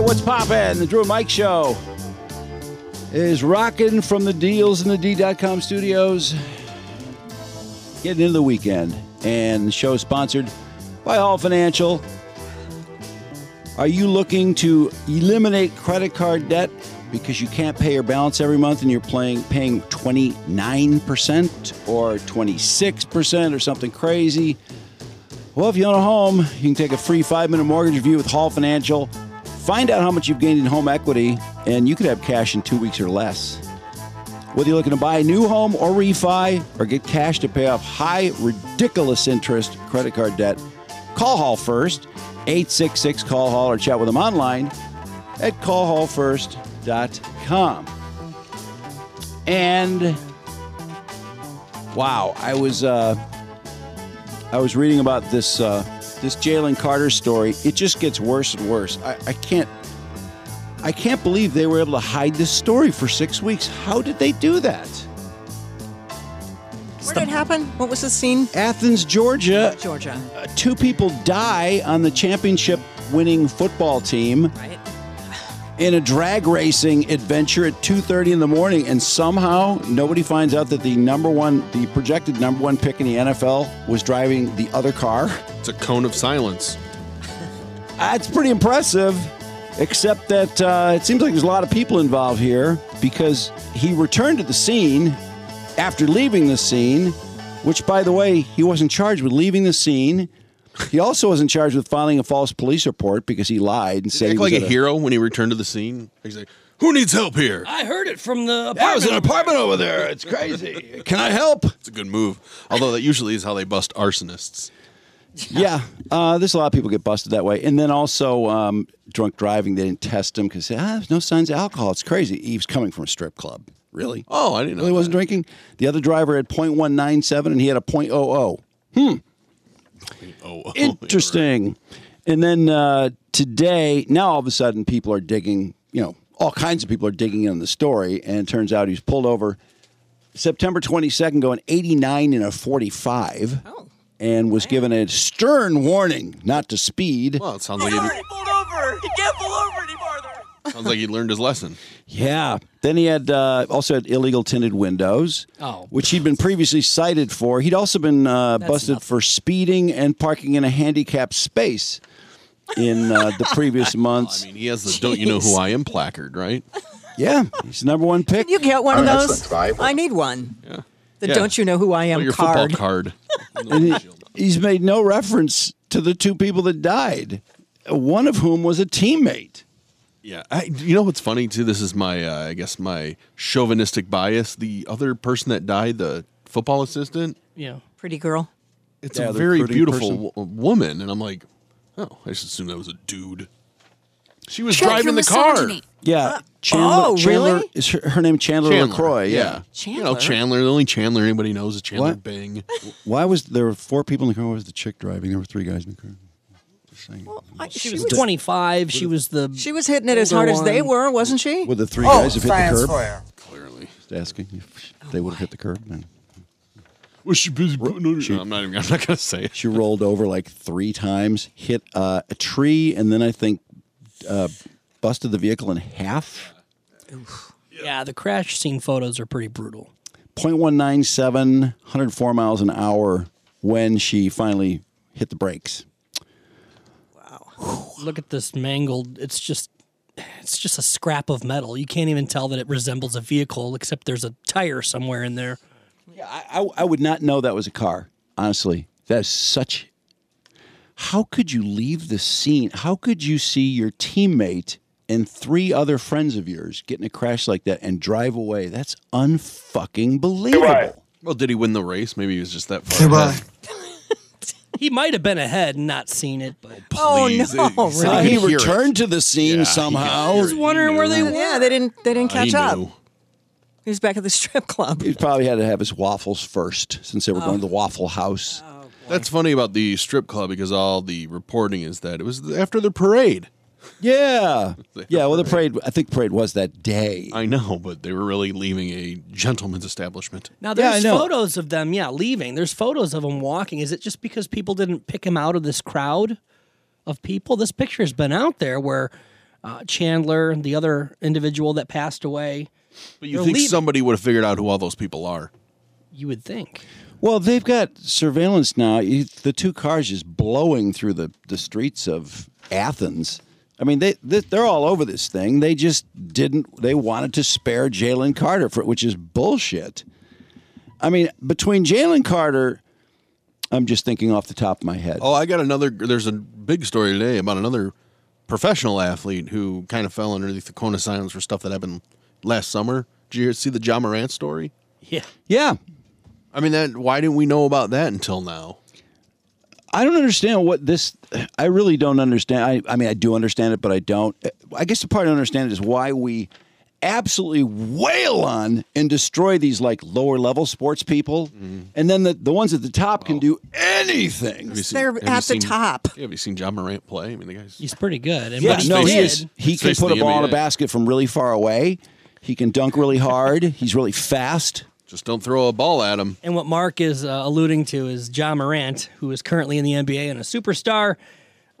what's poppin'? The Drew and Mike Show is rocking from the deals in the D.com studios. Getting into the weekend. And the show is sponsored by Hall Financial. Are you looking to eliminate credit card debt because you can't pay your balance every month and you're playing, paying 29% or 26% or something crazy? Well, if you own a home, you can take a free five minute mortgage review with Hall Financial. Find out how much you've gained in home equity, and you could have cash in two weeks or less. Whether you're looking to buy a new home or refi or get cash to pay off high, ridiculous interest credit card debt, call Hall first, 866 Call Hall, or chat with them online at callhallfirst.com. And wow, I was. Uh, I was reading about this uh, this Jalen Carter story. It just gets worse and worse. I, I can't I can't believe they were able to hide this story for six weeks. How did they do that? Where did it happen? What was the scene? Athens, Georgia. Georgia, Uh, Two people die on the championship-winning football team right? in a drag racing adventure at 2:30 in the morning, and somehow nobody finds out that the number one, the projected number one pick in the NFL, was driving the other car. It's a cone of silence. That's pretty impressive, except that uh, it seems like there's a lot of people involved here because he returned to the scene after leaving the scene, which, by the way, he wasn't charged with leaving the scene. He also wasn't charged with filing a false police report because he lied and said he Act was like a at a- hero when he returned to the scene. He's like, "Who needs help here?" I heard it from the apartment. That Uh, was an apartment over there. It's crazy. Can I help? It's a good move. Although that usually is how they bust arsonists. Yeah, uh, there's a lot of people get busted that way. And then also um, drunk driving, they didn't test him because ah, there's no signs of alcohol. It's crazy. He was coming from a strip club. Really? Oh, I didn't know. really wasn't drinking. The other driver had .197 and he had a oh. .00. Oh, oh, Hmm. Interesting. And then uh, today, now all of a sudden, people are digging. You know, all kinds of people are digging in on the story, and it turns out he's pulled over September 22nd, going 89 in a 45, Oh. and was given a stern warning not to speed. Well, Oh, it sounds like he, pulled over. You can't pull over any farther. sounds like he learned his lesson. Yeah. Then he had uh, also had illegal tinted windows, Oh. which he'd been previously cited for. He'd also been uh, That's busted nothing. for speeding and parking in a handicapped space in uh, the previous months. I mean, he has the "Don't you know who I am" placard, right? yeah, he's the number one pick. You get one of Oh, that's those? the driver. I need one. Yeah. The Yeah. don't you know who I am Put your card. football card. He's made no reference to the two people that died, one of whom was a teammate. Yeah, I, you know what's funny too? This is my, uh, I guess, my chauvinistic bias. The other person that died, the football assistant, Yeah. Pretty girl. it's Yeah, a the very recruiting beautiful person. wo- woman, and I'm like, oh, I just assumed that was a dude. She was Check your driving the car. misogyny. Yeah, Chandler. oh, Chandler, really? Is her, her name Chandler, LaCroix? Yeah. You know, Chandler? Chandler. The only Chandler anybody knows is Chandler What? Bing. Why was there were four people in the car? Why was the chick driving? There were three guys in the car. Just saying. I- She was 25. She was the. She was hitting it as hard as they older one. were, wasn't she? Would the three guys have hit the curb? Clearly, Just asking if they would have hit the curb. And was she busy putting on? no, I'm not even. I'm not gonna say it. she rolled over like three times, hit uh, a tree, and then I think uh, busted the vehicle in half. Yeah, the crash scene photos are pretty brutal. 0.197, 104 miles an hour when she finally hit the brakes. Look at this mangled. It's just. It's just a scrap of metal. You can't even tell that it resembles a vehicle, except there's a tire somewhere in there. I, I, I would not know that was a car, honestly. That is such. How could you leave the scene? How could you see your teammate and three other friends of yours get in a crash like that and drive away? That's unfucking believable. Well, did he win the race? Maybe he was just that far. ahead. He might have been ahead and not seen it, but Oh, Please, no, he- he said Uh, really? could he hear it. returned to the scene Yeah, he could somehow. hear it. I was wondering where they were. Yeah, they didn't. They didn't Uh, he catch up. knew. He was back at the strip club. Oh. He probably had to have his waffles first since they were going to the Waffle House. That's funny about the strip club because all the reporting is that it was after the parade. Yeah. They had Yeah, well, the parade, I think the parade was that day. I know, but they were really leaving a gentleman's establishment. Now Yeah, there's I know. photos of them, yeah, leaving. There's photos of them walking. Is it just because people didn't pick him out of this crowd of people? This picture has been out there where uh, Chandler, the other individual that passed away. But you They're think leaving. somebody would have figured out who all those people are? You would think. Well, they've got surveillance now. You- The two cars just blowing through the, the streets of Athens. I mean, they, they they're all over this thing. They just didn't. They wanted to spare Jalen Carter for it, which is bullshit. I mean, between Jalen Carter, I'm just thinking off the top of my head. Oh, I got another. There's a big story today about another professional athlete who kind of fell underneath the cone of silence for stuff that happened last summer. Did you hear- see the John Morant story? Yeah. Yeah, I mean, that why didn't we know about that until now? I don't understand what this. I really don't understand. I, I mean, I do understand it, but I don't. I guess the part I don't understand is why we absolutely wail on and destroy these like lower level sports people, and then the, the ones at the top can do anything. Mm-hmm. Have you They're have at the seen- top. Yeah, have you seen John Morant play? I mean, the guy's He's pretty good. And Yeah, what he no, he did- is. He Let's can face put a the ball in a NBA. basket from really far away. He can dunk really hard. He's really fast. just don't throw a ball at him. And what Mark is uh, alluding to is John Morant, who is currently in the NBA and a superstar,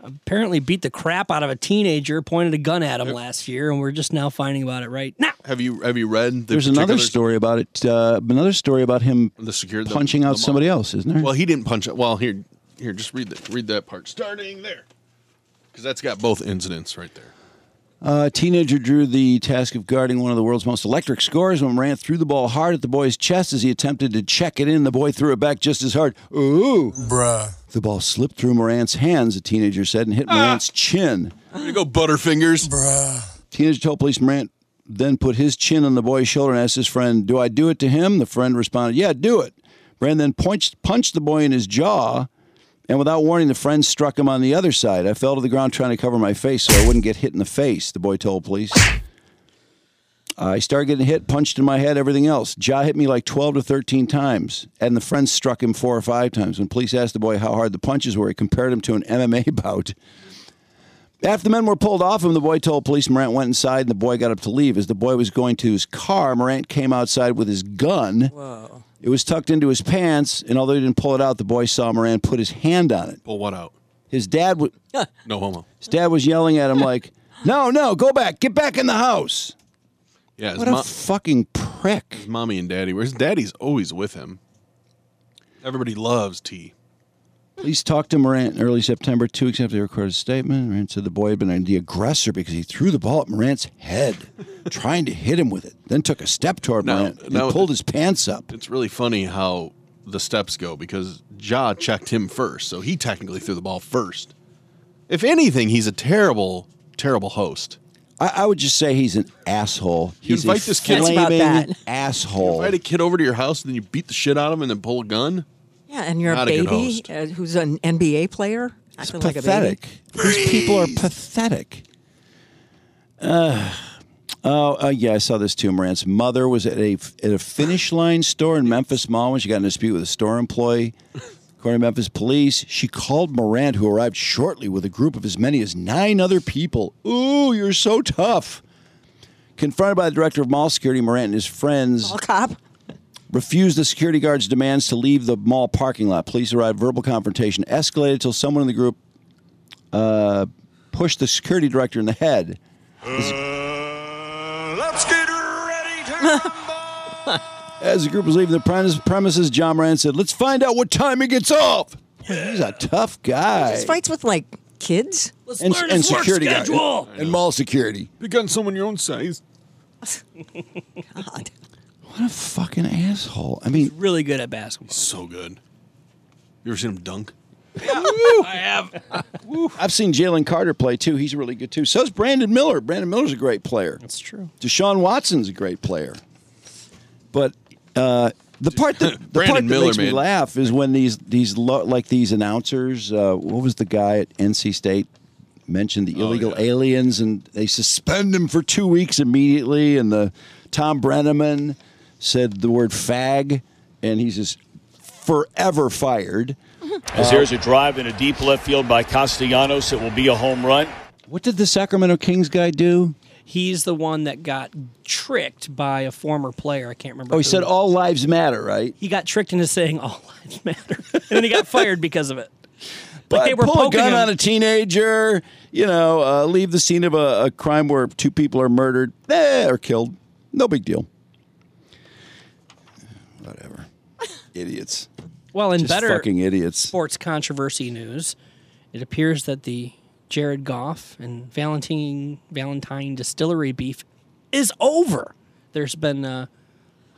apparently beat the crap out of a teenager, pointed a gun at him last year, and we're just now finding about it right now. Have you have you read the There's another particulars- story about it. Uh, another story about him The secure- the- punching out the- somebody else, isn't there? Well, he didn't punch it. Well, here here just read that read that part starting there. Cuz that's got both incidents right there. A teenager drew the task of guarding one of the world's most electric scorers when Morant threw the ball hard at the boy's chest as he attempted to check it in. The boy threw it back just as hard. Ooh. Bruh. The ball slipped through Morant's hands, the teenager said, and hit Morant's chin. Here you go butterfingers. Teenager told police Morant then put his chin on the boy's shoulder and asked his friend, Do I do it to him? The friend responded, Yeah, do it. Brand then punched, punched the boy in his jaw, and without warning, the friend struck him on the other side. I fell to the ground trying to cover my face so I wouldn't get hit in the face, the boy told police. I started getting hit, punched in my head, everything else. Ja hit me like 12 to 13 times, and the friend struck him four or five times. When police asked the boy how hard the punches were, he compared him to an MMA bout. After the men were pulled off him, the boy told police Morant went inside and the boy got up to leave. As the boy was going to his car, Morant came outside with his gun. Whoa. It was tucked into his pants, and although he didn't pull it out, the boy saw Morant put his hand on it. Pull one out. His dad, w- No homo. his dad was yelling at him like, "No, no, go back, get back in the house!" Yeah, his, What a mo- fucking prick! his mommy and daddy. Where's daddy's always with him. Everybody loves tea. Police talked to Morant in early September, two weeks after they recorded a statement. Morant said the boy had been the aggressor because he threw the ball at Morant's head, trying to hit him with it, then took a step toward Now- Morant and now- pulled his pants up. It's really funny how the steps go because Ja checked him first, so he technically threw the ball first. If anything, he's a terrible, terrible host. I, I would just say he's an asshole. He's invite a this kid- That's about flaming that. asshole. Invite a kid over to your house and then you beat the shit out of him and then pull a gun. Yeah, and you're Not a a good baby host. uh, who's an NBA player. It's Acting pathetic. These people are pathetic. Uh, oh, uh, yeah, I saw this too. Morant's mother was at a at a finish line store in Memphis Mall when she got in a dispute with a store employee. According to Memphis police, she called Morant, who arrived shortly with a group of as many as nine other people. Ooh, you're so tough. Confronted by the director of mall security, Morant and his friends Like a baby. All cop. refused the security guard's demands to leave the mall parking lot. Police arrived. Verbal confrontation escalated until someone in the group uh, pushed the security director in the head. Let's get ready to rumble. As the group was leaving the premise- premises, John Moran said, "Let's find out what time he gets off." He's a tough guy. Just fights with like kids. Let's And, learn and his work security guard schedule. and mall security. Pick on someone your own size. God. What a fucking asshole! I mean, Really good at basketball. So good. You ever seen him dunk? I have. I've seen Jalen Carter play too. He's really good too. So's Brandon Miller. Brandon Miller's a great player. That's true. Deshaun Watson's a great player, but uh, the part that the Brandon part that Miller, makes me man. laugh is when these these lo- like these announcers. Uh, what was the guy at NC State mentioned the Oh, illegal yeah. aliens and they suspend him for two weeks immediately. And the Tom Brenneman said the word fag, and he's just forever fired. As there's a drive in a deep left field by Castellanos, it will be a home run. What did the Sacramento Kings guy do? He's the one that got tricked by a former player. I can't remember. Oh, he who. said all lives matter, right? he got tricked into saying all lives matter, and then he got fired because of it. Like they were pull a poking gun him. on a teenager, you know, uh, leave the scene of a, a crime where two people are murdered eh, or killed. No big deal. Whatever. Idiots. Well, and Just better fucking idiots. sports controversy news, it appears that the Jared Goff and Valentine Valentine Distillery beef is over. There's been uh,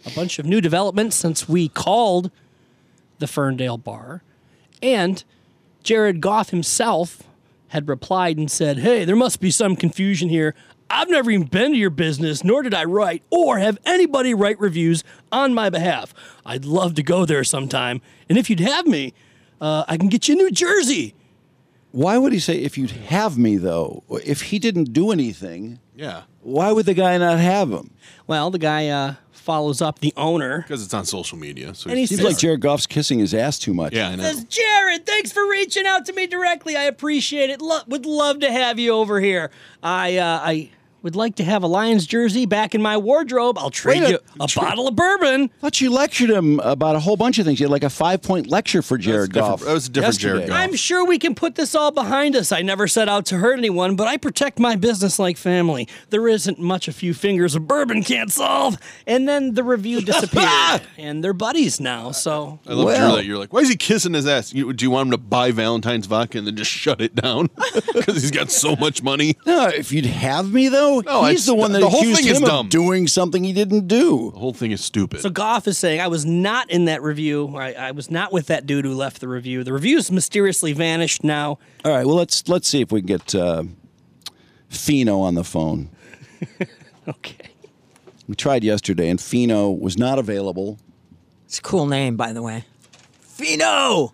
a bunch of new developments since we called the Ferndale bar, and Jared Goff himself had replied and said, "Hey, there must be some confusion here." I've never even been to your business, nor did I write or have anybody write reviews on my behalf. I'd love to go there sometime, and if you'd have me, uh, I can get you a new jersey. Why would he say, if you'd have me, though? If he didn't do anything, Yeah, why would the guy not have him? Well, the guy uh, follows up the owner. because it's on social media. So And he's he Seems says- like Jared Goff's kissing his ass too much. yeah, I know. Says Jared, thanks for reaching out to me directly. I appreciate it. Lo- would love to have you over here. I uh, I would like to have a Lions jersey back in my wardrobe. I'll trade Wait a- you a bottle of bourbon. But you lectured him about a whole bunch of things. You had like a five point lecture for Jared different- Goff. that was a different Jared yesterday. Goff. I'm sure we can put this all behind us. I never set out to hurt anyone, but I protect my business like family. There isn't much a few fingers of bourbon can't solve. And then the review disappeared, and they're buddies now. So Ah! I love Well. Drew that you're like, why is he kissing his ass? You, do you want him to buy Valentine's vodka and then just shut it down because he's got so much money? No, if you'd have me though, No, he's it's- the one that the whole accused thing is him dumb. of doing something he didn't do. The whole thing is stupid. So Goff is saying, I was not in that review. I, I was not with that dude who left the review. The review's mysteriously vanished now. All right, well let's let's see if we can get uh, Fino on the phone. Okay. We tried yesterday, and Fino was not available. It's a cool name, by the way. Fino.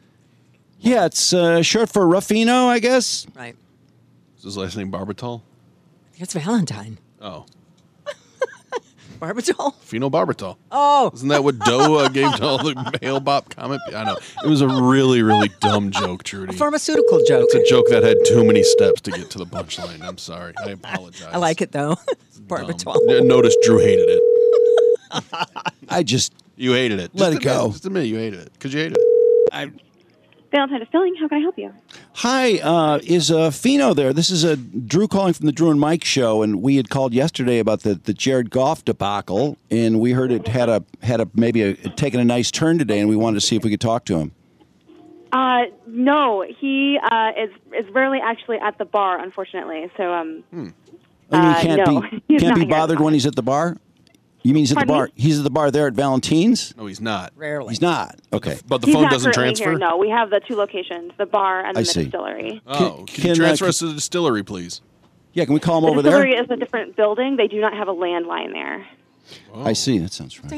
Yeah, it's uh, short for Ruffino, I guess. Right. is his last name Barbital? It's Valentine. Oh, Barbitol. Pheno Barbital. Oh, Isn't that what Doe uh, gave to all the male bop comment? I know. It was a really, really dumb joke, Trudy. pharmaceutical joke. It's a joke that had too many steps to get to the punchline. I'm sorry. I apologize. I like it though. Barbitol. Notice Drew hated it. I just You hated it. Let Just it admit- go. Just admit you hated it because you hated it. Valentine Distilling, how can I help you? hi uh, is uh, Fino there? This is uh, Drew calling from the Drew and Mike show, and we had called yesterday about the, the Jared Goff debacle, and we heard it had a had a maybe a, taken a nice turn today, and we wanted to see if we could talk to him. Uh, no, he uh, is is rarely actually at the bar, unfortunately. So, um, Hmm. I mean, Uh, he can't no, be he's can't not be here. bothered when he's at the bar. You mean he's at the Pardon bar? me? He's at the bar there at Valentine's. No, he's not. Rarely. He's not. Okay. But the he's phone not doesn't currently transfer. Here, no, we have the two locations, the bar and I then the see. distillery. Oh, can, can, uh, you transfer can- us to the distillery, please? Yeah, can we call him The over distillery there? is a different building. They do not have a landline there. I see. That sounds right.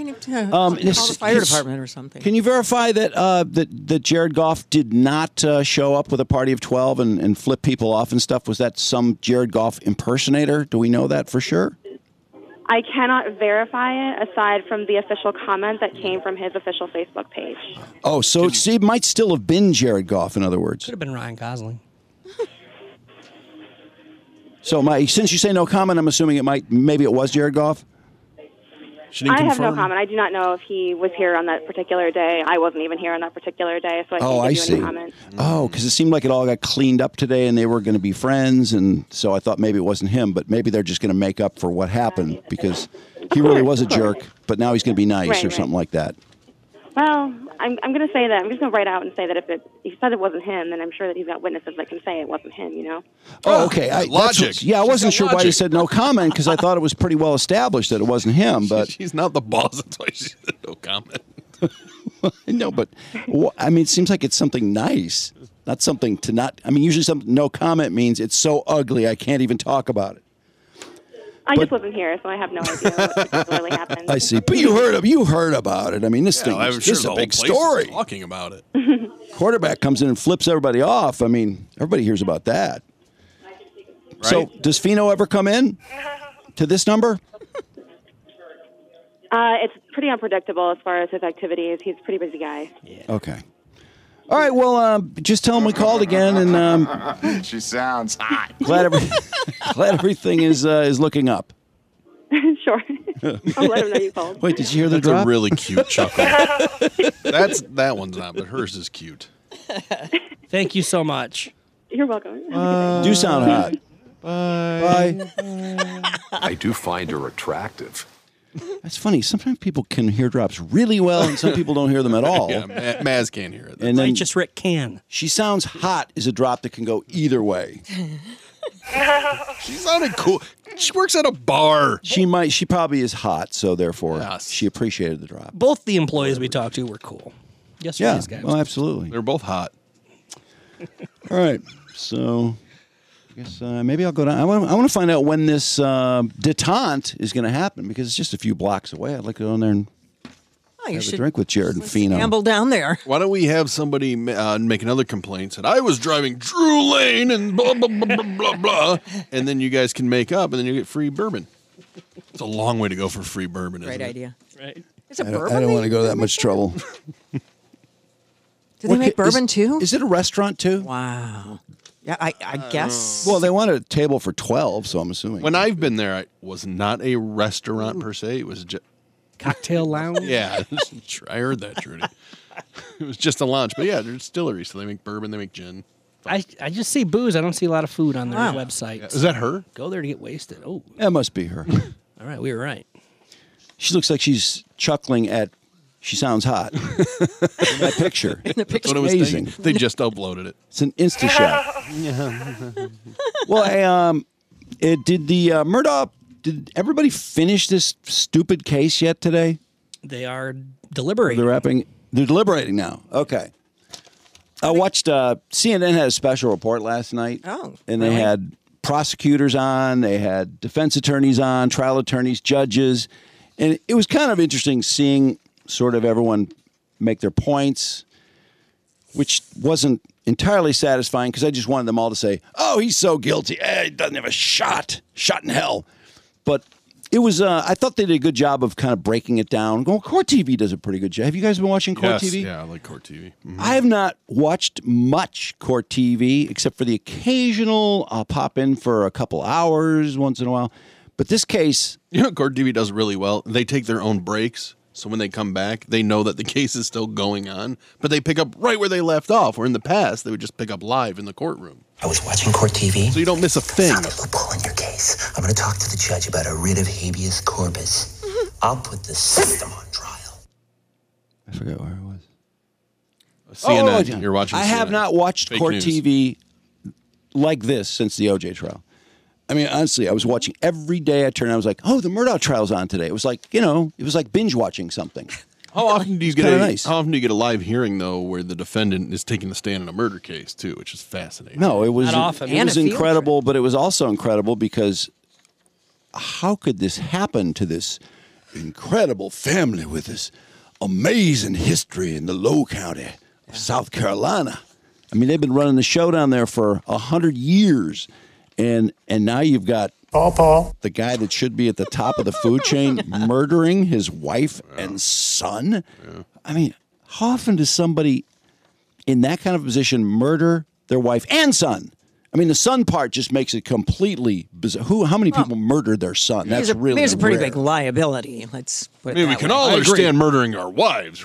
Um, this- call the fire he's- department or something. Can you verify that uh, that that Jared Goff did not uh, show up with a party of twelve and, and flip people off and stuff? Was that some Jared Goff impersonator? Do we know that for sure? I cannot verify it aside from the official comment that came from his official Facebook page. Oh, so it see- might still have been Jared Goff. In other words, Could have been Ryan Gosling. so my since you say no comment, I'm assuming it might maybe it was Jared Goff. She didn't I have no confirm. comment. I do not know if he was here on that particular day. I wasn't even here on that particular day, so I can't Oh, give I you see. any comment. Oh, because it seemed like it all got cleaned up today, and they were going to be friends, and so I thought maybe it wasn't him, but maybe they're just going to make up for what happened because he really was a jerk, but now he's going to be nice Right, or right. something like that. Well, I'm, I'm going to say that. I'm just going to write out and say that if it, if he said it wasn't him, then I'm sure that he's got witnesses that can say it wasn't him, you know? Oh, okay. I, that's Ah, Logic. what- yeah, I She's wasn't got sure why you logic. said no comment because I thought it was pretty well established that it wasn't him, but She's not the boss. That's why she said no comment. no, but wh- I mean, it seems like it's something nice, not something to not. I mean, usually some no comment means it's so ugly I can't even talk about it. I But- just wasn't here, so I have no idea what particularly happened. I see, but you heard of you heard about it. I mean, this thing I'm this sure is the a whole big place is story. Talking about it. Quarterback comes in and flips everybody off. I mean, everybody hears about that. So, Right. does Fino ever come in to this number? Uh, it's pretty unpredictable as far as his activities. He's a pretty busy guy. Okay. All right. Well, um, just tell him we called again, and um, She sounds hot. glad every, glad everything is uh, is looking up. sure. I'll let him know you called. Wait, did you hear the That's a drop? really cute chuckle. That's that one's not, but hers is cute. Thank you so much. You're welcome. Do sound hot. Bye. Uh, I do find her attractive. That's funny. Sometimes people can hear drops really well, and some people don't hear them at all. Yeah, Ma- Maz can't hear it. And then Righteous Rick can. she sounds hot is a drop that can go either way. She sounded cool. She works at a bar. She might. She probably is hot, so therefore Yes. she appreciated the drop. Both the employees we talked to were cool. Yes, Yeah. these guys. Well, absolutely. They're both hot. All right. So I guess uh, maybe I'll go down. I want, I want to find out when this uh, detente is going to happen because it's just a few blocks away. I'd like to go in there and Oh, you have a should drink with Jared and Fino. Gamble down there. Why don't we have somebody ma- uh, make another complaint? Said I was driving Drew Lane and blah blah blah blah blah blah, and then you guys can make up, and then you get free bourbon. It's a long way to go for free bourbon. Great isn't it? idea. Right. Is it I don't, bourbon? want to go to that much trouble. Do they make bourbon too? Is it a restaurant too? wow. Yeah, I, I Oh. guess. Well, they want a table for 12, so I'm assuming. When I've been there, I was not a restaurant per se. It was just Cocktail lounge. yeah. I heard that, Trudy. it was just a lounge, but yeah, they're distilleries, so they make bourbon, they make gin. I, I just see booze. I don't see a lot of food on their Wow. website. Is that her? Go there to get wasted. Oh, that must be her. all right. We were right. she looks like she's chuckling at. She sounds hot. in that picture. the picture. That's what I was thinking. Amazing. They just uploaded it. It's an insta shot. well, I, um, it, did the uh, Murdoch? Did everybody finish this stupid case yet today? They are deliberating. They're wrapping. They're deliberating now. Okay. I watched uh, CNN had a special report last night. Oh, and they really? had prosecutors on, they had defense attorneys on, trial attorneys, judges, and it was kind of interesting seeing sort of everyone make their points, which wasn't entirely satisfying because I just wanted them all to say, "Oh, he's so guilty. Eh, he doesn't have a shot. Shot in hell." But it was. Uh, I thought they did a good job of kind of breaking it down. Well, Court TV does a pretty good job. Have you guys been watching Court TV? Yeah, I like Court TV. Mhm. I have not watched much court TV except for the occasional I'll pop in for a couple hours once in a while. But this case, You know, Court TV does really well. They take their own breaks. So when they come back, they know that the case is still going on, but they pick up right where they left off. Where in the past, they would just pick up live in the courtroing. I was watching court TV. So you don't miss a thing. Found a loophole in your case. I'm going to talk to the judge about a writ of habeas corpus. I'll put the system on trial. I forgot where it was. CNN, yeah. you're watching. Oh, I have CNN. not watched Fake court news. TV like this since the OJ trial. I mean, honestly, I was watching every day I turned. I was like, "Oh, the Murdoch trial's on today." It was like, you know, it was like binge watching something. How often do you get a kinda nice. How often do you get a live hearing though, where the defendant is taking the stand in a murder case too, which is fascinating. No, it was Not often. it And was a field incredible, but it was also incredible because how could this happen to this incredible family with this amazing history in the Low County of South Carolina? I mean, they've been running the show down there for a hundred years, and and now you've got Paul, Paul. the guy that should be at the top of the food chain murdering his wife and son. I mean, how often does somebody in that kind of position murder their wife and son? I mean, the son part just makes it completely bizarre. Who? How many people murdered their son? That's Here's a, really here's a pretty rare. big liability. Let's put it I mean, we that can way. all I agree. understand murdering our wives,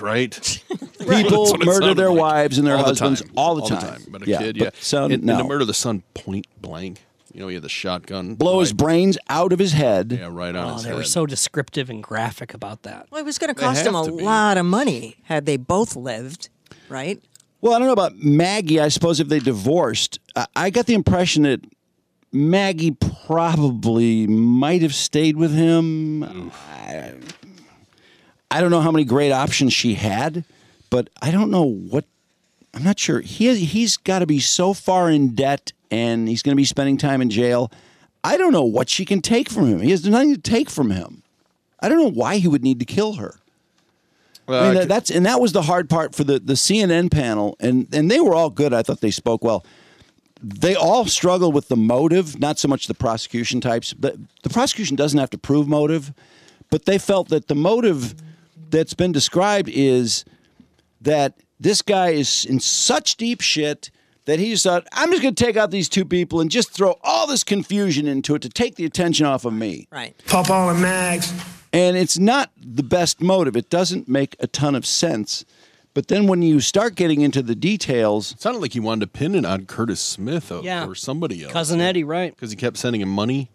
right? That's People what it murder sounded their like. wives and their All the husbands time. all the time. But a kid, yeah. but son, and, no. and to murder the son point blank. You know, he had the shotgun. blow his right- brains out of his head. Yeah, right on Oh, his they head. were so descriptive and graphic about that. Well, it was going to cost have them a to be. lot of money had they both lived, right? Well, I don't know about Maggie. I suppose if they divorced, I, I got the impression that Maggie probably might have stayed with him. I, I don't know how many great options she had, but I don't know what. I'm not sure. He he's got to be so far in debt, and he's going to be spending time in jail. I don't know what she can take from him. He has nothing to take from him. I don't know why he would need to kill her. Well, I mean, I that- that's and that was the hard part for the the CNN panel, and and they were all good. I thought they spoke well. They all struggle with the motive, not so much the prosecution types. The, the prosecution doesn't have to prove motive, but they felt that the motive that's been described is that this guy is in such deep shit that he just thought, I'm just going to take out these two people and just throw all this confusion into it to take the attention off of me. Right. Paul, Paul, and Max. And it's not the best motive. It doesn't make a ton of sense. But then when you start getting into the details, sounded like he wanted to pin it on Curtis Smith or, Yeah. or somebody else. Cousin Eddie, right? Because he kept sending him money.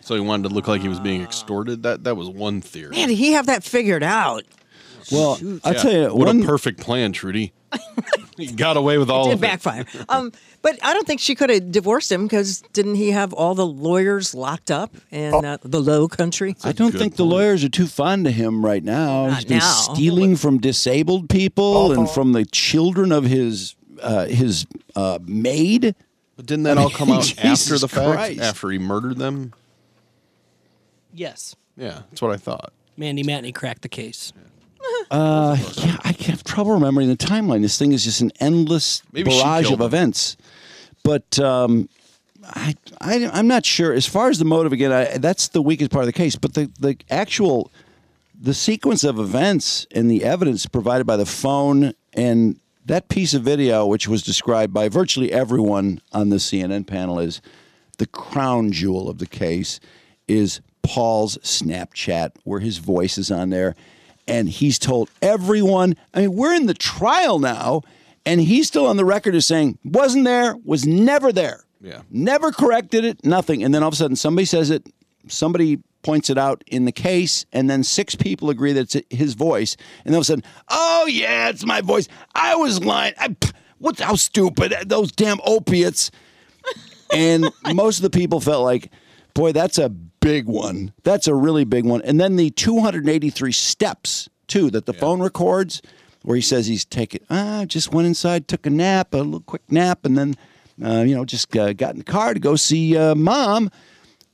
So he wanted to look like he was Ah. being extorted. That that was one theory. Man, did he have that figured out? well, I'll Yeah. tell you what one a perfect plan, Trudy. he got away with all Did of it. backfire. um, but I don't think she could have divorced him because didn't he have all the lawyers locked up in uh, the Low Country? Oh. I don't good think the point. lawyers are too fond of him right now. Not He's been now. stealing from disabled people and from the children of his uh, his uh, maid. But didn't that all come out after Jesus the fact? Christ. After he murdered them? Yes. Yeah, that's what I thought. Mandy Matney cracked the case. Uh, Yeah, I have trouble remembering the timeline. This thing is just an endless Maybe she barrage of killed him. events. But um, I, I, I'm not sure. As far as the motive again, I, that's the weakest part of the case. But the the actual the sequence of events and the evidence provided by the phone and that piece of video, which was described by virtually everyone on the CNN panel, is the crown jewel of the case. Is Paul's Snapchat, where his voice is on there, and he's told everyone. I mean, we're in the trial now, and he's still on the record as saying, "Wasn't there, was never there." Yeah. Never corrected it, nothing. And then all of a sudden, somebody says it, somebody points it out in the case, and then six people agree that it's his voice. And all of a sudden, oh, yeah, it's my voice. I was lying. I, pff, what, how stupid. Those damn opiates. And most of the people felt like, boy, that's a big one. That's a really big one. And then the 283 steps, too, that the phone records, where he says he's taking, ah, just went inside, took a nap, a little quick nap, and then, uh, you know, just uh, got in the car to go see uh, mom.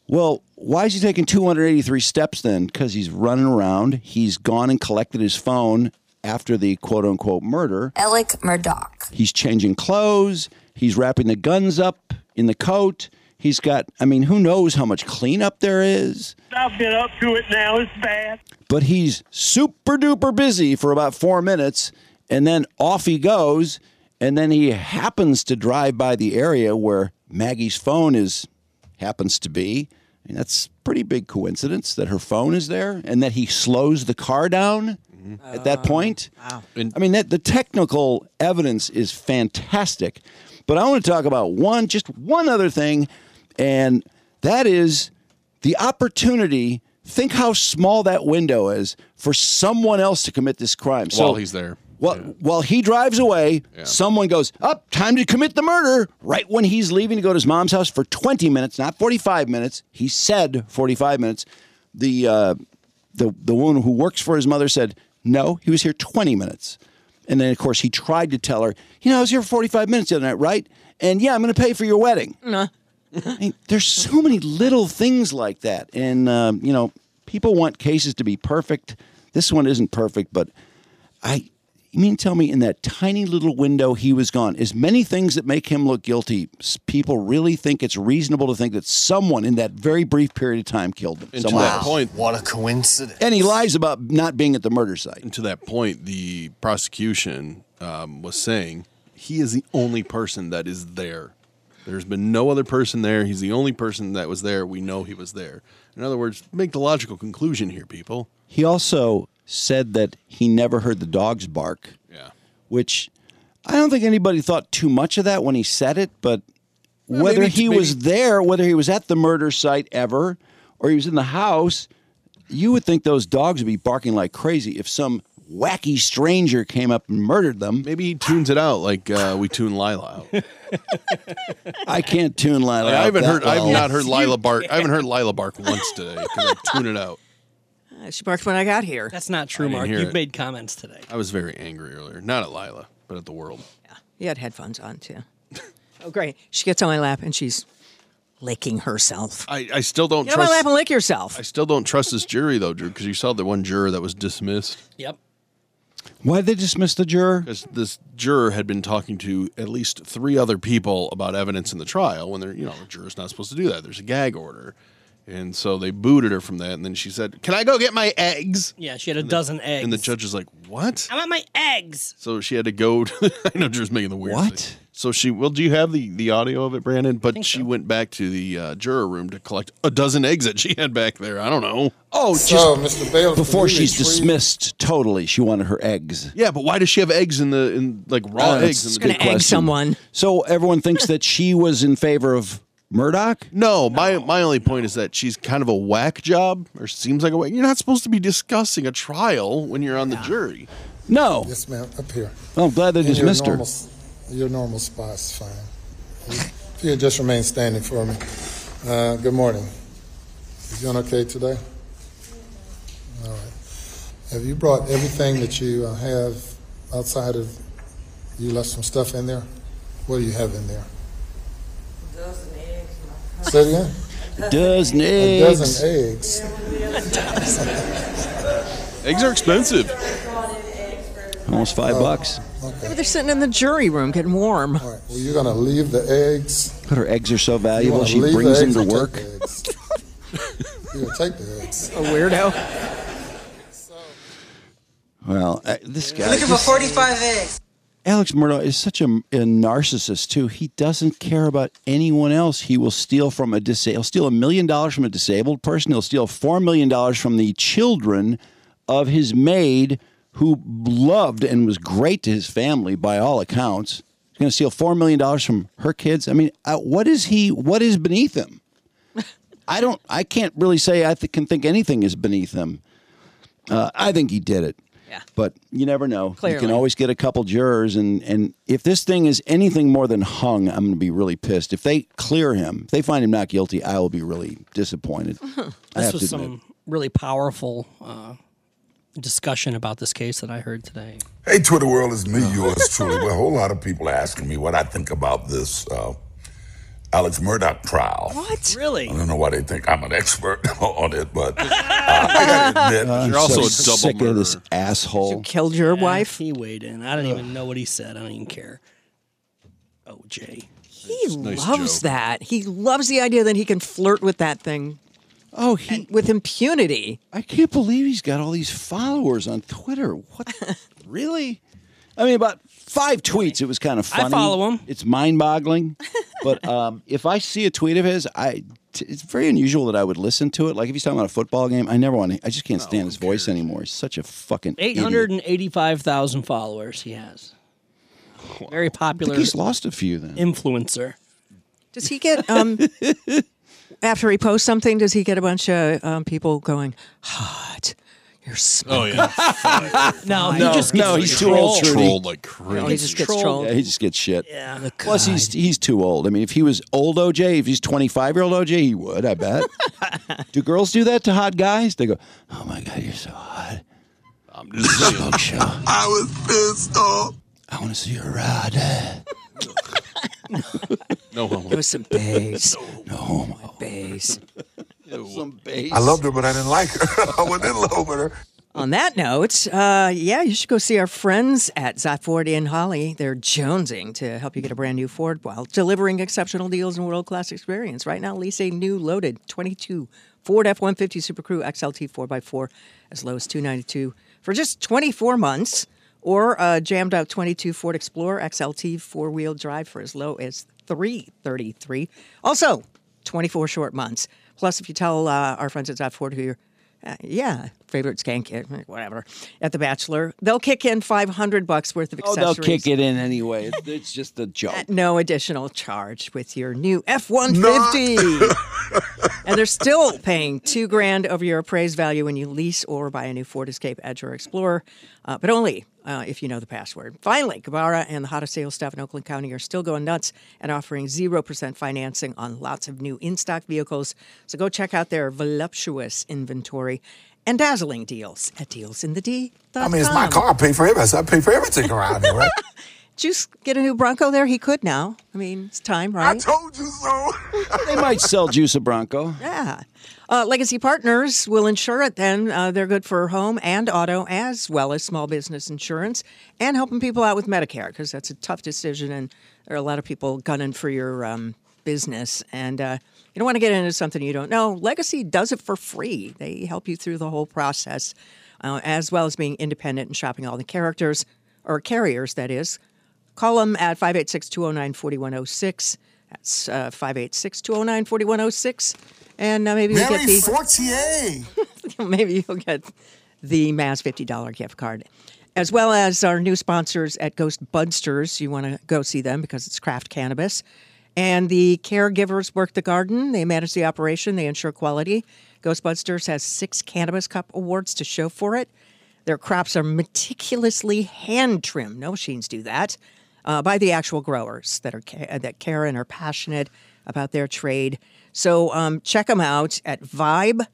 Well, why is he taking 283 steps then? Because he's running around. He's gone and collected his phone after the quote unquote murder. Alec Murdoch. He's changing clothes. He's wrapping the guns up in the coat. He's got, I mean, who knows how much cleanup there is, I've been up to it now. It's bad. but he's super duper busy for about four minutes and then off he goes. And then he happens to drive by the area where Maggie's phone is, happens to be. And that's pretty big coincidence that her phone is there and that he slows the car down at that point. And- I mean, that, the technical evidence is fantastic, but I want to talk about one, just one other thing, and that is the opportunity. Think how small that window is for someone else to commit this crime. While he's there. While, Yeah. while he drives away, someone goes, Up, time to commit the murder. Right when he's leaving to go to his mom's house for 20 minutes, not 45 minutes. He said 45 minutes. The, uh, the, the woman who works for his mother said, No, he was here 20 minutes. And then, of course, he tried to tell her, You know, I was here for 45 minutes the other night, right? And yeah, I'm going to pay for your wedding. I mean, there's so many little things like that, and um, you know, people want cases to be perfect. This one isn't perfect, but I you mean to tell me in that tiny little window he was gone. As many things that make him look guilty, s- people really think it's reasonable to think that someone in that very brief period of time killed him. And to Someone that else. point, What a coincidence. and he lies about not being at the murder site. and to that point, the prosecution um, was saying he is the only person that is there. There's been no other person there. He's the only person that was there. We know he was there. In other words, make the logical conclusion here, people. He also said that he never heard the dogs bark. Yeah. which I don't think anybody thought too much of that when he said it, but whether maybe- he maybe- was there, whether he was at the murder site ever, or he was in the house, you would think those dogs would be barking like crazy if some wacky stranger came up and murdered them. Maybe he tunes it out like uh, we tune Lila out. I can't tune Lila. Like, I out haven't that heard. I have well. not heard Lila bark. I haven't heard Lila bark once today because I tune it out. Uh, She barked when I got here. That's not true, Mark. hear You've it. made comments today. I was very angry earlier, not at Lila, but at the world. He had headphones on too. Oh, great. She gets on my lap and she's licking herself. I, I still don't Get on my lap trust. and lick yourself. I still don't trust this jury though, Drew, because you saw the one juror that was dismissed. Yep. Why did they dismiss the juror? Because this juror had been talking to at least three other people about evidence in the trial when they're, you know, a juror's not supposed to do that. There's a gag order. And so they booted her from that. And then she said, Can I go get my eggs? Yeah, she had a dozen eggs. And the judge is like, What? I want my eggs. So she had to go. To, I know Drew's making the weird What? face. So she well, do you have the the audio of it, Brandon? But think she so. went back to the uh, juror room to collect a dozen eggs that she had back there. I don't know. Oh, just Mr. Bailiff, before will you she's retrieve- dismissed totally, she wanted her eggs. Yeah, but why does she have eggs in the in like raw Uh, eggs? that's In a the, good Gonna egg question. someone. So everyone thinks that she was in favor of Murdoch. no, my my only point is that she's kind of a whack job, or seems like a whack. You're not supposed to be discussing a trial when you're on the jury. No, Yes, ma'am, up here. Oh. Well, I'm glad they In your dismissed her. normal s- Your normal spot is fine. If you just remain standing for me. Uh, good morning. You doing okay today? All right. Have you brought everything that you uh, have outside of, you left some stuff in there? What do you have in there? A dozen eggs. Say it again? Dozen A eggs. dozen eggs. Eggs are expensive. Almost five Oh. bucks. Maybe they're sitting in the jury room getting warm. All right, well, you're gonna leave the eggs But her eggs are so You valuable. wanna Uh, She leave brings the them to eggs or work. take the eggs? you gonna take the eggs. A weirdo. Well, uh, this guy. Looking for 45 eggs. Alex Murdo is such a, a narcissist too. He doesn't care about anyone else. He will steal from a disa- he'll steal a million dollars from a disabled person. He'll steal four million dollars from the children of his maid, who loved and was great to his family by all accounts. He's going to steal four million dollars from her kids. I mean, uh, what is he? What is beneath him? I don't. I can't really say I th- can think anything is beneath him. Uh, I think he did it. Yeah. But you never know. You can Clearly. always get a couple jurors, and and if this thing is anything more than hung, I'm going to be really pissed. If they clear him, if they find him not guilty, I will be really disappointed. I This have to was admit. some really powerful uh, discussion about this case that I heard today. Hey, Twitter world, it's me, yours truly. Well, a whole lot of people asking me what I think about this uh, Alex Murdoch trial. What? Really? I don't know why they think I'm an expert on it, but uh, I gotta admit, I'm You're so also a double sick of this murderer. asshole. Killed your Yeah, wife. He weighed in. I don't even know what he said. I don't even care. OJ. He nice loves joke. that. He loves the idea that he can flirt with that thing Oh, he. with impunity. I can't believe he's got all these followers on Twitter. What? really? I mean, about five tweets. It was kind of I funny. follow him. It's mind-boggling. but um, if I see a tweet of his, I t- it's very unusual that I would listen to it. Like if he's talking about a football game, I never want. to. I just can't stand his voice anymore. He's such a fucking Oh, Eight idiot. hundred and eighty-five thousand followers he has. Very I popular think he's lost a few then. influencer. Does he get um after he posts something? Does he get a bunch of um, people going hot? You're smoking. Oh yeah, No, he just gets no, to he's too old. troll. Trudy. trolled like crazy. he just gets trolled. trolled. Yeah, he just gets shit. Yeah. Plus, he's he's too old. I mean, if he was old OJ, if he's twenty five year old OJ, he would. I bet. do girls do that to hot guys? They go, "Oh my god, you're so hot." I'm just saying. Smoke show. I was pissed off. I want to see your rod. No Give homo. us some bass. No, bass. some bass. I loved her, but I didn't like her. I wasn't in love with her. On that note, uh, yeah, you should go see our friends at Zott Ford in Holly. They're jonesing to help you get a brand new Ford while delivering exceptional deals and world class experience. Right now, lease a new loaded 22 Ford F 150 Super Crew XLT 4x4 as low as 292 for just 24 months, or a jammed out 22 Ford Explorer XLT four wheel drive for as low as 333 Also, 24 short months. Plus, if you tell uh, our friends at Zott Ford who you're uh, yeah, favorite skank, eh, whatever. At the Bachelor, they'll kick in five hundred bucks worth of Oh, accessories. they'll kick it in anyway. It's- It's just a joke. At no additional charge with your new F one fifty. And they're still paying two grand over your appraised value when you lease or buy a new Ford Escape, Edge, or Explorer, uh, but only uh, if you know the password. Finally, Gabara and the hottest sales staff in Oakland County are still going nuts and offering 0% financing on lots of new in stock vehicles. So go check out their voluptuous inventory and dazzling deals at dealsinthed.com. I mean, it's my car. I pay for everything. I pay for everything around here, right? Did you s- get a new Bronco there? He could now. I mean, it's time, I right? told you so. They might sell Juice of Bronco. Yeah. Uh, Legacy Partners will insure it then. Uh, they're good for home and auto, as well as small business insurance and helping people out with Medicare, because that's a tough decision. And there are a lot of people gunning for your um, business. And uh, you don't want to get into something you don't know. Legacy does it for free, they help you through the whole process, uh, as well as being independent and shopping all the characters or carriers, that is. Call them at 586 209 4106. That's uh, 586 209 4106. And uh, maybe you'll Mary get the. Fortier. maybe you'll get the Maz $50 gift card. As well as our new sponsors at Ghost Budsters. You want to go see them because it's craft cannabis. And the caregivers work the garden. They manage the operation. They ensure quality. Ghostbusters has six Cannabis Cup awards to show for it. Their crops are meticulously hand trimmed. No machines do that. Uh, by the actual growers that are ca- that care and are passionate about their trade. So um, check them out at Vibe,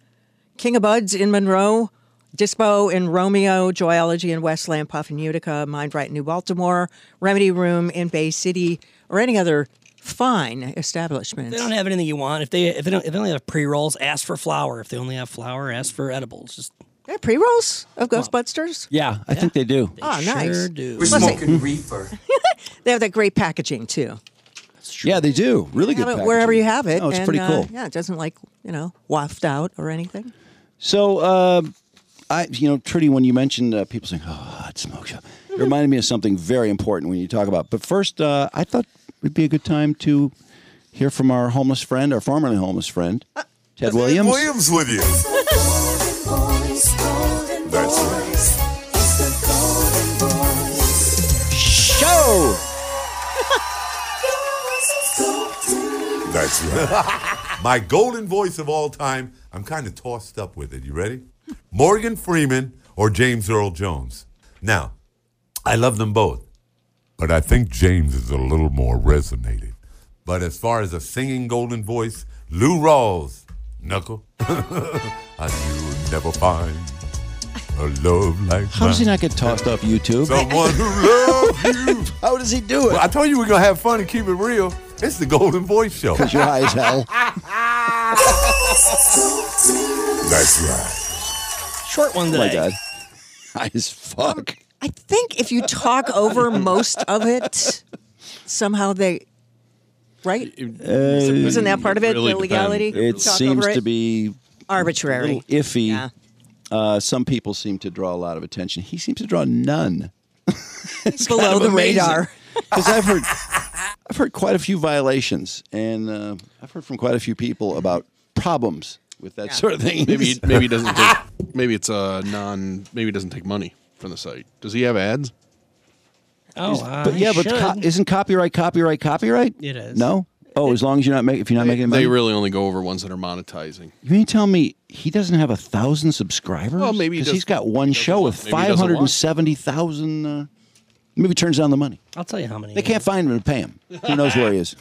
King of Buds in Monroe, Dispo in Romeo, Joyology in Westland, Puff in Utica, Mind Right in New Baltimore, Remedy Room in Bay City, or any other fine establishment. They don't have anything you want. If they if they don't if they only have pre rolls, ask for flour. If they only have flour, ask for edibles. Just They have pre rolls of Ghostbusters. Yeah, I think they do. oh, nice. sure do. We're smoking reefer. they have that great packaging too. Yeah, they do. Really good. Have it wherever packaging. you have it. Oh, it's and, pretty uh, cool. yeah, it doesn't like you know waft out or anything. So, uh, I, you know, Trudy, when you mentioned uh, people saying, "Oh, hot smoke shop," it reminded me of something very important when you talk about. But first, uh, I thought it'd be a good time to hear from our homeless friend, our formerly homeless friend, Ted Williams. Williams with you. That's Show. That's right. My golden voice of all time. I'm kind of tossed up with it. You ready? Morgan Freeman or James Earl Jones? Now, I love them both, but I think James is a little more resonated. But as far as a singing golden voice, Lou Rawls, knuckle. I will never find a love like How does he mine. not get tossed off YouTube? Someone who loves you. How does he do it? I told you we are gonna have fun and keep it real. It's the Golden Voice Show. Cause your eyes hell. That's right. Short one Oh my today. god, high as fuck. I think if you talk over most of it, somehow they right. Isn't that part of it? Uh, really the depends. legality. It Talk seems over to it? be a arbitrary. little iffy. Yeah. Uh, some people seem to draw a lot of attention. He seems to draw none. It's below the radar. Because I've heard, I've heard quite a few violations, and uh, I've heard from quite a few people about problems with that sort of thing. Maybe maybe it doesn't take maybe it's a non maybe it doesn't take money from the site. Does he have ads? Oh, uh, but yeah, he but co- should. isn't copyright copyright copyright? It is. No. Oh, as long as you're not making if you're not making money. They really only go over ones that are monetizing. you mean to tell me he doesn't have a thousand subscribers? Well, maybe he because does- he's got one show with maybe he doesn't five want- hundred and seventy thousand. Uh, maybe he turns down the money. I'll tell you how many. They can't find him to pay him. Who knows where he is?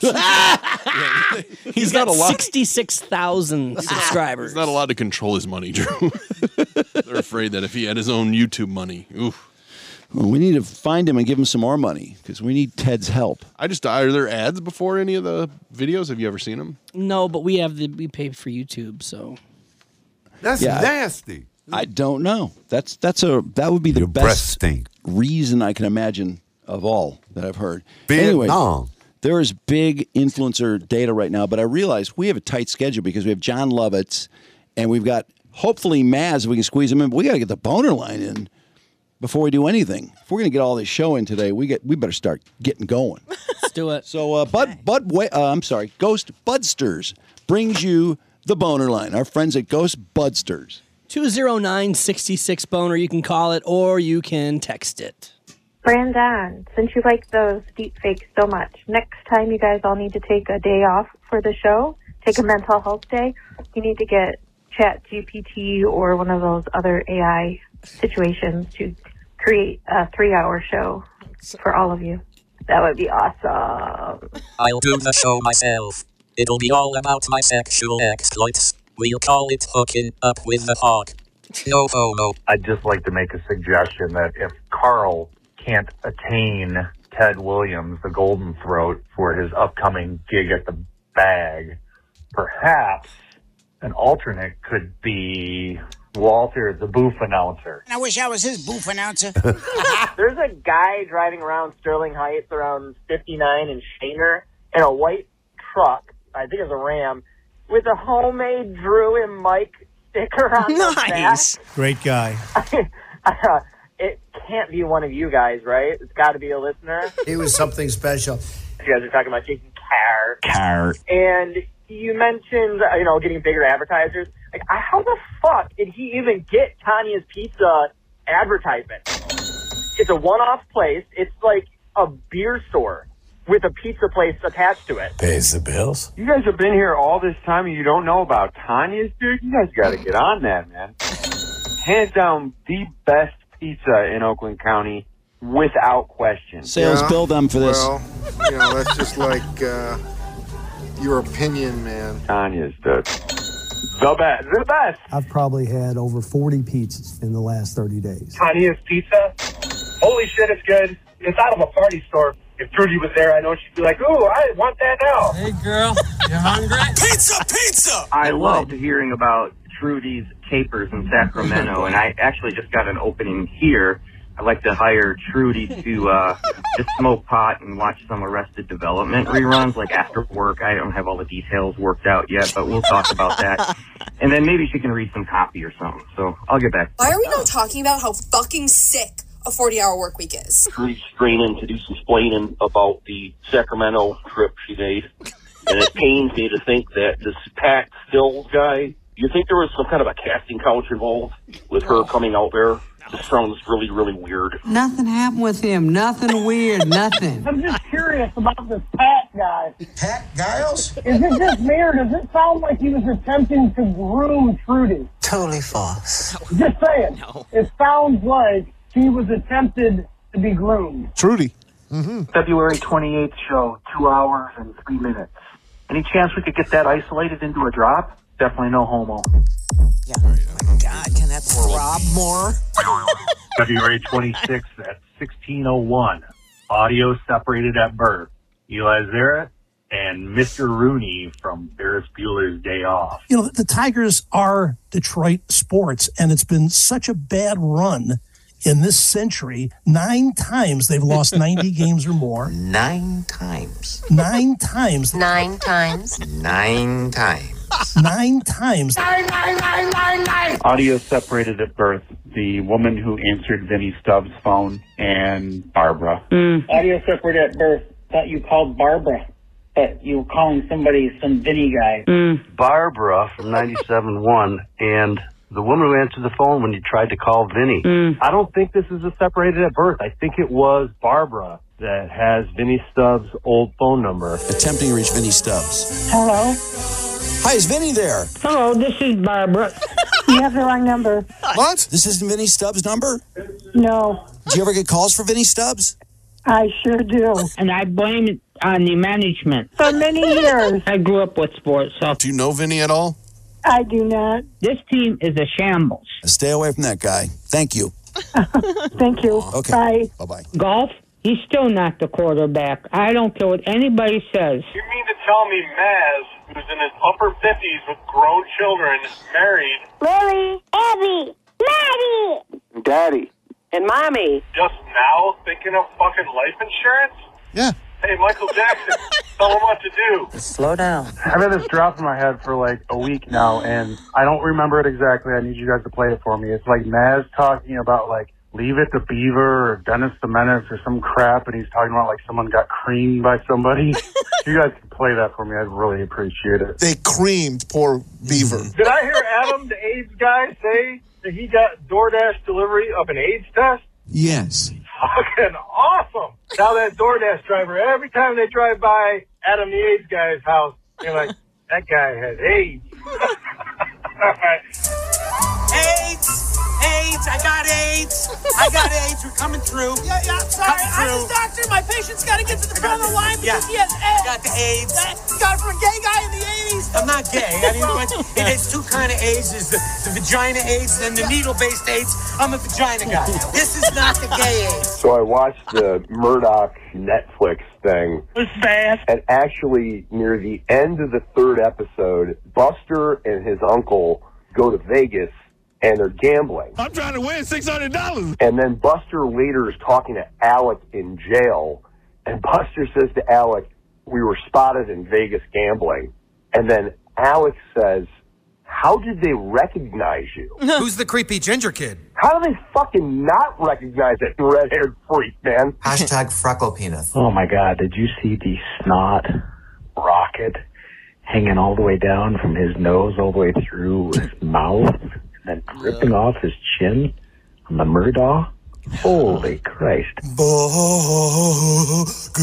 He's got sixty-six thousand subscribers. He's not allowed to control his money, Drew. They're afraid that if he had his own YouTube money, oof. Well, we need to find him and give him some more money because we need Ted's help. I just are there ads before any of the videos? Have you ever seen them? No, but we have the we pay for YouTube, so That's Yeah. nasty. I don't know. That's that's a that would be the breath best stink. reason I can imagine of all that I've heard. Anyway, Vietnam. there is big influencer data right now, but I realize we have a tight schedule because we have John Lovitz and we've got hopefully Maz if we can squeeze him in. But we got to get the boner line in before we do anything. If we're going to get all this show in today, we get we better start getting going. let's do it. So, uh, Bud, Bud, Wa- uh, I'm sorry, Ghost Budsters brings you the boner line. Our friends at Ghost Budsters. 209-66 boner. You can call it or you can text it. Brandon, since you like those deep fakes so much, next time you guys all need to take a day off for the show, take a mental health day, you need to get Chat GPT or one of those other AI situations to create a three hour show for all of you. That would be awesome. I'll do the show myself. It'll be all about my sexual exploits. We'll call it hooking up with the hog. No homo. I'd just like to make a suggestion that if Carl can't attain Ted Williams, the Golden Throat, for his upcoming gig at the Bag, perhaps an alternate could be Walter, the booth announcer. I wish I was his booth announcer. There's a guy driving around Sterling Heights around 59 and Shaner in a white truck, I think it's a Ram, with a homemade Drew and Mike sticker on the back. Great guy. Uh, it can't be one of you guys, right? It's got to be a listener. It was something special. You guys are talking about Jason Carr. Carr. And you mentioned, uh, you know, getting bigger advertisers. Like, I- how the fuck did he even get Tanya's Pizza advertisement? It's a one-off place. It's like a beer store with a pizza place attached to it. Pays the bills. You guys have been here all this time and you don't know about Tanya's, dude? You guys got to get on that, man. Hands down, the best pizza in Oakland County without question. Sales bill them for this. Well, you know, that's just like uh, your opinion, man. Tanya's, dude. The best. The best. I've probably had over 40 pizzas in the last 30 days. Tanya's Pizza. Holy shit, it's good. It's out of a party store. If Trudy was there, I know she'd be like, ooh, I want that now. Hey, girl, you hungry? pizza, pizza! I loved hearing about Trudy's Capers in Sacramento, and I actually just got an opening here. I'd like to hire Trudy to uh, just smoke pot and watch some Arrested Development reruns, like after work. I don't have all the details worked out yet, but we'll talk about that. And then maybe she can read some copy or something. So I'll get back. Why are we not talking about how fucking sick a 40 hour work week is? Trudy's straining to do some splaining about the Sacramento trip she made. And it pains me to think that this Pat Stills guy, do you think there was some kind of a casting couch involved with her coming out there? This sounds really, really weird. Nothing happened with him. Nothing weird. Nothing. I'm just curious about this Pat guy. Pat Giles? Is it just me, or does it sound like he was attempting to groom Trudy? Totally false. Just saying. It sounds like he was attempted to be groomed. Trudy. Mm-hmm. February 28th show, two hours and three minutes. Any chance we could get that isolated into a drop? Definitely no homo. God, can that throb more? February 26th at 1601. Audio separated at birth. Eli Zara and Mr. Rooney from Ferris Bueller's Day Off. You know, the Tigers are Detroit sports, and it's been such a bad run in this century. Nine times they've lost 90 games or more. Nine times. Nine times. Nine times. Nine times. Nine times. Audio separated at birth. The woman who answered Vinnie Stubbs' phone and Barbara. Audio separated at birth. Thought you called Barbara, but you were calling somebody some Vinny guy. Barbara from 97.1 and the woman who answered the phone when you tried to call Vinny. I don't think this is a separated at birth. I think it was Barbara that has Vinny Stubbs' old phone number. Attempting to reach Vinny Stubbs. Hello. Hi, is Vinny there? Hello, this is Barbara. you have the wrong number. What? This isn't Vinny Stubbs' number? No, Do you ever get calls for Vinny Stubbs? I sure do. And I blame it on the management. For many years, I grew up with sports. So. Do you know Vinny at all? I do not. This team is a shambles. Stay away from that guy. Thank you. Thank you. Oh, Okay. Bye. Bye-bye. Golf, he's still not the quarterback. I don't care what anybody says. You mean to tell me Maz, who's in his upper 50s with grown children, married, Lily, Abby, Maddie, Daddy, and Mommy. just now thinking of fucking life insurance? Yeah. Hey, Michael Jackson, tell him what to do. Slow down. I've had this drop in my head for like a week now, and I don't remember it exactly. I need you guys to play it for me. It's like Maz talking about like Leave It to Beaver or Dennis the Menace or some crap, and he's talking about like someone got creamed by somebody. you guys can play that for me. I'd really appreciate it. Mm-hmm. They creamed poor Beaver. Did I hear Adam, the AIDS guy, say that he got DoorDash delivery of an AIDS test? Yes. Fucking awesome! Now that DoorDash driver, every time they drive by Adam, the AIDS guy's house, they're like, that guy has AIDS. AIDS, AIDS, I got AIDS, I got AIDS. We're coming through. Yeah, yeah, I'm sorry. I'm the doctor. My patient's got to get to the front of the line because he has AIDS. Got the AIDS. got it from a gay guy in the 80s. I'm not gay. I mean, but it has two kind of AIDS: is the, the vagina AIDS and the needle-based AIDS. I'm a vagina guy. This is not the gay AIDS. So I watched the Murdoch Netflix thing. And actually, near the end of the third episode, Buster and his uncle go to Vegas and they're gambling. I'm trying to win six hundred dollars. And then Buster later is talking to Alec in jail. And Buster says to Alec, We were spotted in Vegas gambling. And then Alec says, How did they recognize you? Who's the creepy ginger kid? How do they fucking not recognize that red haired freak, man? Hashtag freckle penis. Oh my god, did you see the snot rocket hanging all the way down from his nose all the way through his mouth and then dripping off his chin on the Murdaugh? Holy Christ.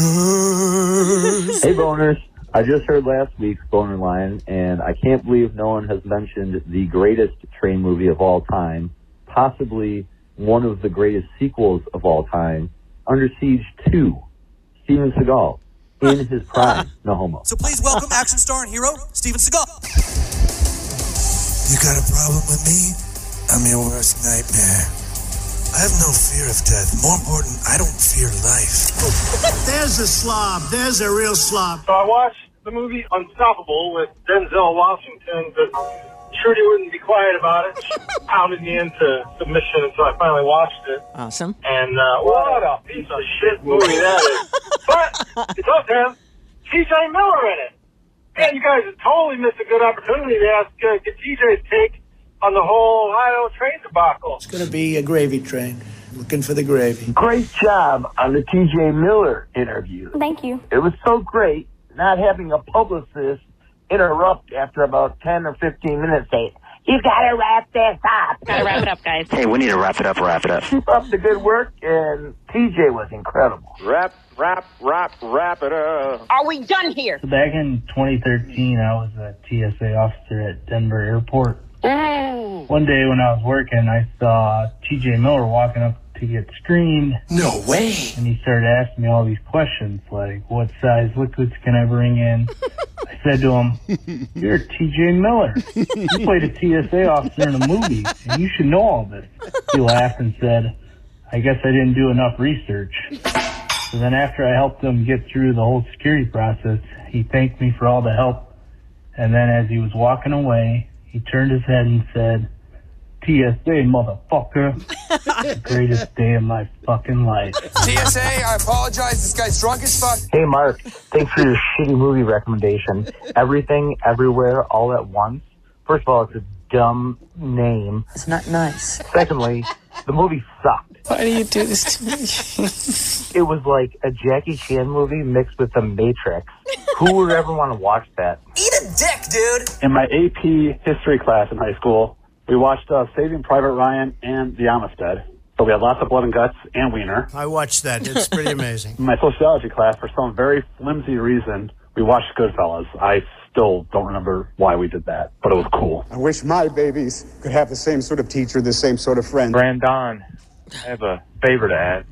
Hey, Hey, boners. I just heard last week's Boner Line, and I can't believe no one has mentioned the greatest train movie of all time, possibly one of the greatest sequels of all time, Under Siege 2, Steven Seagal, in his prime, no homo. So please welcome action star and hero, Steven Seagal. You got a problem with me? I'm your worst nightmare. I have no fear of death. More important, I don't fear life. There's a slob. There's a real slob. So I watched the movie Unstoppable with Denzel Washington, but Trudy wouldn't be quiet about it. She pounded me into submission until I finally watched it. Awesome. And uh, what a piece of shit movie that is. But it's up there. TJ Miller in it. Man, you guys totally missed a good opportunity to ask uh, get TJ's take on the whole Ohio train debacle. It's going to be a gravy train. Looking for the gravy. Great job on the TJ Miller interview. Thank you. It was so great not having a publicist interrupt after about 10 or 15 minutes saying, You gotta wrap this up. Gotta wrap it up, guys. Hey, we need to wrap it up, wrap it up. Keep up the good work, and TJ was incredible. Wrap, wrap, wrap, wrap it up. Are we done here? So back in 2013, I was a TSA officer at Denver Airport. One day when I was working, I saw TJ Miller walking up to get screened. No way. And he started asking me all these questions like, what size liquids can I bring in? I said to him, You're TJ Miller. You played a TSA officer in a movie, and you should know all this. He laughed and said, I guess I didn't do enough research. So then after I helped him get through the whole security process, he thanked me for all the help. And then as he was walking away, he turned his head and said, TSA motherfucker, the greatest day of my fucking life. TSA, I apologize. This guy's drunk as fuck. Hey, Mark, thanks for your shitty movie recommendation. Everything, Everywhere, All at Once. First of all, it's a dumb name. It's not nice. Secondly, the movie sucked. Why do you do this to me? it was like a Jackie Chan movie mixed with The Matrix. Who would ever want to watch that? Eat a dick, dude. In my AP history class in high school, we watched uh, Saving Private Ryan and The Amistad. So we had lots of blood and guts and wiener. I watched that. It's pretty amazing. In my sociology class, for some very flimsy reason, we watched Goodfellas. I still don't remember why we did that, but it was cool. I wish my babies could have the same sort of teacher, the same sort of friend. Brandon, I have a favor to ask.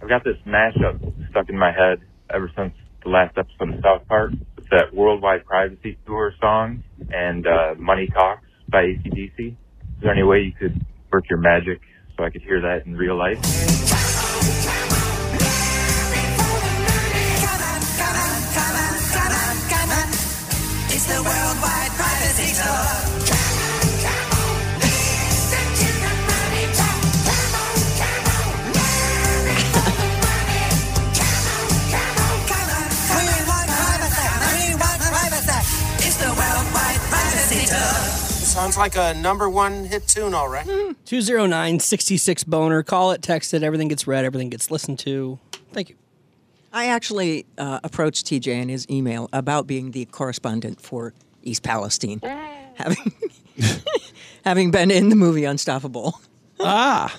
I've got this mashup stuck in my head ever since the last episode of South Park. It's that Worldwide Privacy Tour song and uh, Money Talks by ACDC. Is there any way you could work your magic so I could hear that in real life? It's the worldwide privacy Sounds like a number one hit tune, all right. 209 66 oh boner. Call it, text it. Everything gets read, everything gets listened to. Thank you. I actually uh, approached TJ in his email about being the correspondent for East Palestine, having having been in the movie Unstoppable. Ah.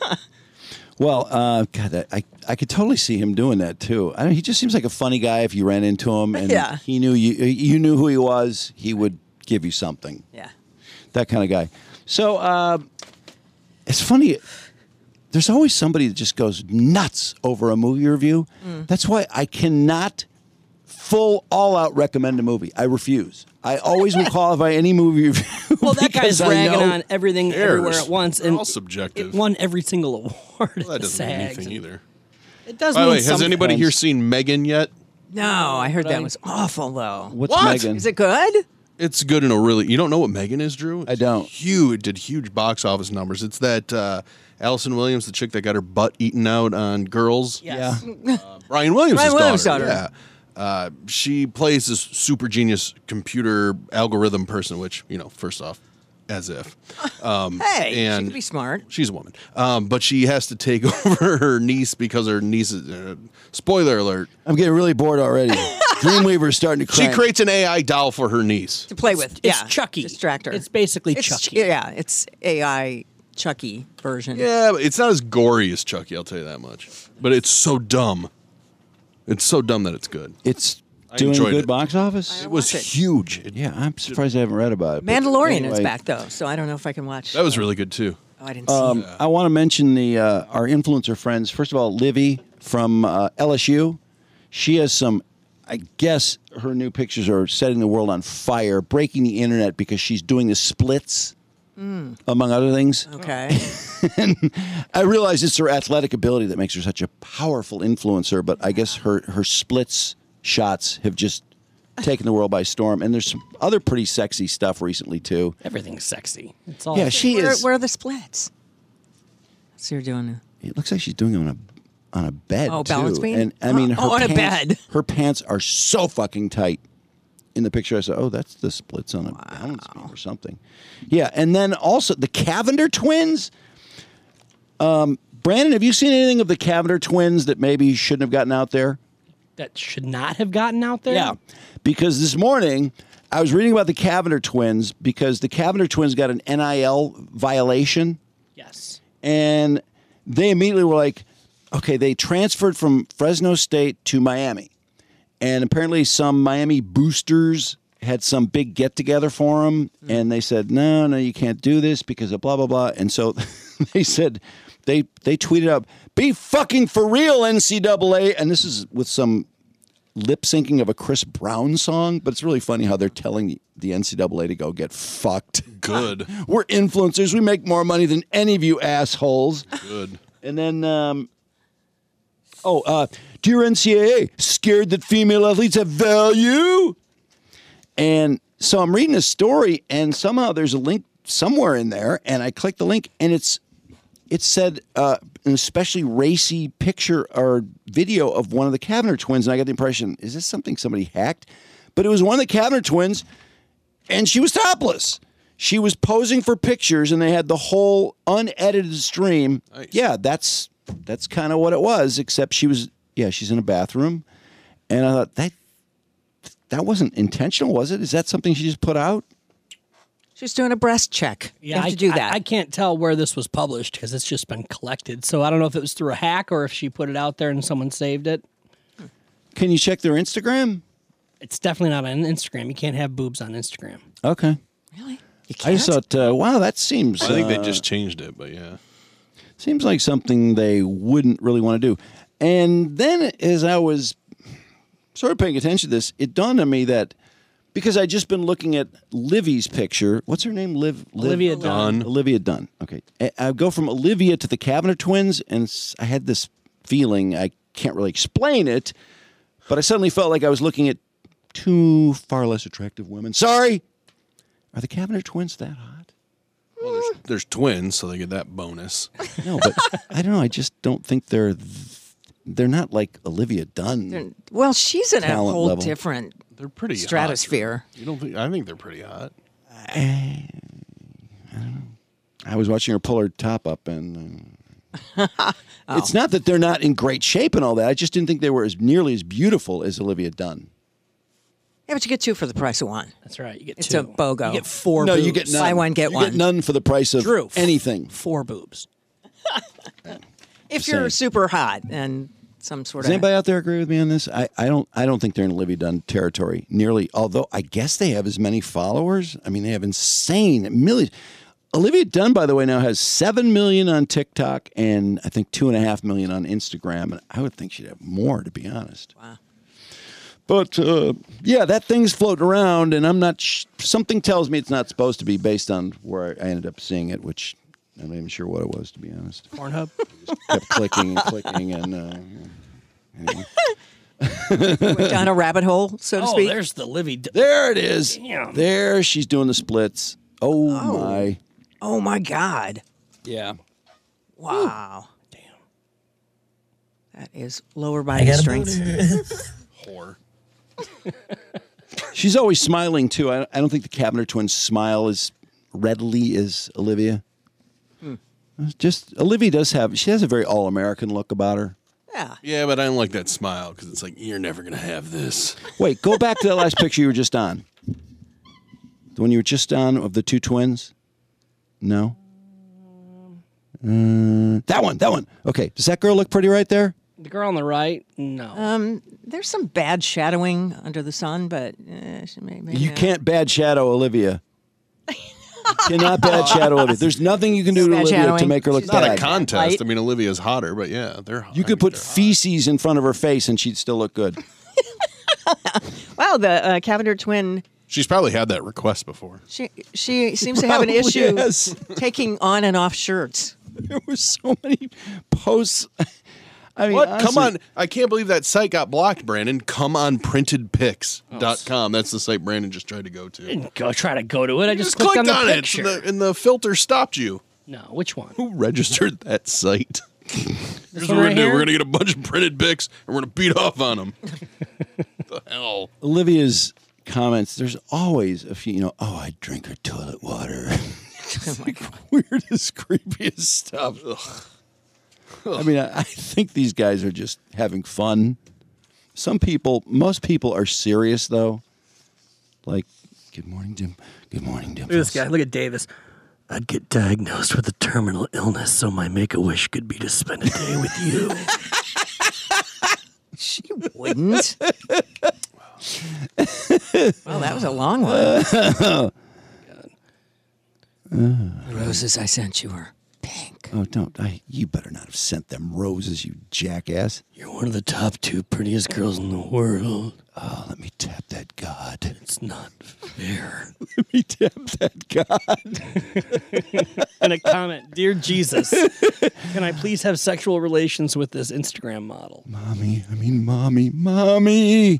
Well, uh, God, that, I I could totally see him doing that too. I mean, he just seems like a funny guy. If you ran into him and Yeah. he knew you, you knew who he was, he would give you something. Yeah. that kind of guy. So uh, it's funny. There's always somebody that just goes nuts over a movie review. Mm. That's why I cannot full all out recommend a movie. I refuse. I always will qualify any movie review. Well, that because guy's I ragging know- on everything cares? everywhere at once. They're and all it- subjective. It won every single award. Well, that at the doesn't mean SAGs. anything either. It does By the mean way, has something. anybody here seen Megan yet? No, I heard But I- that was awful though. What's what? Megan? Is it good? It's good in a really. You don't know what Megan is, Drew? I don't. Huge did huge box office numbers. It's that uh, Allison Williams, the chick that got her butt eaten out on Girls. Yes. Uh, Brian Williams. Brian Williams' daughter. daughter. Yeah. Uh, she plays this super genius computer algorithm person, which you know, first off, as if. Um, Hey, she and could be smart. She's a woman, um, but she has to take over her niece because her niece is. Uh, spoiler alert. I'm getting really bored already. Dreamweaver's starting to She crank. creates an AI doll for her niece. to play with. it's yeah, Chucky distractor. It's basically Chucky. Yeah, it's AI Chucky version. Yeah, but it's not as gory as Chucky. I'll tell you that much. But it's so dumb. It's so dumb that it's good. It's I doing enjoyed good it. box office. It was huge. It- Yeah, I'm surprised I haven't read about it. but Mandalorian is anyway. back though, so I don't know if I can watch. that was really good too. Oh, I didn't see. Um, I want to mention the uh, our influencer friends. First of all, Livy from uh, LSU. She has some. I guess her new pictures are setting the world on fire, breaking the internet because she's doing the splits, Mm, among other things. okay. and I realize it's her athletic ability that makes her such a powerful influencer, but I guess her her splits shots have just taken the world by storm. And there's some other pretty sexy stuff recently too. Everything's sexy. It's all Yeah, she where, is- Where are the splits? So you're doing now. It looks like she's doing it on a on a bed. Oh, balance too. beam? And I mean, her Oh, on a pants, bed. Her pants are so fucking tight. In the picture, I said, "Oh, that's the splits on a balance beam or something." Yeah, and then also the Cavender twins. Um, Brandon, have you seen anything of the Cavender twins that maybe shouldn't have gotten out there? That should not have gotten out there. Yeah, because this morning I was reading about the Cavender twins because the Cavender twins got an NIL violation. Yes. And they immediately were like, okay, they transferred from Fresno State to Miami. And apparently, some Miami boosters had some big get together for them. And they said, no, no, you can't do this because of blah, blah, blah. And so they said, they, they tweeted up, be fucking for real, NCAA. And this is with some lip syncing of a Chris Brown song, but it's really funny how they're telling the NCAA to go get fucked. Good. We're influencers. We make more money than any of you assholes. Good. And then, um, oh, uh, dear NCAA, scared that female athletes have value? And so I'm reading a story, and somehow there's a link somewhere in there, and I click the link, and it's it said uh, an especially racy picture or video of one of the Kavner twins, and I got the impression, is this something somebody hacked? But it was one of the Kavner twins, and she was topless. She was posing for pictures, and they had the whole unedited stream. Yeah, that's that's kind of what it was, except she was yeah, she's in a bathroom, and I thought that that wasn't intentional, was it? Is that something she just put out? She's doing a breast check. you have I, to do I- that. I, can't tell where this was published because it's just been collected. So I don't know if it was through a hack or if she put it out there and someone saved it. Can you check their Instagram? It's definitely not on Instagram. You can't have boobs on Instagram. Okay. Really? I just thought, uh, wow, that seems. I think they uh, just changed it, but yeah. Seems like something they wouldn't really want to do. And then as I was sort of paying attention to this, it dawned on me that because I'd just been looking at Livy's picture. What's her name? Liv, Liv- Olivia Dunn. Olivia Dunn. Okay. I, I go from Olivia to the Kavanaugh twins, and s- I had this feeling I can't really explain it, but I suddenly felt like I was looking at two far less attractive women. Sorry. Are the Kavanaugh twins that hot? There's twins, so they get that bonus. No, but I don't know. I just don't think they're th- they're not like Olivia Dunn. They're- well, she's in a Mm. Talent whole level. different. They're pretty hot. stratosphere. You don't think? I think they're pretty hot. I, I don't know. I was watching her pull her top up, and uh, it's not that they're not in great shape and all that. I just didn't think they were as nearly as beautiful as Olivia Dunn. Yeah, but you get two for the price of one. That's right. You get it's two. a bogo. You get four no, you boobs. get none. Buy one, get You one. none for the price of Drew, anything. Four boobs. if you're Same. super hot and some sort Does of. anybody out there agree with me on this? I, I don't I don't think they're in Olivia Dunn territory nearly. Although I guess they have as many followers. I mean, they have insane millions. Olivia Dunn, by the way, now has seven million on TikTok and I think two and a half million on Instagram. And I would think she'd have more, to be honest. Wow. But uh, yeah, that thing's floating around, and I'm not. Sh- something tells me it's not supposed to be based on where I ended up seeing it, which I'm not even sure what it was, to be honest Pornhub. kept clicking and clicking and uh, anyway. Went down a rabbit hole, so to oh, speak. there's the Livy. D- there it is. Damn. There she's doing the splits. Oh, Oh. my. Oh my God! Yeah. Wow. Damn. That is lower I body got a strength. Whore. She's always smiling too. I, I don't think the Kavner twins smile is readily as Olivia. Hmm. Just Olivia does have she has a very all American look about her. Yeah, but I don't like that smile because it's like you're never gonna have this. Wait, go back to that last picture you were just on. The one you were just on of the two twins? No? Uh, that one, that one. Okay. Does that girl look pretty right there? The girl on the right, no. Um, there's some bad shadowing under the sun, but eh, she may, maybe You can't bad shadow Olivia. You cannot bad shadow Olivia. There's nothing you can do to Bad Olivia to shadowing. make her look She's bad. Not a contest. Light. I mean, Olivia's hotter, but yeah, they're hot. You could put feces in front of her face and she'd still look good. Wow, the uh, Cavender twin. She's probably had that request before. She she seems to have an Probably issue has. taking on and off shirts. There were so many posts. I mean, what? Come honestly- Oh, on! I can't believe that site got blocked, Brandon. Come on, printedpics.com. That's the site Brandon just tried to go to. Didn't go try to go to it. I You just, clicked, on the picture. it, and the, and the filter stopped you. No, which one? Who registered that site? Here's one what we're right gonna do. here? We're gonna get a bunch of printed pics, and we're gonna beat off on them. the hell! Olivia's comments, there's always a few, you know, oh, I drink her toilet Oh water. weirdest, creepiest stuff. I mean, I, I think these guys are just having fun. Some people, most people are serious though. Like, good morning, Jim. Good morning, Jim. Look at this guy. Look at Davis. I'd get diagnosed with a terminal illness so my make a wish could be to spend a day with you. she wouldn't. well, that was a long one. Oh, The roses I sent you are. Oh, don't. I, you better not have sent them roses, you jackass. You're one of the top two prettiest girls in the world. Oh, let me tap that god. It's not fair. let me tap that god. and a comment, dear Jesus, can I please have sexual relations with this Instagram model? Mommy, I mean, mommy, mommy.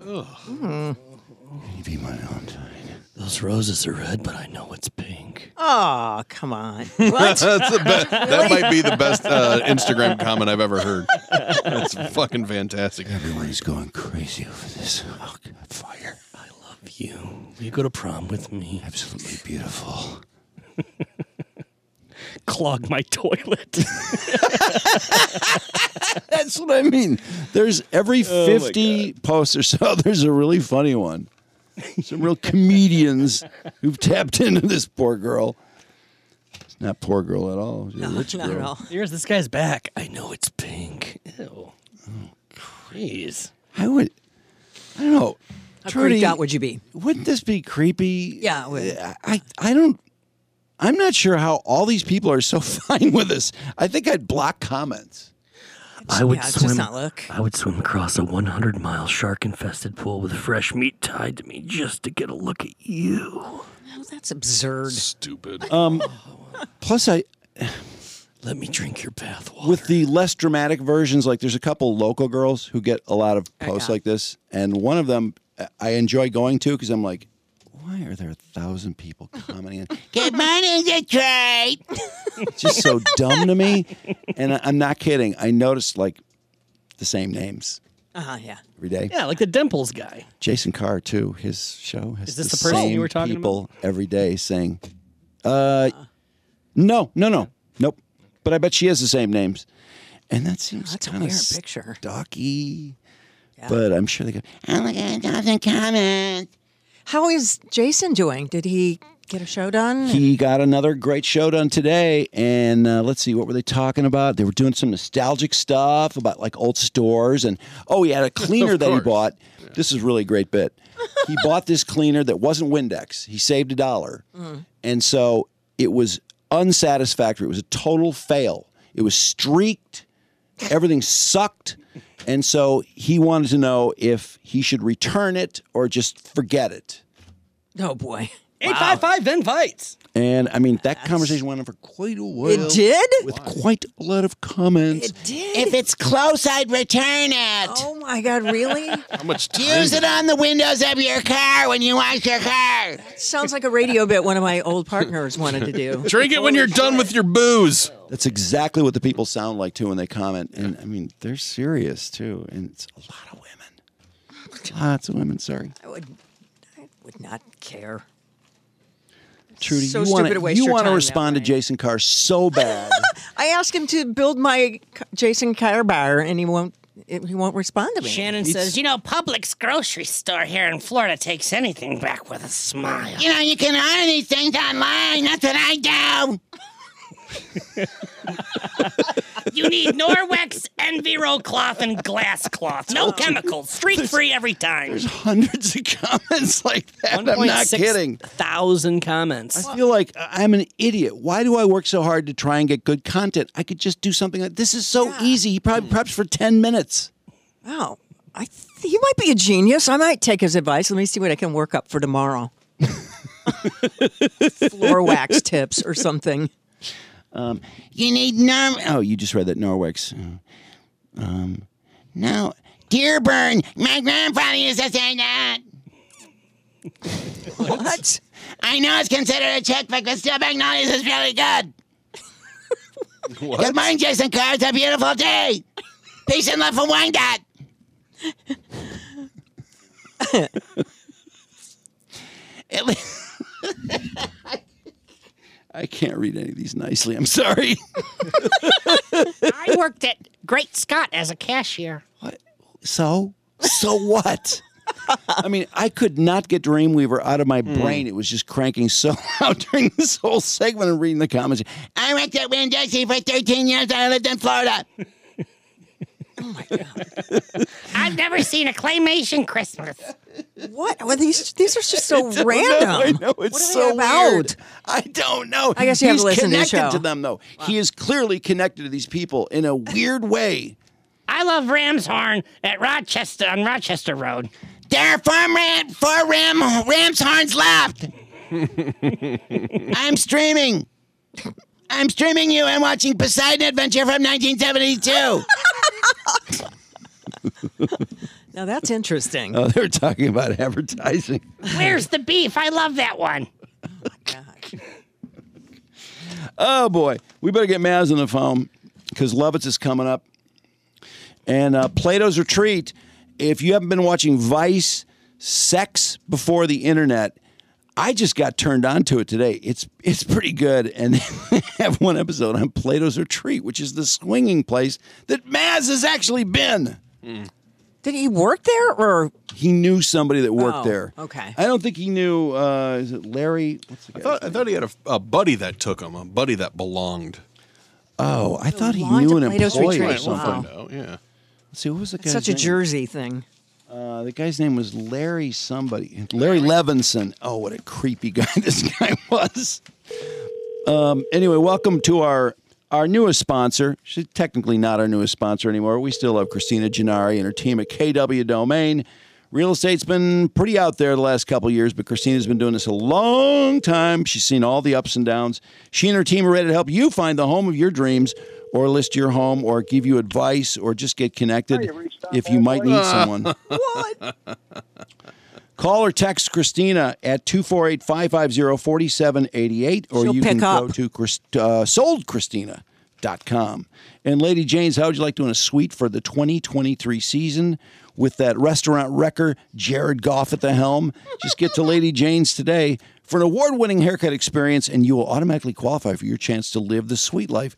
Those roses are red, but I know it's pink. Oh, come on. What? That's the best. That Really? might be the best uh, Instagram comment I've ever heard. That's fucking fantastic. Everybody's going crazy over this. Oh, God, fire. I love you. Will you go to prom with me? Absolutely beautiful. Clog my toilet. That's what I mean. There's every Oh, my 50 posts or so, there's a really funny one. Some real comedians who've tapped into this poor girl. It's not poor girl at all. She's a rich girl. Here's this guy's back. I know it's pink. Ew. Jeez. I would, I don't know. How creeped out would you be? Wouldn't this be creepy? Yeah, it would. I, I, I don't, I'm not sure how all these people are so fine with this. I think I'd block comments. I would Yeah, just swim. not look. I would swim across a 100-mile shark-infested pool with fresh meat tied to me just to get a look at you. No, that's absurd. Stupid. Um, plus, I, Let me drink your bath. With the less dramatic versions, like there's a couple local girls who get a lot of posts like this, and one of them uh, I enjoy going to because I'm like, why are there a thousand people commenting? on- Good morning, Detroit. it's just so dumb to me, and I, I'm not kidding. I noticed like the same names Uh Uh-huh, huh. Yeah. every day. Yeah, like the dimples guy. Jason Carr too. His show has Is this the person you same were talking people every day saying, uh, no, no, no, nope. But I bet she has the same names, and Oh, that seems That's a kind of weird picture. stocky. But I'm sure they go. Oh my God, thousand comments. How is Jason doing? Did he get a show done? He got another great show done today, and uh, let's see what were they talking about? They were doing some nostalgic stuff about like old stores, and oh, he had a cleaner Of that he course. bought. This is really a great bit. he bought this cleaner that wasn't Windex. He saved a dollar. Mm. And so it was unsatisfactory. It was a total fail. It was streaked. Everything sucked. And so he wanted to know if he should return it or just forget it. oh boy. Eight five five then fights. And I mean, that conversation went on for quite a while. It did? With quite a lot of comments. If it's close, I'd return it. Oh my God, really? How much time? Use it on the windows of your car when you wash your car. Sounds like a radio bit one of my old partners wanted to do. Drink it when you're done with your booze. That's exactly what the people sound like too when they comment. And I mean, they're serious too. And it's a lot of women. Lots of women, sorry. I would, I would not care. Trudy, So you wanna- stupid to waste you your wanna time that respond to Jason Carr so bad. I asked him to build my K- Jason Carbar, and he won't. He won't respond to me. Shannon says, you know, Publix grocery store here in Florida takes anything back with a smile. You know, you can order these things online. That's what I do. You need Norwex Enviro cloth and glass cloth. No chemicals. Streak free every time. There's hundreds of comments like that. I'm not 1.6 kidding. Thousand comments. I feel like I'm an idiot. Why do I work so hard to try and get good content? I could just do something like this. Is so easy. He Mm. probably preps for ten minutes. Wow. I th- he might be a genius. I might take his advice. Let me see what I can work up for tomorrow. Floor wax tips or something. Um, you need norm. Oh, you just read that Norwex. Um, No. Dearborn, my grandfather used to say that. what? I know it's considered a chick flick, but still Magnolias is really good. Good morning, Jason Carr. It's a beautiful day. Peace and love from Wyandotte. At least- I can't read any of these nicely. I'm sorry. I worked at Great Scott as a cashier. So, so what? I mean, I could not get Dreamweaver out of my Hmm. brain. It was just cranking so out during this whole segment and reading the comments. I worked at Winn Dixie for 13 years. I lived in Florida. Oh I've never seen a claymation Christmas. What? Well, these these are just so don't know. random. I know Oh, it's what are so they about? weird. I don't know. I guess you have He's to listen to the connected show. them though. He is clearly connected to these people in a weird way. I love Ram's Horn at Rochester on Rochester Road. There are four, ram, four ram, ram's horns left. I'm streaming. I'm streaming you and watching Poseidon Adventure from 1972. Now that's interesting. Oh, they're talking about advertising. Where's the beef? I love that one. Oh boy, we better get Maz on the phone because Lovitz is coming up, and uh, Plato's Retreat. If you haven't been watching Vice, Sex Before the Internet, I just got turned on to it today. It's it's pretty good, and they have one episode on Plato's Retreat, which is the swinging place that Maz has actually been. Did he work there, or he knew somebody that worked Oh, there? okay. I don't think he knew. Uh, is it Larry? What's the I thought, I thought he had a, a buddy that took him, a buddy that belonged. Oh, I thought he belonged knew an to Plato's employee or Retreat. something. Wow. Oh, yeah. Let's see, what was the That's guy's such a name? Jersey thing? Uh, the guy's name was Larry somebody. Larry Levinson. Oh, what a creepy guy this guy was. Um, anyway, welcome to our our newest sponsor. She's technically not our newest sponsor anymore. We still love Christina Gennari and her team at KW Domain. Real estate's been pretty out there the last couple years, but Christina's been doing this a long time. She's seen all the ups and downs. She and her team are ready to help you find the home of your dreams or list your home or give you advice or just get connected if you might Uh, need someone. what? Call or text Christina at 248 550 4788, or She'll you can pick go up. to Chris, uh, soldchristina.com. And Lady Jane's, how would you like doing a suite for the 2023 season with that restaurant wrecker, Jared Goff, at the helm? Just get to Lady Jane's today for an award winning haircut experience, and you will automatically qualify for your chance to live the sweet life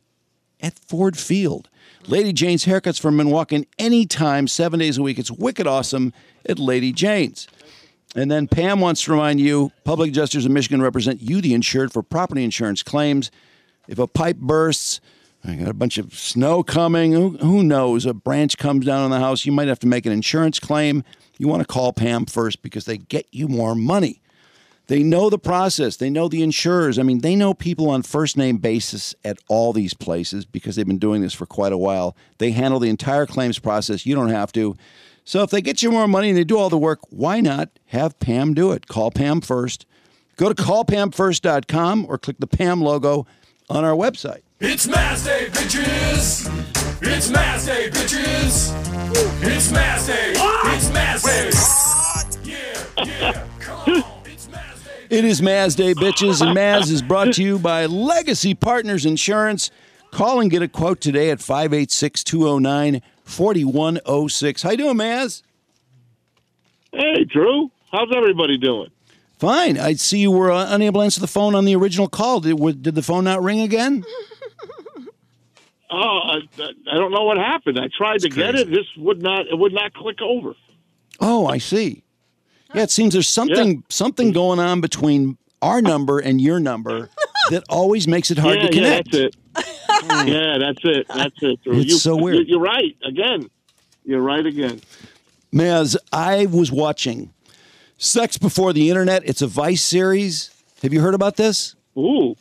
at Ford Field. Lady Jane's haircuts for men walk in anytime, seven days a week. It's wicked awesome at Lady Jane's. And then Pam wants to remind you public adjusters in Michigan represent you, the insured, for property insurance claims. If a pipe bursts, I got a bunch of snow coming, who, who knows? A branch comes down on the house, you might have to make an insurance claim. You want to call Pam first because they get you more money. They know the process. They know the insurers. I mean, they know people on first name basis at all these places because they've been doing this for quite a while. They handle the entire claims process. You don't have to. So if they get you more money and they do all the work, why not have Pam do it? Call Pam first. Go to callpamfirst.com or click the Pam logo on our website. It's Mass Day, bitches! It's Mass Day, bitches! It's Mass Day! It's Mass Day! It is Maz Day, bitches, and Maz is brought to you by Legacy Partners Insurance. Call and get a quote today at 586 209 4106. How oh you doing, Maz? Hey, Drew. How's everybody doing? Fine. I see you were uh, unable to answer the phone on the original call. Did, w- did the phone not ring again? Oh, I, I don't know what happened. I tried to get it. This would not. It would not click over. Oh, I see. Yeah, it seems there's something something going on between our number and your number that always makes it hard yeah, to connect. Yeah, that's it. yeah, that's it. That's it. It's so weird. you- You're right again. You're right again. Maz, I was watching Sex Before the Internet. It's a Vice series. Have you heard about this? Ooh.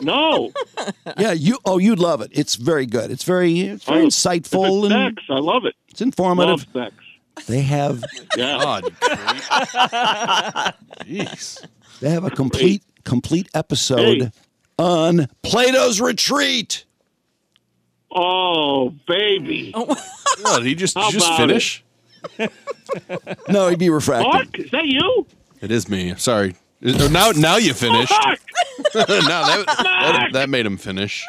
No. yeah, you oh you'd love it. It's very good. It's very it's very Oh, insightful if it's and sex, I love it. it's informative. Love sex. They have Yeah. Jeez. they have a complete complete episode Hey. on Plato's Retreat. Oh, baby. What, did he just, How did you just about finish? No, he'd be refracted. Mark, is that you? It is me. Sorry. Is- Now, now you finished. Mark! no, that, that, that made him finish.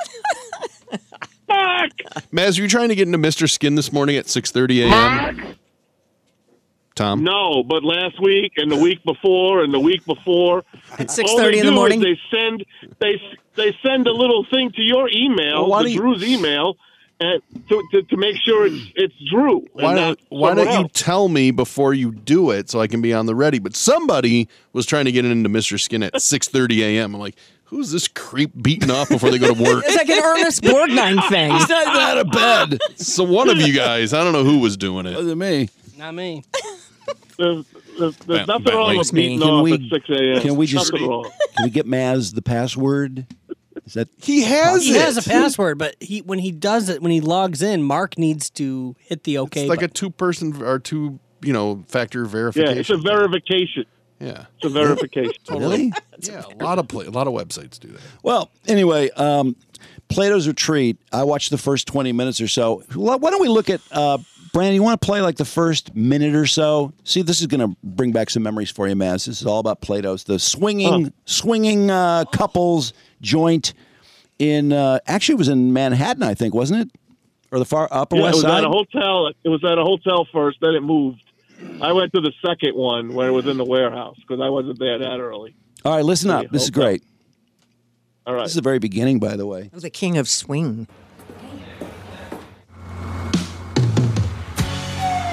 Mark! Maz, are you trying to get into Mr. Skin this morning at 6.30 a.m.? Tom? No, but last week and the week before and the week before. At All 6:30 they in the do is morning? They send they they send a little thing to your email, Well, why to don't you- Drew's email, and to, to, to make sure it's it's Drew. and Why not don't, why someone don't you else. tell me before you do it so I can be on the ready? But somebody was trying to get into Mr. Skin at 6.30 a.m. I'm like, who's this creep beating off before they go to work? It's like an Ernest Borgnine thing. He's not even out of bed. So one of you guys, I don't know who was doing it. Wasn't me. Not me. There's, there's, there's Bat- nothing wrong Batley. with beating off at six a.m. Can we just nothing wrong. can we get Maz the password? Is that He has a password, but he when he does it, when he logs in, Mark needs to hit the OK. It's like a button. two-person or two, you know, factor Yeah, it's a verification. verification. Yeah, it's a verification. Really? yeah, a lot of play, a lot of websites do that. Well, anyway, um, Plato's Retreat. I watched the first twenty minutes or so. Why why don't we look at uh, Brandon? You want to play like the first minute or so? See, this is going to bring back some memories for you, Maz. This is all about Plato's, the swinging, Huh. swinging uh, couples joint in. Uh, actually, it was in Manhattan, I think, wasn't it? Or the far upper Yeah, it west was side. at a hotel. It was at a hotel first. Then it moved. I went to the second one when it was in the warehouse because I wasn't there that early. all right, listen up. This is great. All right. This is the very beginning, by the way. The king of swing.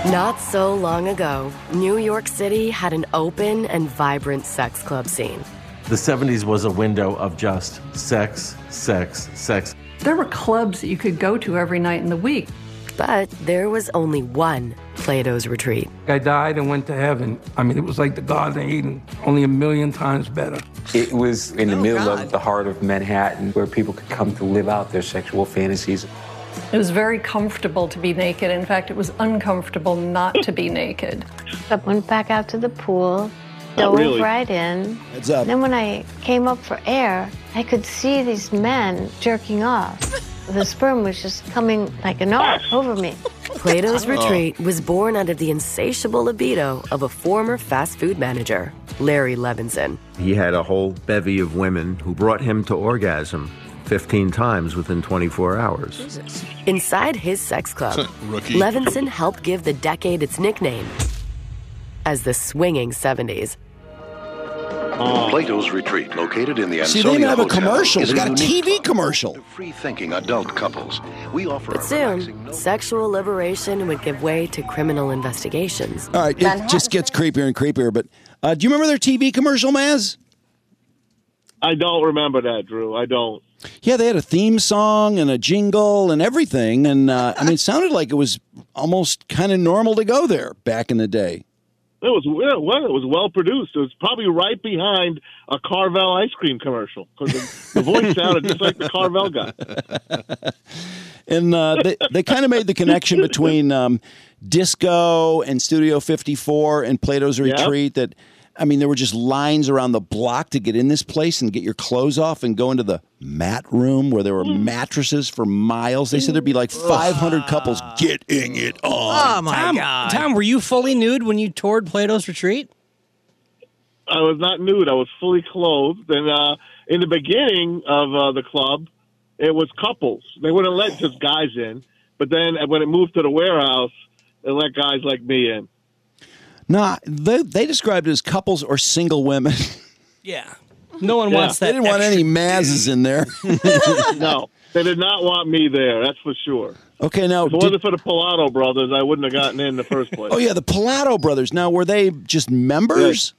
Not so long ago, New York City had an open and vibrant sex club scene. The 70s was a window of just sex, sex, sex. There were clubs that you could go to every night in the week. But there was only one Plato's retreat. I died and went to heaven. I mean, it was like the Garden of Eden, only a million times better. It was in the Oh, middle of the heart of Manhattan where people could come to live out their sexual fantasies. It was very comfortable to be naked. In fact, it was uncomfortable not to be naked. I went back out to the pool, Not dove really. right in. Heads up. Then when I came up for air, I could see these men jerking off. the sperm was just coming like an arc over me. Plato's Oh. retreat was born out of the insatiable libido of a former fast food manager, Larry Levinson. He had a whole bevy of women who brought him to orgasm 15 times within 24 hours. Inside his sex club, Rookie. Levinson helped give the decade its nickname as the swinging 70s. Plato's Retreat, located in the See, Ansonia they even have a Hotel, commercial. is They got a unique TV commercial. Free-thinking adult couples. We offer But soon, sexual liberation would give way to criminal investigations. All right, it just gets creepier and creepier. But uh, do you remember their TV commercial, Maz? I don't remember that, Drew. I don't. Yeah, they had a theme song and a jingle and everything, and uh, I mean, it sounded like it was almost kind of normal to go there back in the day. It was well. well, It was well produced. It was probably right behind a Carvel ice cream commercial because the, the voice sounded just like the Carvel guy. And uh, they they kind of made the connection between um, disco and Studio 54 and Plato's Yeah. Retreat. That I mean, there were just lines around the block to get in this place and get your clothes off and go into the mat room where there were Hmm. mattresses for miles. They said there'd be like 500 couples getting it on. Oh, my Tom, God. Tom, were you fully nude when you toured Plato's Retreat? I was not nude. I was fully clothed. And uh, in the beginning of uh, the club, it was couples. They wouldn't let just guys in. But then when it moved to the warehouse, they let guys like me in. No, they, they described it as couples or single women. Yeah. No one wants that. They didn't want any Mazes in there. no, they did not want me there. That's for sure. Okay, now if it wasn't for the Pilato brothers, I wouldn't have gotten in the first place. Oh yeah, the Pilato brothers. Now were they just members?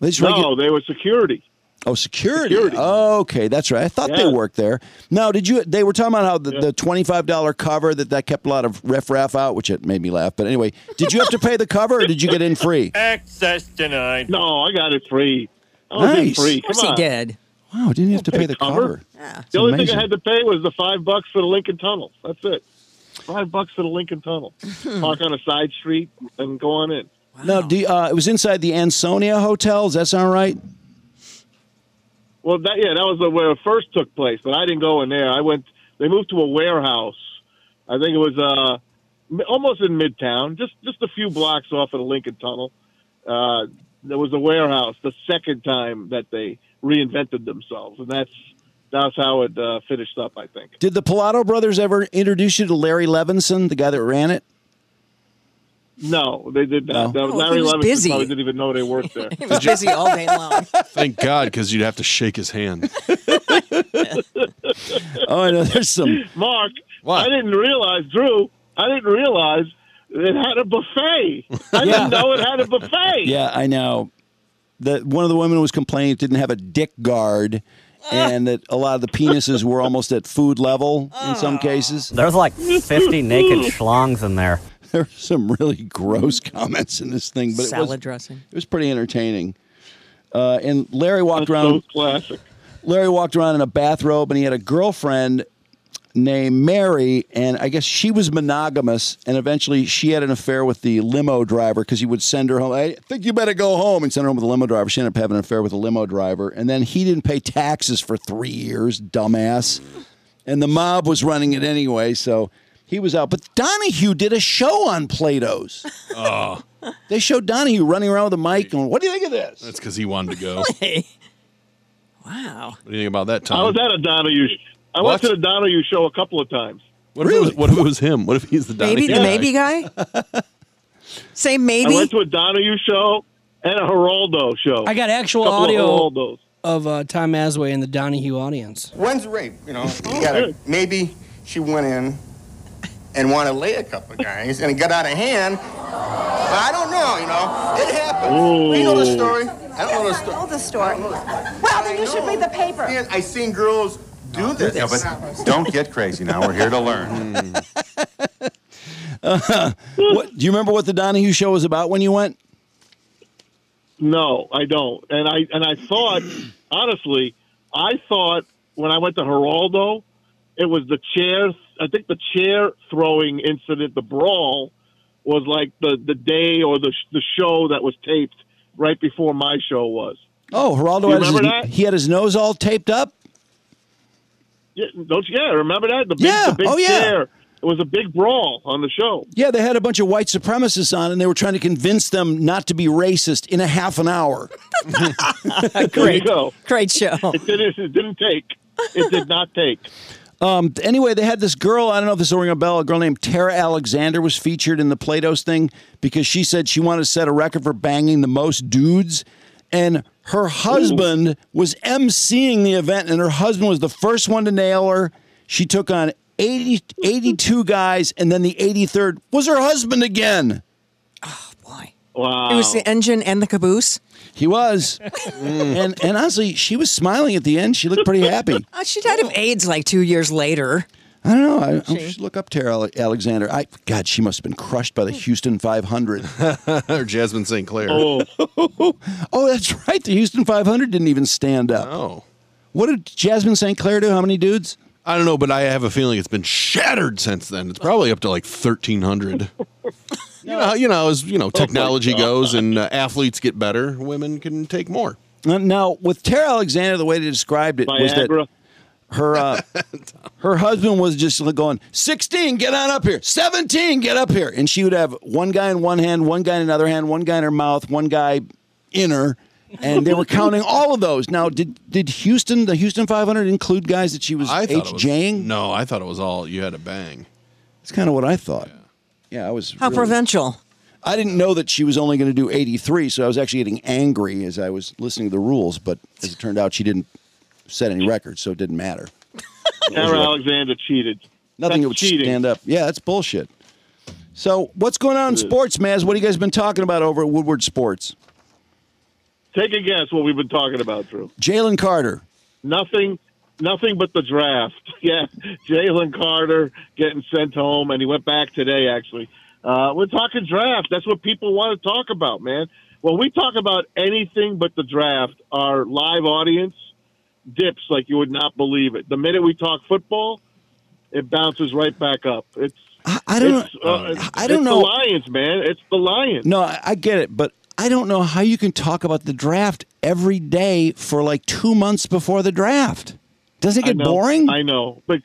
They just no, regu- they were security. oh, security. Okay, that's right. I thought they Yeah. worked there. Now, did you? They were talking about how the, the twenty five dollar cover that that kept a lot of riff raff out, which it made me laugh. But anyway, did you have to pay the cover or did you get in free? Access denied. No, I got it free. I was in Nice. free. Come on. Wow, didn't you have to pay the cover? cover. It's The only thing amazing. I had to pay was the five bucks for the Lincoln Tunnel. That's it. Five bucks for the Lincoln Tunnel. Park on a side street and go on in. No, do you- uh, it was inside the Ansonia Hotel. Does that sound right? Well, that yeah, that was the, where it first took place, but I didn't go in there. I went. They moved to a warehouse. I think it was uh, m- almost in Midtown, just just a few blocks off of the Lincoln Tunnel. Uh, there was a warehouse. The second time that they reinvented themselves, and that's that's how it uh, finished up. I think. Did the Pilato brothers ever introduce you to Larry Levinson, the guy that ran it? No, they did not. No. That was Oh, Larry he was Levinson busy. probably didn't even know they worked there. he was busy all day long. Thank God, because you'd have to shake his hand. oh, I know. There's some. Mark, I didn't realize, Drew, I didn't realize it had a buffet. I Yeah. didn't know it had a buffet. Yeah, I know. That one of the women was complaining it didn't have a dick guard, and that a lot of the penises were almost at food level in some cases. There's like 50 naked schlongs in there. There were some really gross comments in this thing, but it was, Salad dressing. It was pretty entertaining. Uh, and Larry walked around. classic. Larry walked around in a bathrobe, and he had a girlfriend named Mary, and I guess she was monogamous. And eventually, she had an affair with the limo driver because he would send her home. I think you better go home and send her home with the limo driver. She ended up having an affair with the limo driver, and then he didn't pay taxes for three years, dumbass. And the mob was running it anyway, so he was out. But Donahue did a show on Plato's. Oh, They showed Donahue running around with a mic, going, "What do you think of this?" that's because he wanted to go. Wow. What do you think about that, Tom? Oh, I was at a Donahue. sh- I went to the Donahue show a couple of times. What if, it was, what if it was him? What if he's the Donahue? Maybe the guy? maybe guy? Say I maybe. went to a Donahue show and a Geraldo show. I got actual Couple of audio Geraldos. of uh, Tom Asway in the Donahue audience. When's rape? You know, you gotta, maybe she went in and wanted to lay a couple of guys, and it got out of hand. But I don't know. You know, it happened. You know the story. I don't know the story. the story. Well, then you should read the paper. I seen girls do this. Yeah, but don't get crazy now. We're here to learn. Uh-huh. Uh, what, do you remember what the Donahue show was about when you went? No, I don't. And I and I thought honestly, I thought when I went to Geraldo, it was the chair. I think the chair throwing incident, the brawl, was like the the day or the the show that was taped right before my show was. Oh, Geraldo You had his, remember that? he had his nose all taped up. Yeah, don't you? Yeah, remember that? The big, Yeah, the big oh, yeah. chair. It was a big brawl on the show. Yeah, they had a bunch of white supremacists on, and they were trying to convince them not to be racist in a half an hour. There you go. Great show. It didn't, it didn't take. It did not take. Um, anyway, they had this girl. I don't know if this will ring a bell. A girl named Tara Alexander was featured in the Plato's thing because she said she wanted to set a record for banging the most dudes, and her husband was emceeing the event, and her husband was the first one to nail her. She took on 80, 82 guys, and then the eighty third was her husband again. Wow. It was the engine and the caboose. He was, and and honestly, she was smiling at the end. She looked pretty happy. Uh, she died of AIDS like two years later. I don't know. I, I should look up Tara Ale- Alexander. I God, she must have been crushed by the Houston 500 or Jasmine St. Clair. Oh. that's right. The Houston 500 didn't even stand up. Oh, what did Jasmine St. Clair do? How many dudes? I don't know, but I have a feeling it's been shattered since then. It's probably up to like thirteen hundred. You know, how- you know, as you Oh know, technology goes and uh, athletes get better, women can take more. Uh, Now with Tara Alexander, the way they described it was Viagra. that her uh, her husband was just like going sixteen, get on up here, seventeen, get up here, and she would have one guy in one hand, one guy in another hand, one guy in her mouth, one guy in her, and they were counting all of those. Now, did did Houston the Houston 500 include guys that she was I thought it was- HJing? No, I thought it was all you had a bang. That's kind of what I thought. Yeah, I was How really- provincial. I didn't know that she was only going to do 83, so I was actually getting angry as I was listening to the rules. But as it turned out, she didn't set any records, so it didn't matter. Tara Alexander cheated. Nothing That's that would cheating. stand up. Yeah, that's bullshit. So what's going on in sports, Maz? What have you guys been talking about over at Woodward Sports? Take a guess what we've been talking about, Drew. Jalen Carter. Nothing, nothing but the draft. Yeah, Jalen Carter getting sent home, and he went back today. Actually, uh, we're talking draft. That's what people want to talk about, man. When we talk about anything but the draft, our live audience dips like you would not believe it. The minute we talk football, it bounces right back up. It's I don't- It's, uh, it's, I don't it's know. The Lions, man. It's the Lions. No, I, I get it, but I don't know how you can talk about the draft every day for like two months before the draft. Doesn't it I get know, boring? I know, but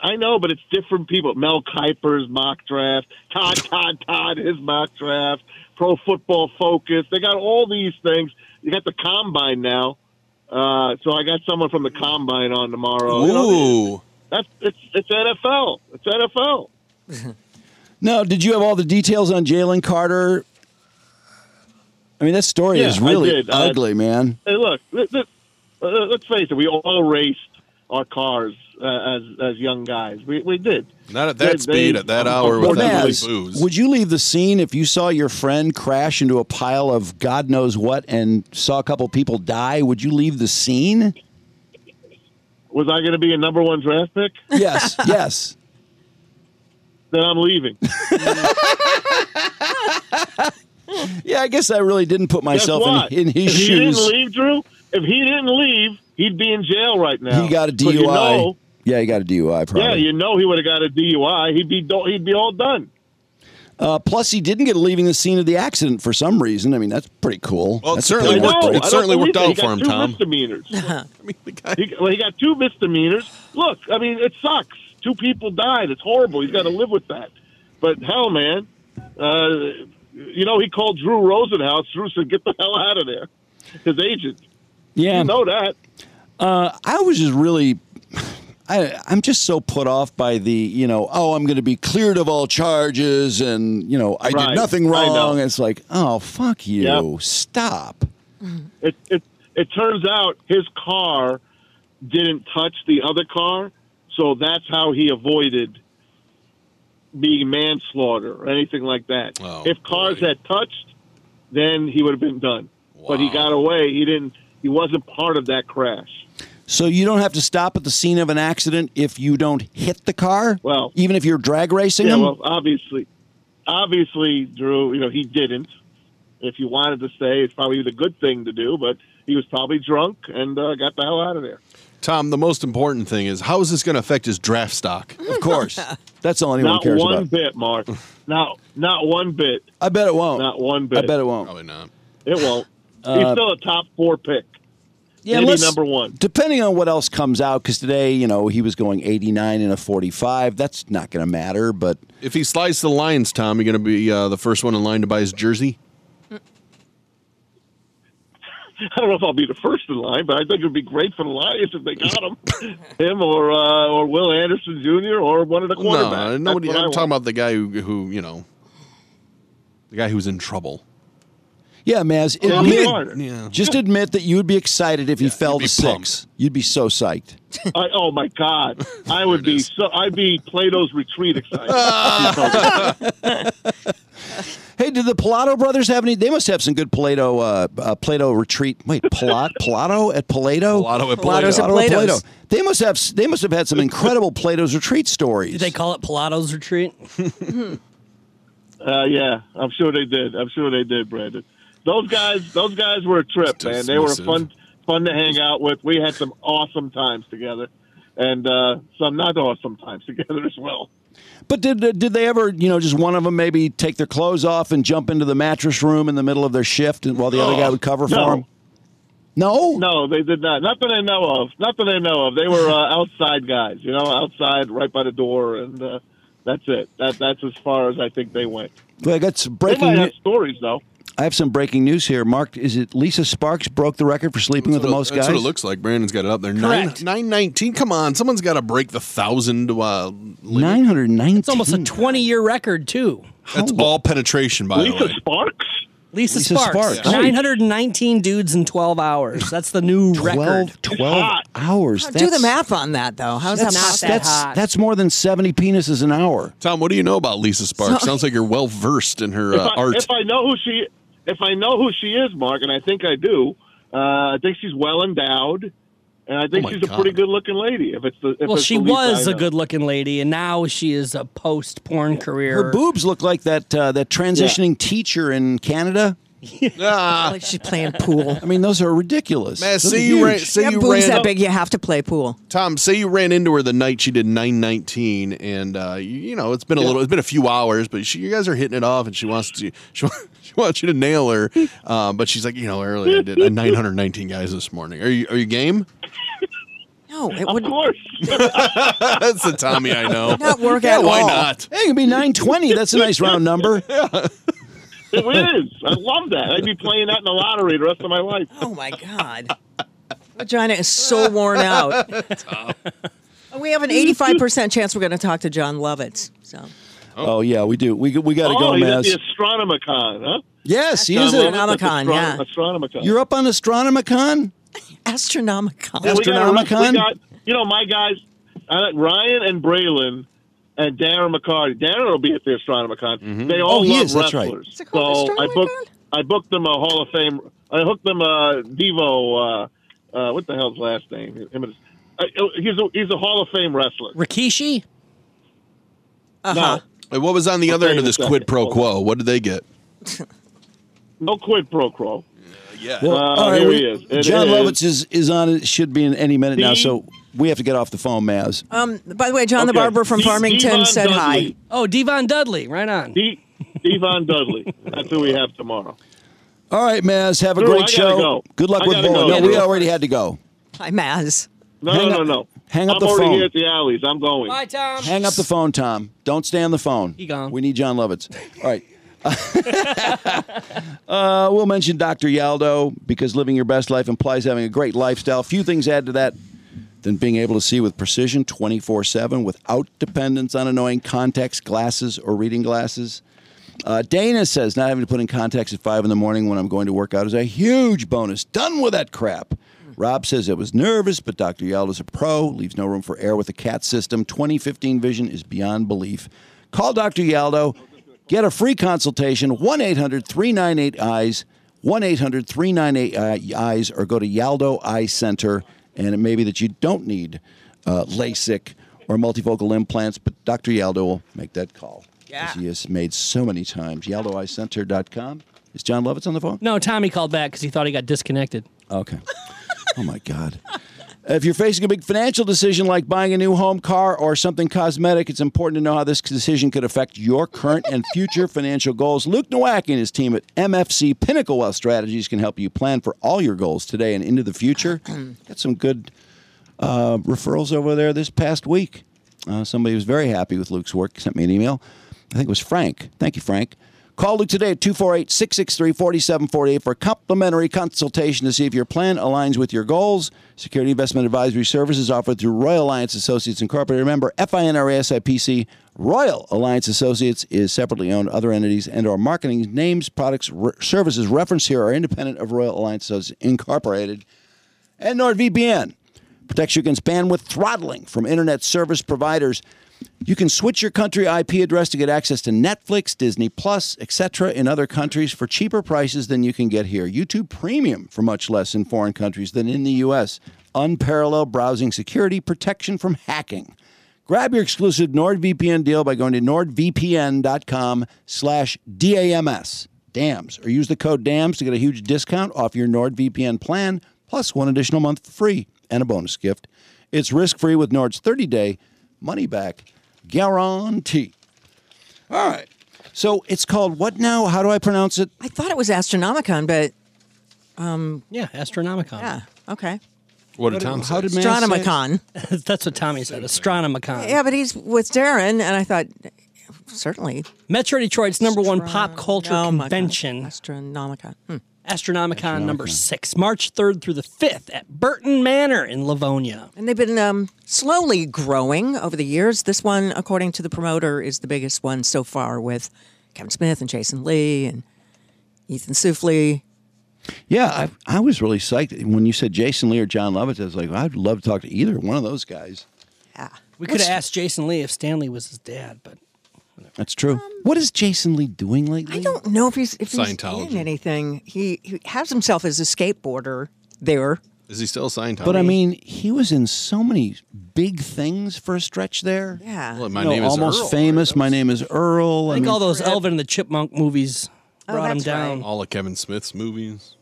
I know, but it's different people. Mel Kiper's mock draft, Todd Todd Todd his mock draft, Pro Football Focus. They got all these things. You got the combine now, uh, so I got someone from the combine on tomorrow. You know, Ooh. that's it's it's NFL. It's NFL. No, did you have all the details on Jalen Carter? I mean, that story Yeah, is I really did. I- ugly, man. Hey, look, let, let, uh, let's face it. We all raced our cars uh, as as young guys. We we did. Not at that speed, at that hour, Well, with that Maz, many booze. would you leave the scene if you saw your friend crash into a pile of God knows what and saw a couple people die? Would you leave the scene? Was I going to be a number one draft pick? Yes, yes. Then I'm leaving. Yeah, I guess I really didn't put Guess myself what? in, in if his He shoes. didn't leave, Drew. If he didn't leave, he'd be in jail right now. He got a But DUI. you know- yeah, he got a DUI. Probably. yeah, you know he would have got a DUI. He'd be do- he'd be all done. Uh, plus, he didn't get leaving the scene of the accident for some reason. I mean, that's pretty cool. Well, it That's certainly a worked- pretty it cool- certainly worked He out got two misdemeanors. he, well, he got two misdemeanors. Look, I mean, it sucks. Two people died. It's horrible. He's got to live with that. But hell, man, uh, you know he called Drew Rosenhaus. Drew said, "Get the hell out of there." His agent. Yeah. you know that. Uh, I was just really, I, I'm just so put off by the, you know, oh, I'm going to be cleared of all charges and, you know, I did Right. nothing I know. wrong. It's like, oh, fuck you. Yep. Stop. It, it it turns out his car didn't touch the other car, so that's how he avoided being manslaughter or anything like that. if cars had touched, then he would have been done. But he got away. He didn't. He wasn't part of that crash. So you don't have to stop at the scene of an accident if you don't hit the car? Well, even if you're drag racing yeah, them? well, obviously, obviously, Drew. You know, he didn't. If you wanted to say, it's probably the good thing to do, but he was probably drunk and uh, got the hell out of there. Tom, the most important thing is how is this going to affect his draft stock? Of course. That's all anyone not cares one about. bit, Mark. Not not one bit. I bet it won't. Not one I bit. bet it won't. Probably not. It won't. He's Uh, still a top four pick. Yeah, Maybe let's- number one. Depending on what else comes out, because today, you know, he was going 89 and a 45. That's not going to matter, but If he slides to the Lions, Tom, you're going to be uh, the first one in line to buy his jersey. I don't know if I'll be the first in line, but I think it would be great for the Lions if they got him, him or uh, or Will Anderson Jr. or one of the quarterbacks. No, That's nobody. what I I'm want. talking about the guy who, who, you know, the guy who's in trouble. yeah, Maz, Yeah, admit- we are. Yeah. just admit that you would be excited if he fell to six. You'd be so psyched. I, oh my God, I would be so. I'd be Plato's retreat excited. Hey, did the Pilato brothers have any? They must have some good Plato, uh, uh, Plato retreat. Wait, Pilat, Pilato at Palato? Pilato at Pilato's Palato's at Palato's. Palato's. They must have. They must have had some incredible Plato's retreat stories. Did they call it Pilato's retreat? Uh, yeah, I'm sure they did. I'm sure they did, Brandon. Those guys, those guys were a trip, man. They were dismissive. fun, fun to hang out with. We had some awesome times together, and uh, some not awesome times together as well. But did did they ever, you know, just one of them maybe take their clothes off and jump into the mattress room in the middle of their shift while the other guy would No. cover for them? No, no, they did not. Not that I know of. Not that I know of. They were uh, outside guys, you know, outside, right by the door, and uh, that's it. That that's as far as I think they went. Well, I got some they breaking. might new- have stories though. I have some breaking news here. Mark, is it Lisa Sparks broke the record for sleeping with the most That's guys? what it looks like. Brandon's got it up there. Nine, Correct. 919. Come on. Someone's got to break the thousand. Uh, Nine hundred nineteen. It's almost a 20 year record, too. that's ball penetration, by the way. Sparks? Lisa, Lisa Sparks. Sparks. 919 dudes in 12 hours. That's the new record. 12 hours. Do the math on that though. How's that that's, not that that's, hot? That's more than 70 penises an hour. Tom, what do you know about Lisa Sparks? So- Sounds like you're well versed in her if, uh, I, art. if I know who she, if I know who she is, Mark, and I think I do, uh, I think she's well endowed, and I think Oh my she's God. a pretty good-looking lady. If it's the if well, it's she the least was I a know. good looking lady, and now she is a post porn career. Her boobs look like that uh, that transitioning teacher in Canada. ah. She's playing pool. I mean, those are ridiculous. Man, Those are see you huge. ran, see Your you boob's ran that big, you have to play pool. Tom, say you ran into her the night she did 919 and uh, you, you know, it's been a little it's been a few hours, but she, you guys are hitting it off and she wants to she, wa- she wants you to nail her. Um, but she's like, you know, earlier I did uh, 919 guys this morning. Are you are you game? No, it would That's the Tommy I know. Not work yeah, at why all. not? Hey, it could be 920. That's a nice round number. It is. I love that. I'd be playing that in the lottery the rest of my life. Oh my God. Vagina is so worn out. We have an 85% chance we're going to talk to John Lovitz. So Oh, yeah, we do. We, we got to oh, go, he's at Maz. the Astronomicon, huh? Yes, he is. at- Astronomicon, yeah. Astronomicon. You're up on Astronomicon? Astronomicon. Yeah, we got a rest- we Astronomicon? got- you know, my guys, uh, Ryan and Braylon and Darren McCarty. Darren will be at the Astronomicon. They all Oh, he love is, that's right. wrestlers. So I booked, I booked them a Hall of Fame. I hooked them a Devo. Uh, uh, what the hell's last name? Him and his, uh, he's a, he's a Hall of Fame wrestler. Rikishi? Uh-huh. And what was on the I'll other tell end you in of a this quid second. pro Hold quo? What did they get? No quid pro quo. Yeah. Well, uh, all right, here we- he is. It John is- Lovitz is, is on it, should be in any minute now, Steve- so we have to get off the phone, Maz. Um, by the way, John the Okay. Barber from D- Farmington Devon said hi. Dudley. Oh, Devon Dudley. Right on. D- Devon Dudley. That's who we have tomorrow. All right, Maz, have a Drew, I great gotta show. go. Good luck I with gotta bowling. go. No, we Yeah. already had to go. Hi, Maz. No, Hang no, up- no, no. hang up I'm the already phone. here at the alleys. I'm going. Bye, Tom. Hang up the phone, Tom. Don't stay on the phone. He gone. We need John Lovitz. All right. uh, we'll mention Dr. Yaldo because living your best life implies having a great lifestyle. Few things add to that than being able to see with precision 24 7 without dependence on annoying contacts, glasses, or reading glasses. Uh, Dana says not having to put in contacts at five in the morning when I'm going to work out is a huge bonus. Done with that crap. Rob says it was nervous, but Dr. Yald is a pro, leaves no room for error with the CAT system. 2015 vision is beyond belief. Call Dr. Yaldo, get a free consultation, 1 800 398 EYES, 1 800 398 EYES, or go to Yaldo Eye Center. And it may be that you don't need uh, LASIK or multifocal implants, but Dr. Yaldo will make that call. Yeah. As he has made so many times. YellowiceCenter.com. Is John Lovitz on the phone? No, Tommy called back because he thought he got disconnected. Okay. oh my God. If you're facing a big financial decision like buying a new home, car, or something cosmetic, it's important to know how this decision could affect your current and future financial goals. Luke Nowak and his team at MFC Pinnacle Wealth Strategies can help you plan for all your goals today and into the future. Got some good uh, referrals over there this past week. Uh, somebody was very happy with Luke's work, sent me an email. I think it was Frank. Thank you, Frank. Call Luke today at 248 663 4748 for a complimentary consultation to see if your plan aligns with your goals. Security Investment Advisory Services offered through Royal Alliance Associates Incorporated. Remember, FINRASIPC Royal Alliance Associates is separately owned. Other entities and or marketing names, products, re- services referenced here are independent of Royal Alliance Associates Incorporated and NordVPN protects you against bandwidth throttling from internet service providers. You can switch your country IP address to get access to Netflix, Disney Plus, etc. in other countries for cheaper prices than you can get here. YouTube Premium for much less in foreign countries than in the US. Unparalleled browsing security protection from hacking. Grab your exclusive NordVPN deal by going to nordvpn.com slash DAMS, DAMS, or use the code DAMS to get a huge discount off your NordVPN plan, plus one additional month for free and a bonus gift. It's risk-free with Nord's 30-day money-back guarantee. All right. So it's called what now? How do I pronounce it? I thought it was Astronomicon, but um, Yeah, Astronomicon. yeah, okay. What did Tom how say? did Maz say it? That's what Tommy said. Astronomicon. Yeah, but he's with Darren, and I thought certainly. Metro Detroit's number one pop culture Astronomicon. convention. Astronomicon. Astronomicon, number six, March 3rd through the 5th at Burton Manor in Livonia. And they've been um, slowly growing over the years. This one, according to the promoter, is the biggest one so far with Kevin Smith and Jason Lee and Ethan Suplee. Yeah, I, I was really psyched when you said Jason Lee or John Lovitz. I was like, I'd love to talk to either one of those guys. We could have asked Jason Lee if Stanley was his dad, but That's true. what is Jason Lee doing lately? Um, I don't know if he's if he's Scientology. in anything. He, he has himself as a skateboarder there. Is he still a Scientology? But I mean, he was in so many big things for a stretch there. Yeah. Well, my You know, name is almost Earl. famous. My name is Earl. I think mean- all those Elvin and the Chipmunk movies Oh, brought him that's down. All of Kevin Smith's movies.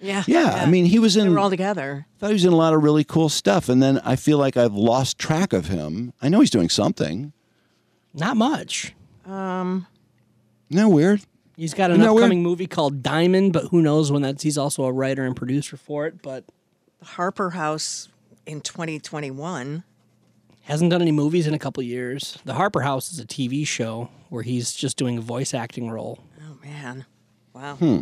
Yeah. Yeah, I mean, he was They in. were all together. thought he was in a lot of really cool stuff, and then I feel like I've lost track of him. I know he's doing something. Not much. Um, No weird. He's got an No, we're- upcoming movie called Diamond, but who knows when that's. He's also a writer and producer for it, but Harper House in 2021. hasn't done any movies in a couple years. The Harper House is a TV show where he's just doing a voice acting role. Oh man, wow. Hmm.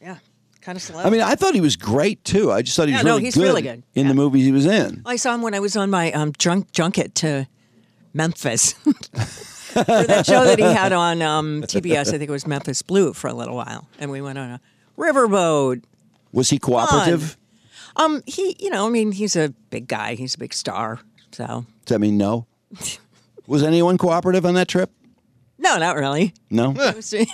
Yeah, kind of slow. I mean, I thought he was great too. I just thought he Yeah, was no, really, he's good really good. in the movies he was in. I saw him when I was on my um, drunk junket to Memphis for that show that he had on um, TBS. I think it was Memphis Blue for a little while, and we went on a riverboat. Was he cooperative? Um, he, you know, I mean, he's a big guy. He's a big star. So Does that mean no? was anyone cooperative on that trip? no, not really. No. He was-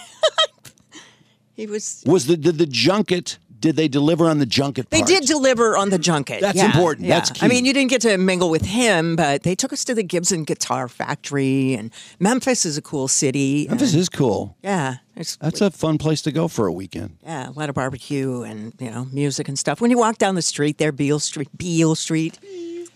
he was. Was the did the junket? Did they deliver on the junket? They part? did deliver on the junket. That's yeah, important. yeah. That's key. I mean, you didn't get to mingle with him, but they took us to the Gibson Guitar Factory, and Memphis is a cool city. Memphis and- is cool. Yeah, it's, That's a fun place to go for a weekend. yeah, a lot of barbecue and you know music and stuff. When you walk down the street there, Beale Street, Beale Street,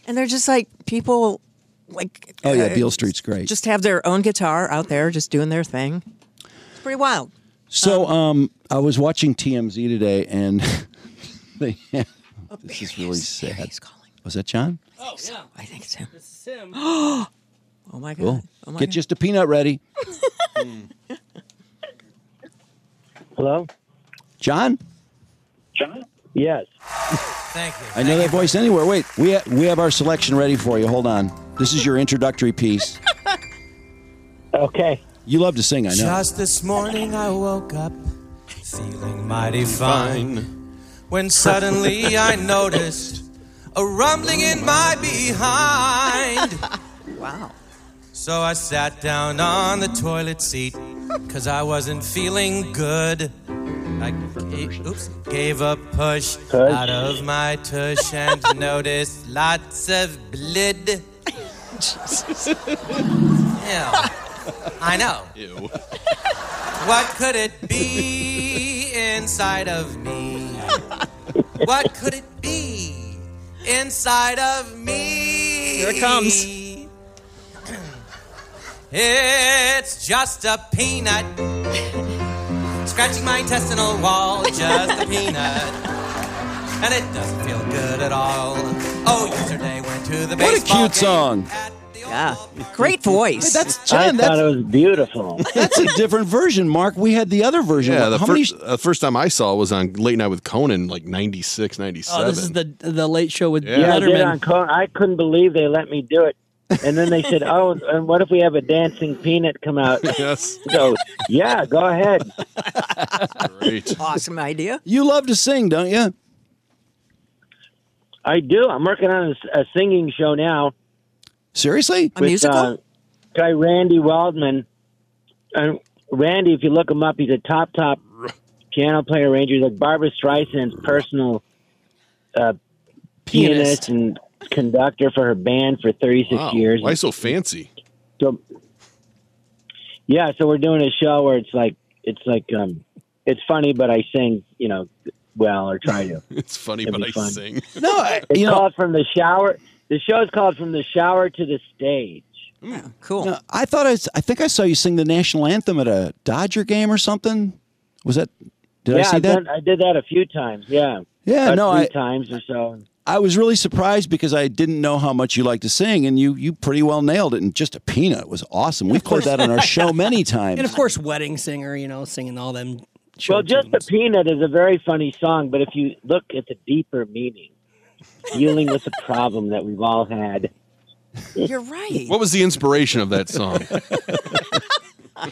and they're just like people, like Oh yeah, uh, Beale Street's great. just have their own guitar out there, just doing their thing. It's pretty wild. So um, I was watching TMZ today, and they Oh, this is really sad. Was that John? Oh, yeah. I think it's him. This is him. oh my god! Cool. Oh my God. Get Hmm. just a peanut ready. Hello, John. John. Yes. I know that voice anywhere. Wait, we ha- we have our selection ready for you. Hold on. This is your introductory piece. okay. You love to sing, I know. Just this morning I woke up feeling mighty fine when suddenly I noticed a rumbling in my behind. Wow. So I sat down on the toilet seat because I wasn't feeling good. I gave, oops, gave a push, out of my tush and noticed lots of blood. Yeah, I know. What could it be inside of me? What could it be inside of me? Here it comes. It's just a peanut. Scratching my intestinal wall, just a peanut. And it doesn't feel good at all. Oh, yesterday went to the What a baseball cute song. Yeah, great voice. That's John. I thought That's, it was beautiful. that's a different version, Mark. We had the other version. Yeah, the How first, many? uh, first time I saw was on Late Night with Conan, like 96, 97. Oh, this is the the late show with Yeah. Yeah, I did Letterman. on Conan. I couldn't believe they let me do it. And then they said, "Oh, and what if we have a dancing peanut come out?" Yes. So, yeah, go ahead. awesome idea. You love to sing, don't you? I do. I'm working on a s- a, singing show now. Seriously, with, uh, guy Randy Waldman. And Randy, if you look him up, he's a top top piano player arranger. He's like Barbara Streisand's personal uh, pianist, Pianist. and conductor for her band for 36 Wow, years. Why so fancy? So, yeah, so we're doing a show where it's like it's like um, it's funny, but I sing, you know, well or try to. It's funny, It'd but be I fun. sing. No, I, it's called from the shower. The show's called from the shower to the stage. cool. No, I thought I, s- I think I saw you sing the national anthem at a Dodger game or something. Was that? Did yeah, I see I've that? done- I did that a few times. Yeah. Yeah, About no, three I- times or so. I was really surprised because I didn't know how much you like to sing, and you you pretty well nailed it. And just a peanut was awesome. We've played that on our show many times. And of course, wedding singer, you know, singing all them. well, just the peanut is a very funny song, but if you look at the deeper meaning, dealing with the problem that we've all had. You're right. What was the inspiration of that song?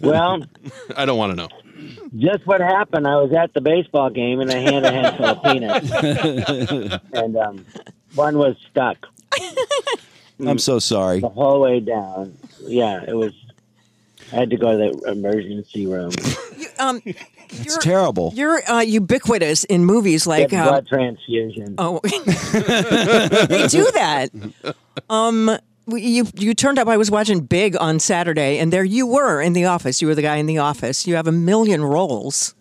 well, I don't want to know. just what happened. I was at the baseball game and I had a handful of peanuts, and um, one was stuck I'm so sorry. the whole way down. Yeah, it was. I had to go to the emergency room. Um, It's terrible. you're uh, ubiquitous in movies like. Get Uh, blood transfusion. oh, they do that. Um, we- you you turned up. I was watching Big on Saturday, and there you were in the office. You were the guy in the office. You have a million roles.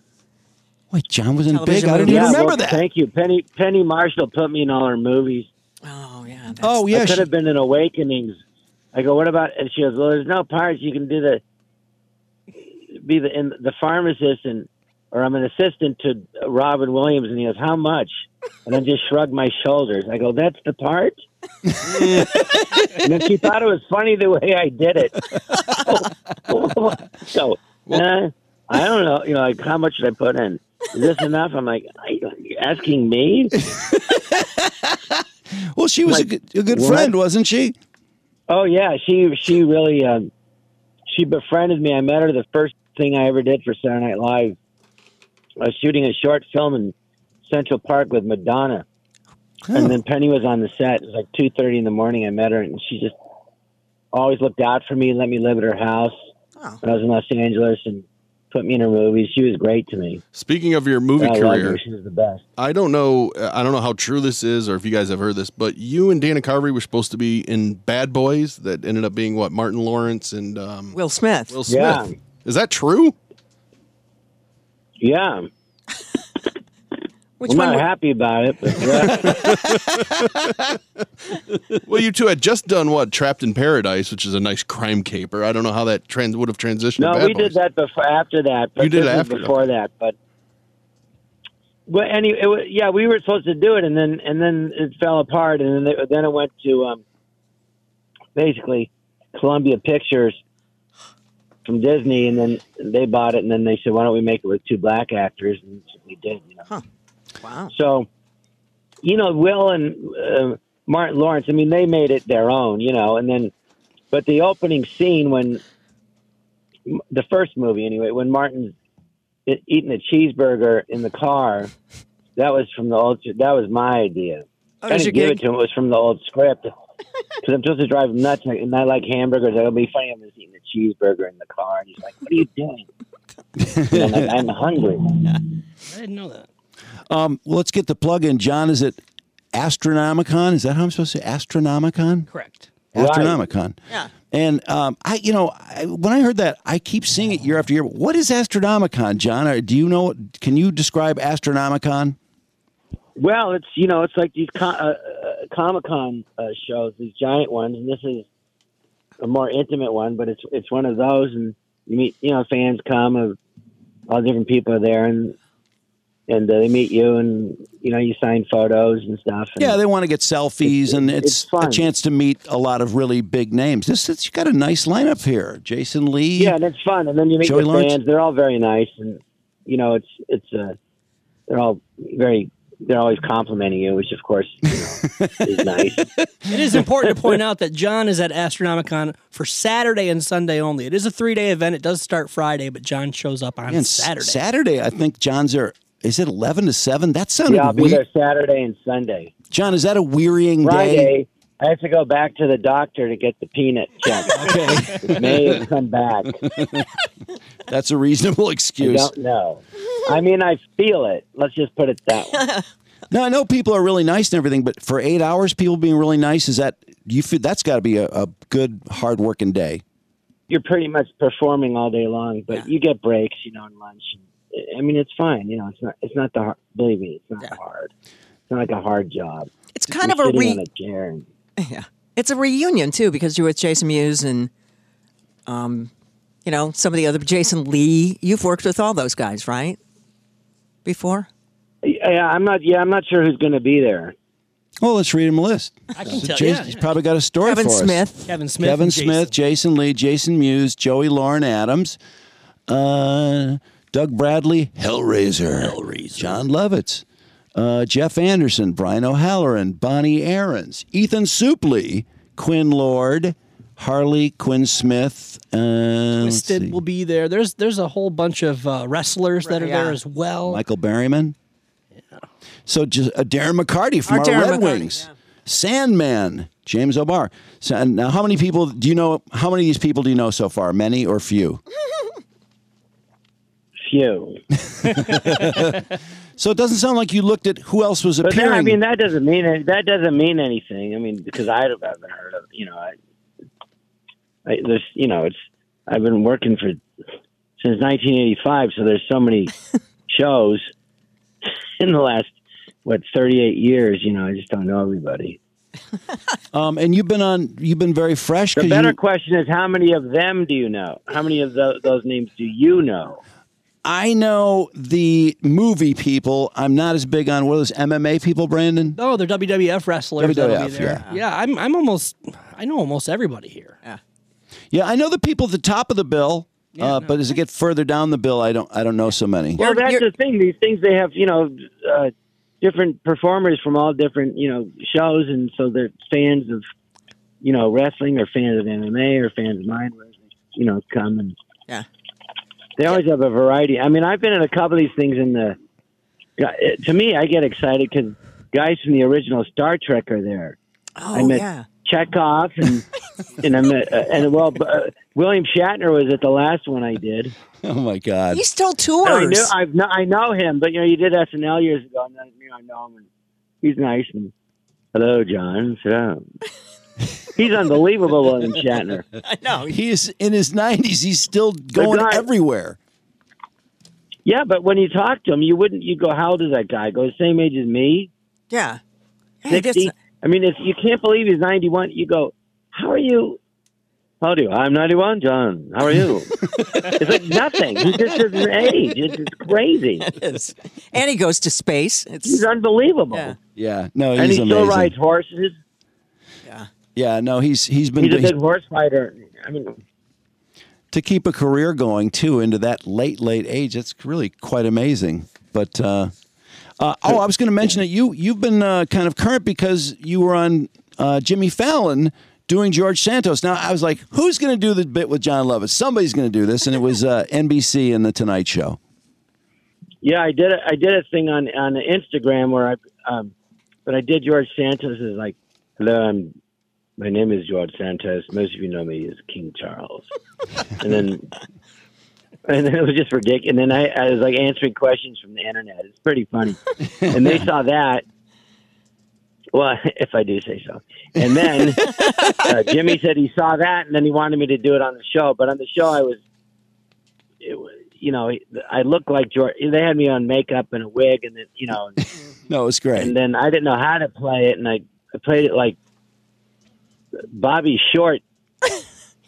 Wait, John was in Television Big? I didn't even Yeah, remember well, that. Thank you, Penny. Penny Marshall put me in all her movies. I Oh yeah, could she- have been in Awakenings. I go, what about? And she goes, well, there's no parts. You can do the be the in the pharmacist and or I'm an assistant to Robin Williams. And he goes, how much? And I just shrugged my shoulders. I go, that's the part. and then she thought it was funny the way I did it. so uh, I don't know. You know, like how much should I put in? Is this enough? I'm like, are you asking me? well, she was a good, a good friend, wasn't she? Oh yeah, she she really um, she befriended me. I met her the first thing I ever did for Saturday Night Live. I was shooting a short film in Central Park with Madonna, and then Penny was on the set. It was like two thirty in the morning. I met her, and she just always looked out for me and let me live at her house. When I was in Los Angeles, and put me in her movies. She was great to me. Speaking of your movie I loved career, her. She was the best. I don't know. I don't know how true this is, or if you guys have heard this, but you and Dana Carvey were supposed to be in Bad Boys, that ended up being what Martin Lawrence and um, Will Smith. Will Smith. Is that true? Yeah. Which I'm one? not were- happy about it, but yeah. Well, you two had just done what Trapped in Paradise, which is a nice crime caper. I don't know how that trans would have transitioned. No, to Bad we Boys. did that before after that. But You did this it was after that. before that, but well, anyway, it wa yeah, we were supposed to do it, and then and then it fell apart, and then it, then it went to um, basically Columbia Pictures from Disney, and then they bought it, and then they said, "Why don't we make it with two black actors?" And we did, you know. Wow. So, you know, Will and uh, Martin Lawrence, I mean, they made it their own, you know, and then, but the opening scene when the first movie, anyway, when Martin's e- eating a cheeseburger in the car, that was from the old, that was my idea. Oh, I that's didn't your give it gig? to him. It was from the old script. Because I'm supposed to drive him nuts, and I- and I like hamburgers. It'll be funny. I'm just eating a cheeseburger in the car, and he's like, "What are you doing?" And I'm like, "I'm hungry." I didn't know that. Um, well, let's get the plug in. John, is it Astronomicon? Is that how I'm supposed to say Astronomicon? Correct. Astronomicon. Yeah. And um, I, you know, I, when I heard that, I keep seeing it year after year. What is Astronomicon, John? Or do you know? Can you describe Astronomicon? Well, it's you know, it's like these con- uh, uh, Comic Con uh, shows, these giant ones, and this is a more intimate one, but it's it's one of those, and you meet you know fans come of all different people are there, and and uh, they meet you, and you know you sign photos and stuff. And Yeah, they want to get selfies, and it's, a chance to meet a lot of really big names. This, this you got a nice lineup here: Jason Lee. Yeah, and it's fun. And then you meet Joey the Lawrence? fans; they're all very nice, and you know it's it's uh, they're all very they're always complimenting you, which of course you know, is nice. It is important to point out that John is at Astronomicon for Saturday and Sunday only. It is a three day event. It does start Friday, but John shows up on and s- Saturday. Saturday, I think John's there. Is it eleven to seven? That sounded Yeah, I'll be weird. there Saturday and Sunday. John, is that a wearying day? Friday, I have to go back to the doctor to get the peanut check. okay. May have come back. That's a reasonable excuse. I don't know. I mean, I feel it. Let's just put it that way. Now I know people are really nice and everything, but for eight hours, people being really nice is that you feel that's got to be a, a good hard working day. You're pretty much performing all day long, but you get breaks, you know, and Uh, lunch. And, I mean, it's fine. You know, it's not. It's not the. Hard, believe me, it's not hard. It's not like a hard job. It's kind You're of a re- sitting on a chair and It's a reunion too because you're with Jason Mewes and, um, you know, some of the other Jason Lee. You've worked with all those guys, right? Before. Yeah, I'm not. Yeah, I'm not sure who's going to be there. Well, let's read him a list. I can So tell- Jason- yeah, He's probably got a story Kevin for us. Smith. Kevin Smith Kevin and Smith, Jason. Lee, Jason Mewes, Joey Lauren Adams, uh, Doug Bradley, Hellraiser, Hellraiser. John Lovitz, uh, Jeff Anderson, Brian O'Halloran, Bonnie Aarons, Ethan Supley, Quinn Lord, Harley Quinn Smith. Uh, let's see. Twisted will be there. There's there's a whole bunch of uh, wrestlers that are there as well. Michael Berryman. So just uh, Darren McCarty Our from our, Darren Red McCarty, Wings, Sandman, James O'Barr. So, and now, how many people do you know? How many of these people do you know so far? Many or few? Few. so it doesn't sound like you looked at who else was But appearing. then, I mean, that doesn't mean it, that doesn't mean anything. I mean, because I haven't heard of you know, I, I there's you know, it's I've been working for since 1985, so there's so many shows in the last what 38 years. You know, I just don't know everybody. um, and you've been on. You've been very fresh. The 'cause better you- question is how many of them do you know? How many of tho- those names do you know? I know the movie people. I'm not as big on what are those MMA people, Brandon. Oh, they're WWF wrestlers. that'll be WWF, there. Yeah. I'm I'm almost I know almost everybody here. Yeah. Yeah, I know the people at the top of the bill. uh, But as it gets further down the bill, I don't. I don't know so many. Well, that's the thing. These things they have, you know, uh, different performers from all different, you know, shows, and so they're fans of, you know, wrestling, or fans of MMA, or fans of mine. where they, You know, come and Yeah. they always have a variety. I mean, I've been at a couple of these things in the. yeah, it- To me, I get excited because guys from the original Star Trek are there. Oh, I met yeah. Chekhov and and I met uh, and well, uh, William Shatner was at the last one I did. Oh my God! He still And tours. I knew I've kn- I know him, but you know, you did SNL years ago, and then, you know, I know him, and he's nice. And hello, John. So he's unbelievable, William Shatner. I know. He is in his 90s. He's still going guy- everywhere. Yeah, but when you talk to him, you wouldn't. You go, "How old is that guy?" I go, "The same age as me, Yeah. Hey, that's- 60. I mean, it's, you can't believe he's ninety-one. You go, "How are you?" How do you? I'm ninety-one, John. How are you? it's like nothing. He just doesn't age. It's just crazy. And he goes to space. It's he's unbelievable. Yeah. Yeah. No, and he's he amazing. still rides horses. Yeah. No, he's he's been he's a doing- good horse rider. I mean, to keep a career going too into that late late age. That's really quite amazing. But uh, uh, oh, I was going to mention that you you've been uh, kind of current because you were on uh, Jimmy Fallon doing George Santos. Now I was like, who's going to do the bit with John Lovitz? Somebody's going to do this, and it was uh, NBC and the Tonight Show. Yeah, I did. A, I did a thing on on Instagram where I, um, but I did George Santos is like, hello, I'm, my name is George Santos. Most of you know me as King Charles, and then, and then it was just ridiculous. And then I, I was like answering questions from the internet. It's pretty funny, and they saw that. Well, if I do say so. And then uh, Jimmy said he saw that, and then he wanted me to do it on the show. But on the show, I was you know, I looked like George. They had me on makeup and a wig, and then, you know, No, it's great. and then I didn't know how to play it, and I, I played it like Bobby Short.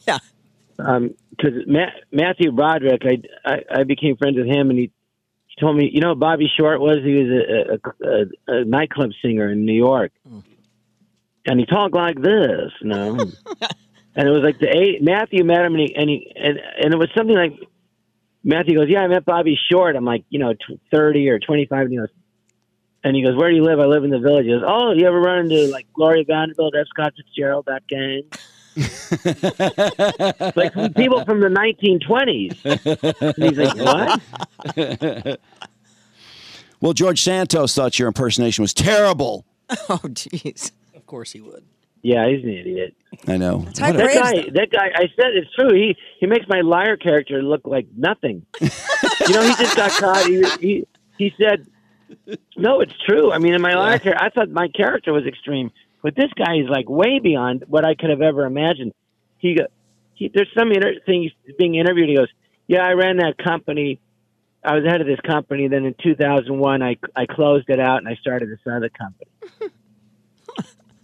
yeah. Because Ma- Matthew Broderick, I, I I became friends with him, and he, he told me, you know, who Bobby Short was he was a, a, a, a nightclub singer in New York, and he talked like this, you know. and it was like the eight, Matthew met him, and he, and, he and, and it was something like Matthew goes, yeah, I met Bobby Short. I'm like, you know, tw thirty or twenty five, and he goes. And he goes, "Where do you live? I live in the village." He goes, "Oh, you ever run into like Gloria Vanderbilt, F. Scott Fitzgerald, that gang?" like from people from the 1920s. And he's like, "What?" well, George Santos thought your impersonation was terrible. Oh, jeez. Of course he would. Yeah, he's an idiot. I know. That guy, that guy, I said it's true. He he makes my liar character look like nothing. you know, he just got caught. He he, he said, "No, it's true." I mean, in my liar character, I thought my character was extreme, but this guy is like way beyond what I could have ever imagined. He go, he, there's some inter- thing he's being interviewed. He goes, "Yeah, I ran that company. I was head of this company. Then in 2001, I I closed it out and I started this other company."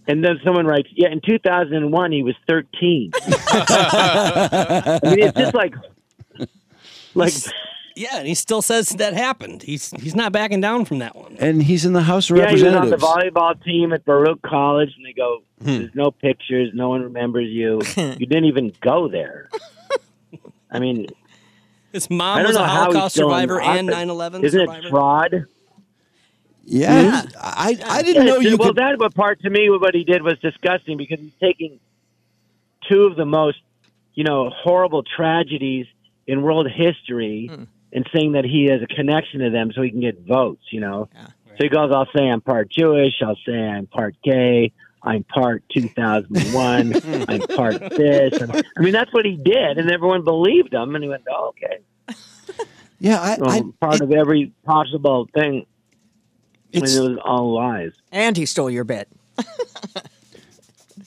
And then someone writes, "Yeah, in 2001 he was 13." I mean, it's just like, like Yeah, and he still says that happened. He's he's not backing down from that one. And he's in the House of Yeah, he was on the Representatives. volleyball team at Baruch College, and they go, Hmm. "There's no pictures. No one remembers you. you didn't even go there." I mean, His I mom don't was a know how he's Holocaust still in survivor and office. 9/11 Isn't survivor. it fraud? Hmm? Yeah, I I didn't know you Well, could- that what part to me what he did was disgusting because he's taking two of the most, you know, horrible tragedies in world history Hmm. and saying that he has a connection to them so he can get votes. You know, so he goes, "I'll say I'm part Jewish. I'll say I'm part gay." I'm part 2001. I'm part this. I'm- I mean, that's what he did, and everyone believed him. And he went, oh, "Okay, yeah, I, well, part of every possible thing." And It's- it was all lies. And he stole your bet.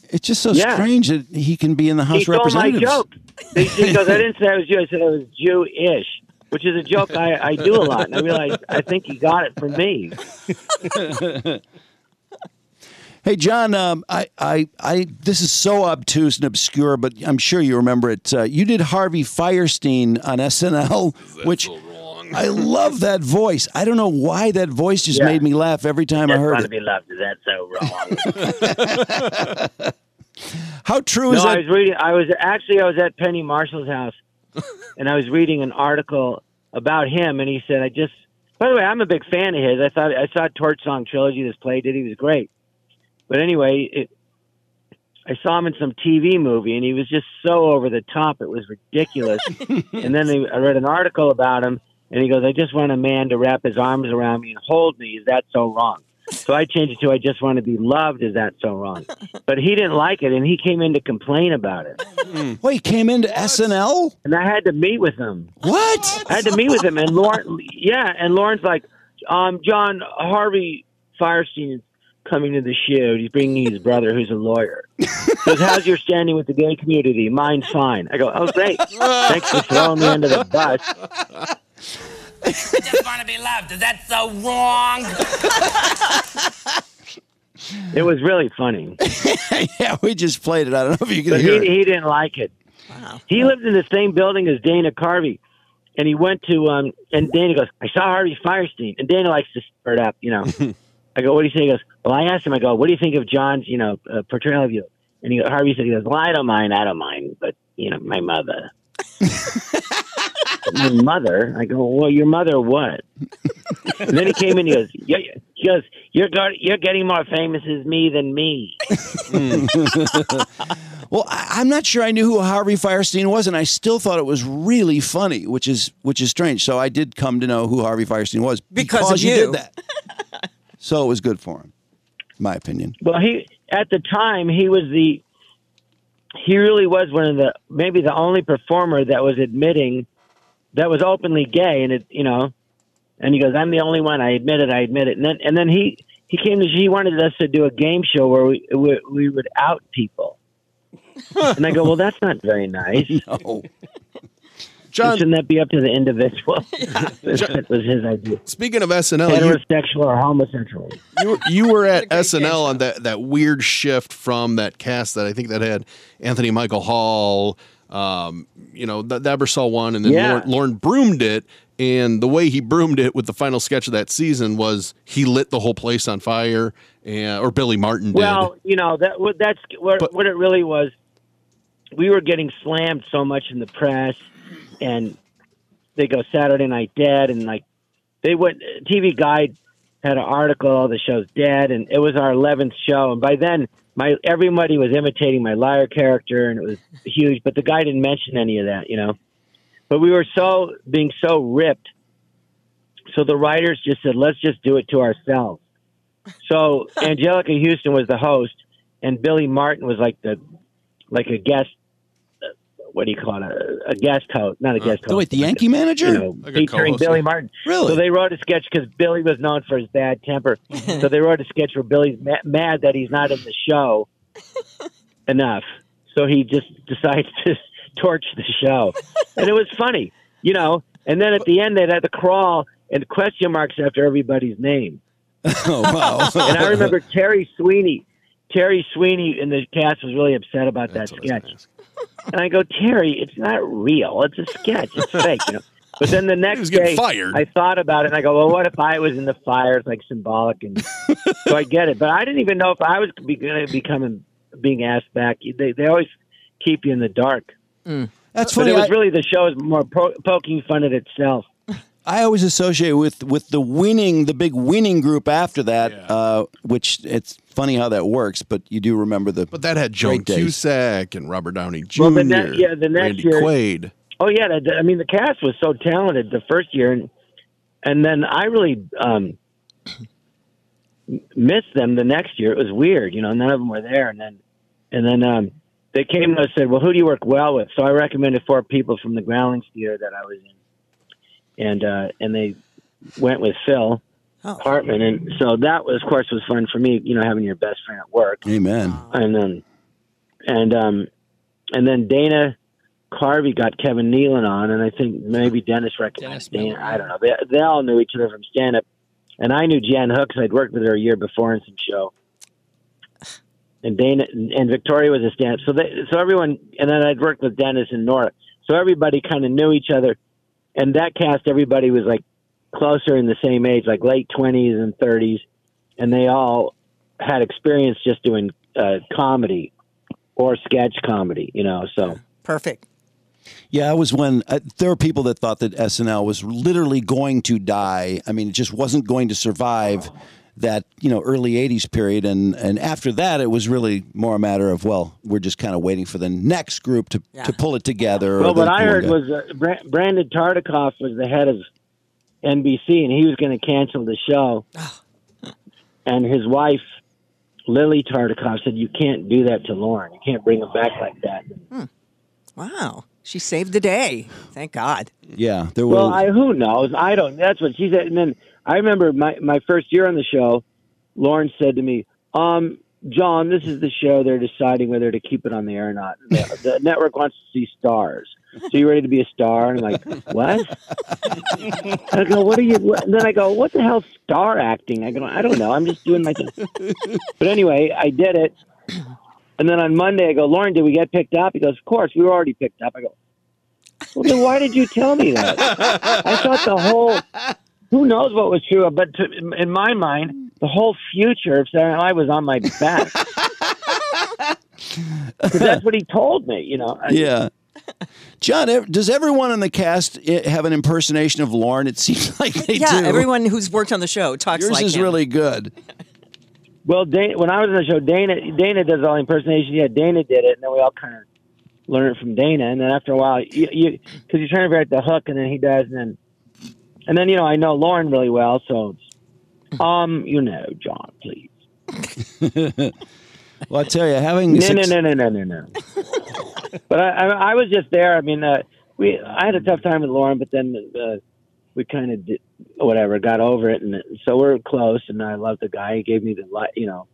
It's just so Yeah. strange that he can be in the House he of stole my Representatives. joke. He, he goes, I didn't say I was Jew. I said I was Jewish, which is a joke I, I do a lot. And I realized I think he got it from me. Hey John, um, I, I, I, this is so obtuse and obscure, but I'm sure you remember it. Uh, you did Harvey Firestein on SNL, which I love that voice. I don't know why that voice just made me laugh every time I Just heard want it. to be loved. Is that so wrong? How true no, is I that? was reading. I was actually I was at Penny Marshall's house, and I was reading an article about him, and he said, "I just." By the way, I'm a big fan of his. I thought I saw Torch Song Trilogy. This play did. He was great. But anyway, it, I saw him in some TV movie, and he was just so over the top. It was ridiculous. and then they, I read an article about him, and he goes, "I just want a man to wrap his arms around me and hold me. Is that so wrong?" So I changed it to, "I just want to be loved. Is that so wrong?" But he didn't like it, and he came in to complain about it. Hmm. Well, he came into SNL, and I had to meet with him. What? I had to meet with him, and Lauren, yeah, and Lauren's like, um, John Harvey Firestein is coming to the show. He's bringing his brother, who's a lawyer. He goes, how's your standing with the gay community? Mine's fine. I go, oh great, thanks for throwing me under the bus. I just want to be loved. Is that so wrong? It was really funny. yeah, we just played it. I don't know if you can But hear he, it. he didn't like it. Wow. He lived in the same building as Dana Carvey. And he went to, um, and Dana goes, I saw Harvey Firestein. And Dana likes to spurt up, you know. I go, what do you think? He goes, well, I asked him, I go, what do you think of John's, you know, uh, portrayal of you? And he, Harvey said, he goes, well, I don't mind, I don't mind, but, you know, my mother. my mother? I go, well, your mother what? and then he came in, he goes, yeah, yeah." he goes, you're, go- you're getting more famous as me than me. Mm. well, I, I'm not sure I knew who Harvey Firestein was, and I still thought it was really funny, which is which is strange. So I did come to know who Harvey Firestein was Because of you you. did that. so it was good for him, in my opinion. Well, he at the time he was the he really was one of the maybe the only performer that was admitting that was openly gay, and it you know, and he goes, "I'm the only one. I admit it. I admit it." And then and then he he came to he wanted us to do a game show where we we, we would out people, and I go, "Well, that's not very nice." no. John- shouldn't that be up to the individual? that was his idea. Speaking of SNL, you, Heterosexual or homosexual? you, were, you were at SNL on that, that weird shift from that cast that I think that had Anthony Michael Hall, um, you know, that Ebersol one, and then Yeah. Lauren, Lauren broomed it. And the way he broomed it with the final sketch of that season was he lit the whole place on fire, and, or Billy Martin did. Well, you know that what that's what, what it really was. We were getting slammed so much in the press, and they go Saturday Night Dead, and like they went TV Guide had an article, the show's dead, and it was our eleventh show, and by then my everybody was imitating my liar character, and it was huge. But the guy didn't mention any of that, you know. But we were so being so ripped, so the writers just said, "Let's just do it to ourselves." So Angelica Houston was the host, and Billy Martin was like the like a guest. uh, What do you call it? A, a guest host, not a guest host. Oh, wait, the Yankee manager? You know, Like a featuring co-host, Billy yeah. Martin. Really? So they wrote a sketch because Billy was known for his bad temper. Mm-hmm. so they wrote a sketch where Billy's ma- mad that he's not in the show enough. So he just decides to torch the show. And it was funny, you know. And then at the end, they'd have to crawl and question marks after everybody's name. Oh wow! and I remember Terry Sweeney. Terry Sweeney in the cast was really upset about that sketch. And I go, Terry, it's not real. It's a sketch. It's fake. You know? But then the next was day, getting fired. I thought about it and I go, well, what if I was in the fire? It's like symbolic, and so I get it. But I didn't even know if I was be- going to become being asked back. They they always keep you in the dark. That's but funny, it was I- really the show is more po- poking fun at itself. I always associate with with the winning, the big winning group after that, uh, which it's funny how that works, but you do remember the. But that had Joan great days. Cusack and Robert Downey Jr. Well, the ne- yeah, the next Randy year- Quaid. Oh yeah, the, the- I mean the cast was so talented the first year, and and then I really um, missed them the next year. It was weird, you know. None of them were there, and then and then um, they came and said, "Well, who do you work well with?" So I recommended four people from the Groundlings Theater that I was in, and uh, and they went with Phil Hartman, and so that was, of course was fun for me, you know, having your best friend at work Amen. and then and um and then Dana Carvey got Kevin Nealon on, and I think maybe Dennis recognized Dana. I don't know. They, they all knew each other from stand up, and I knew Jan Hooks. I'd worked with her a year before in some show. And Dana and Victoria was a stand up, so they, so everyone, and then I'd worked with Dennis and Nora, so everybody kind of knew each other, and that cast everybody was like closer in the same age, like late twenties and thirties, and they all had experience just doing uh, comedy or sketch comedy, you know. So Perfect. Yeah, it was when uh, there were people that thought that SNL was literally going to die. I mean, it just wasn't going to survive that you know early '80s period, and and after that, it was really more a matter of well, we're just kind of waiting for the next group to to pull it together. or well, what the- I the one heard guy. was uh, Bra- Brandon Tartikoff was the head of NBC, and he was going to cancel the show. and his wife, Lily Tartikoff, said, "You can't do that to Lauren. You can't bring him back like that." Wow. She saved the day. Thank God. yeah, there were. Well, I who knows? I don't. That's what she said. And then I remember my my first year on the show, Lauren said to me, "Um, John, this is the show. They're deciding whether to keep it on the air or not. The, the network wants to see stars. So you ready to be a star?" And I'm like, "What?" I go, "What are you?" What? And then I go, "What the hell, star acting?" I go, "I don't know. I'm just doing my thing." but anyway, I did it. And then on Monday, I go, "Lauren, did we get picked up?" He goes, "Of course, we were already picked up." I go, "Well, then why did you tell me that?" I thought the whole. Who knows what was true? But to, in my mind, the whole future of Saturday Night Live was on my back. 'Cause that's what he told me, you know. I- yeah. John, ev- does everyone on the cast i- have an impersonation of Lauren? It seems like they yeah, do. everyone who's worked on the show talks Yours like is him. really good. Well, Dana, when I was on the show, Dana Dana does all the impersonations. Yeah, Dana did it, and then we all kind of learn it from Dana. And then after a while, you because you, 'cause you're trying to figure out the hook, and then he does, and then and then you know I know Lauren really well, so it's, um, you know, John, please. well, I tell you, having No, suc- no, no, no, no, no, no. but I, I, I was just there. I mean, uh, we I had a tough time with Lauren, but then uh, we kind of did whatever, got over it, and so we're close. And I love the guy. He gave me the li- you know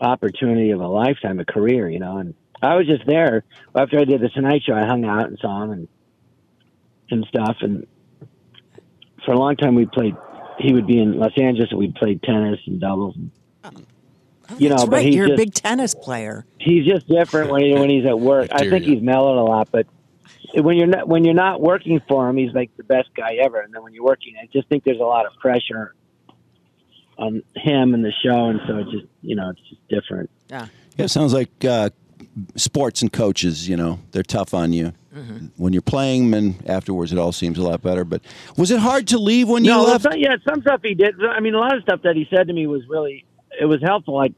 opportunity of a lifetime, a career, you know. And I was just there after I did the Tonight Show. I hung out and saw him and and stuff. And for a long time, we played. He would be in Los Angeles, and we played tennis and doubles. And, you know, Oh, That's but right. he's You're a just, big tennis player. he's just different when he, when he's at work. I think he's mellowed a lot, but when you're not when you're not working for him, he's like the best guy ever. And then when you're working, I just think there's a lot of pressure on him and the show, and so it's just you know it's just different. Yeah. Yeah, sounds like uh, sports and coaches. You know, they're tough on you Mm-hmm. when you're playing, and afterwards it all seems a lot better. But was it hard to leave when no, you well, left? some- yeah, some stuff he did. I mean, a lot of stuff that he said to me was really it was helpful. Like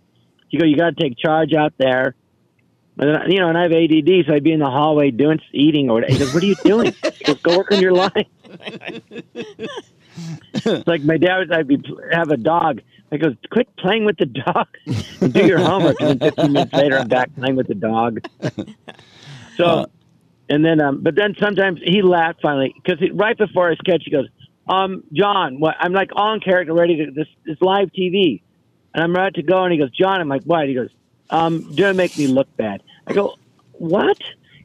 you go, you got to take charge out there. And then, you know, and I have ADD, so I'd be in the hallway doing eating or whatever. He goes, "What are you doing? Just go work on your life." it's like my dad was. I'd be have a dog. I goes, "Quit playing with the dog and do your homework." And then 15 minutes later, I'm back playing with the dog. So, and then, um, but then sometimes he laughed finally because right before his sketch, he goes, "Um, John, what? I'm like on character, ready to this this live TV, and I'm about to go." And he goes, "John," I'm like, "What?" He goes, "Um, don't make me look bad." I go, "What?"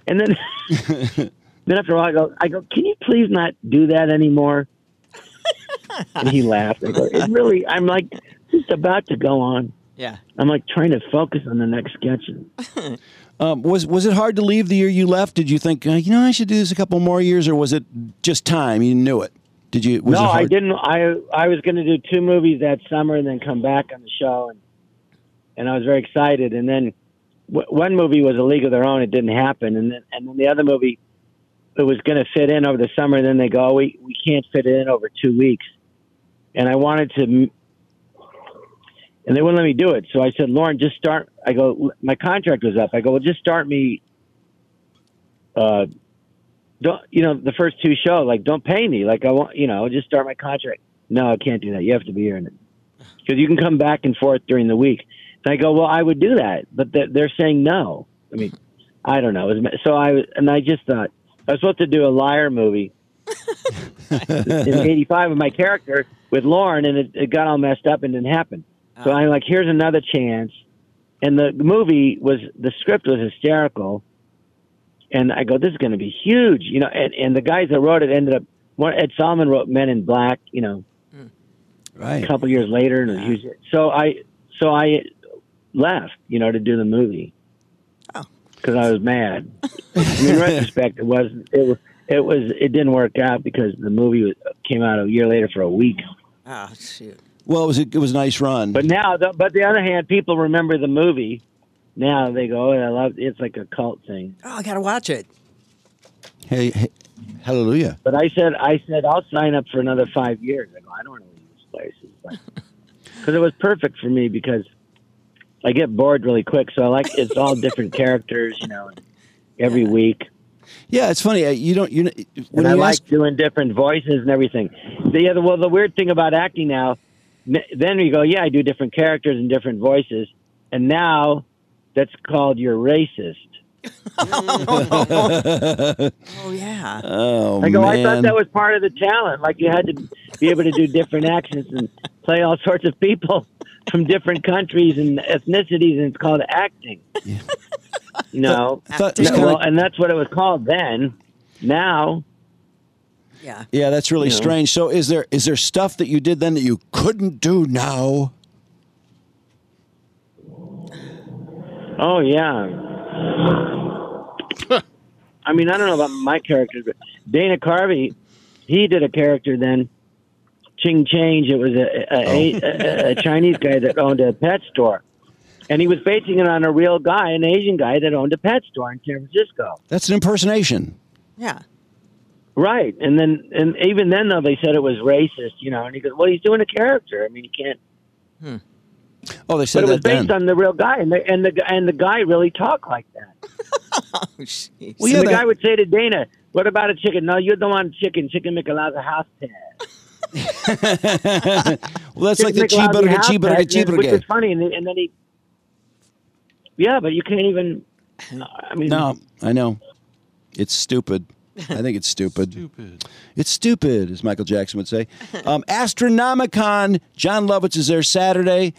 And then, then after a while, I go, "I go, can you please not do that anymore?" and he laughed. I go, "It really, I'm like just about to go on." Yeah. I'm like trying to focus on the next sketch. Um, was was it hard to leave the year you left? Did you think uh, you know I should do this a couple more years, or was it just time? You knew it. Did you? Was no, it hard? I didn't. I I was going to do two movies that summer and then come back on the show, and and I was very excited. And then w- one movie was a League of Their Own. It didn't happen, and then and then the other movie it was going to fit in over the summer, and then they go, "Oh, we we can't fit it in over two weeks. And I wanted to, m- and they wouldn't let me do it. So I said, Lauren, just start. I go, my contract was up. I go, well, just start me. Uh, don't you know the first two show like don't pay me like I want you know just start my contract. No, I can't do that. You have to be here because you can come back and forth during the week. And I go, well, I would do that, but they're, they're saying no. I mean, I don't know. It was- So I and I just thought I was supposed to do a liar movie in '85 with my character with Lauren, and it, it got all messed up and didn't happen. So I'm like, here's another chance. And the movie was the script was hysterical and I go, this is going to be huge, you know. And, and the guys that wrote it ended up, one, Ed Solomon wrote Men in Black, you know, right. a couple years later, and it was huge. So I, so I left, you know, to do the movie because I was mad. I mean, in retrospect, it wasn't. It was. It was. It didn't work out because the movie was- came out a year later for a week. Oh shoot. Well, it was a, it was a nice run. But now, the, but the other hand, people remember the movie. Now they go, oh, I love. It's like a cult thing. Oh, I gotta watch it. Hey, hey, hallelujah. But I said, I said, I'll sign up for another five years. I, go, I don't want to leave this place. Because it was perfect for me because I get bored really quick. So I like it's all different characters, you know, every week. Yeah, it's funny. uh, You don't. You when and I you like ask- doing different voices and everything. The other, well, the weird thing about acting now, n- then you go, yeah, I do different characters and different voices, and now that's called you're racist. Oh yeah. Oh I go, man. I thought that was part of the talent. Like you had to be able to do different accents and play all sorts of people from different countries and ethnicities, and it's called acting. No, Thought- thought- No, well, and that's what it was called then. Now, yeah, Yeah, that's really You know. strange. So is there is there stuff that you did then that you couldn't do now? oh yeah. I mean, I don't know about my characters, but Dana Carvey, he did a character then. Ching Change. It was a, a, Oh. a, a, a Chinese guy that owned a pet store. And he was basing it on a real guy, an Asian guy that owned a pet store in San Francisco. That's an impersonation. Yeah. Right. And then, and even then, though, they said it was racist, you know. And he goes, well, he's doing a character. I mean, he can't. Oh, they but it said was that then. based on the real guy. And the, and the, and the guy really talked like that. Jeez. Well, And yeah, the that- guy would say to Dana, what about a chicken? No, you don't want chicken. Chicken McAlow's a house pet. well, that's like the Chicken McLeod's house cheeseburger, cheeseburger, pet, Which cheeseburger. is funny. And, and then he. Yeah, but you can't even. I mean, No, I know. It's stupid. I think it's stupid. stupid. It's stupid, as Michael Jackson would say. Um, Astronomicon, John Lovitz is there Saturday,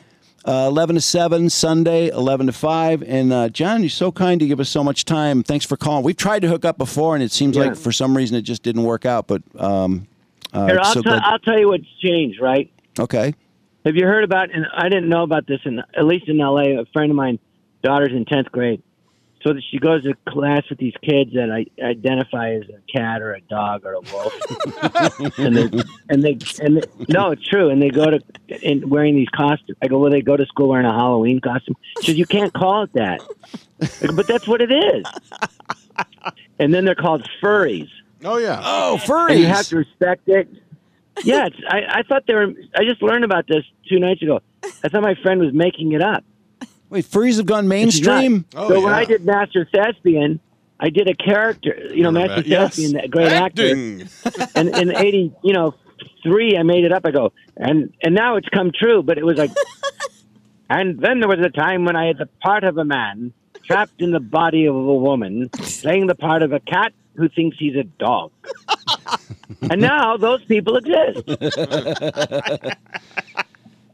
uh, 11 to 7, Sunday, 11 to 5. And uh, John, you're so kind to give us so much time. Thanks for calling. We've tried to hook up before, and it seems Yeah. like for some reason it just didn't work out. But um, uh, Here, I'll, so t- glad- I'll tell you what's changed, right? Okay. Have you heard about? And I didn't know about this, in at least in L.A., a friend of mine, daughter's in tenth grade, so that she goes to class with these kids that I identify as a cat or a dog or a wolf, and they and they and they, no, it's true, and they go to and wearing these costumes. I go, well, they go to school wearing a Halloween costume. She says, you can't call it that, I go, but that's what it is. And then they're called furries. Oh yeah. Oh, And you have to respect it. Yeah, it's, I, I thought they were. I just learned about this two nights ago. I thought my friend was making it up. Wait, furries have gone mainstream? Oh, So when I did Master Thespian, I did a character. You know, Master Yes. Thespian, that great Acting. actor. And in eighty, you know, three, I made it up. I go, and and now it's come true. But it was like, and then there was a time when I had the part of a man trapped in the body of a woman, playing the part of a cat who thinks he's a dog. and now those people exist.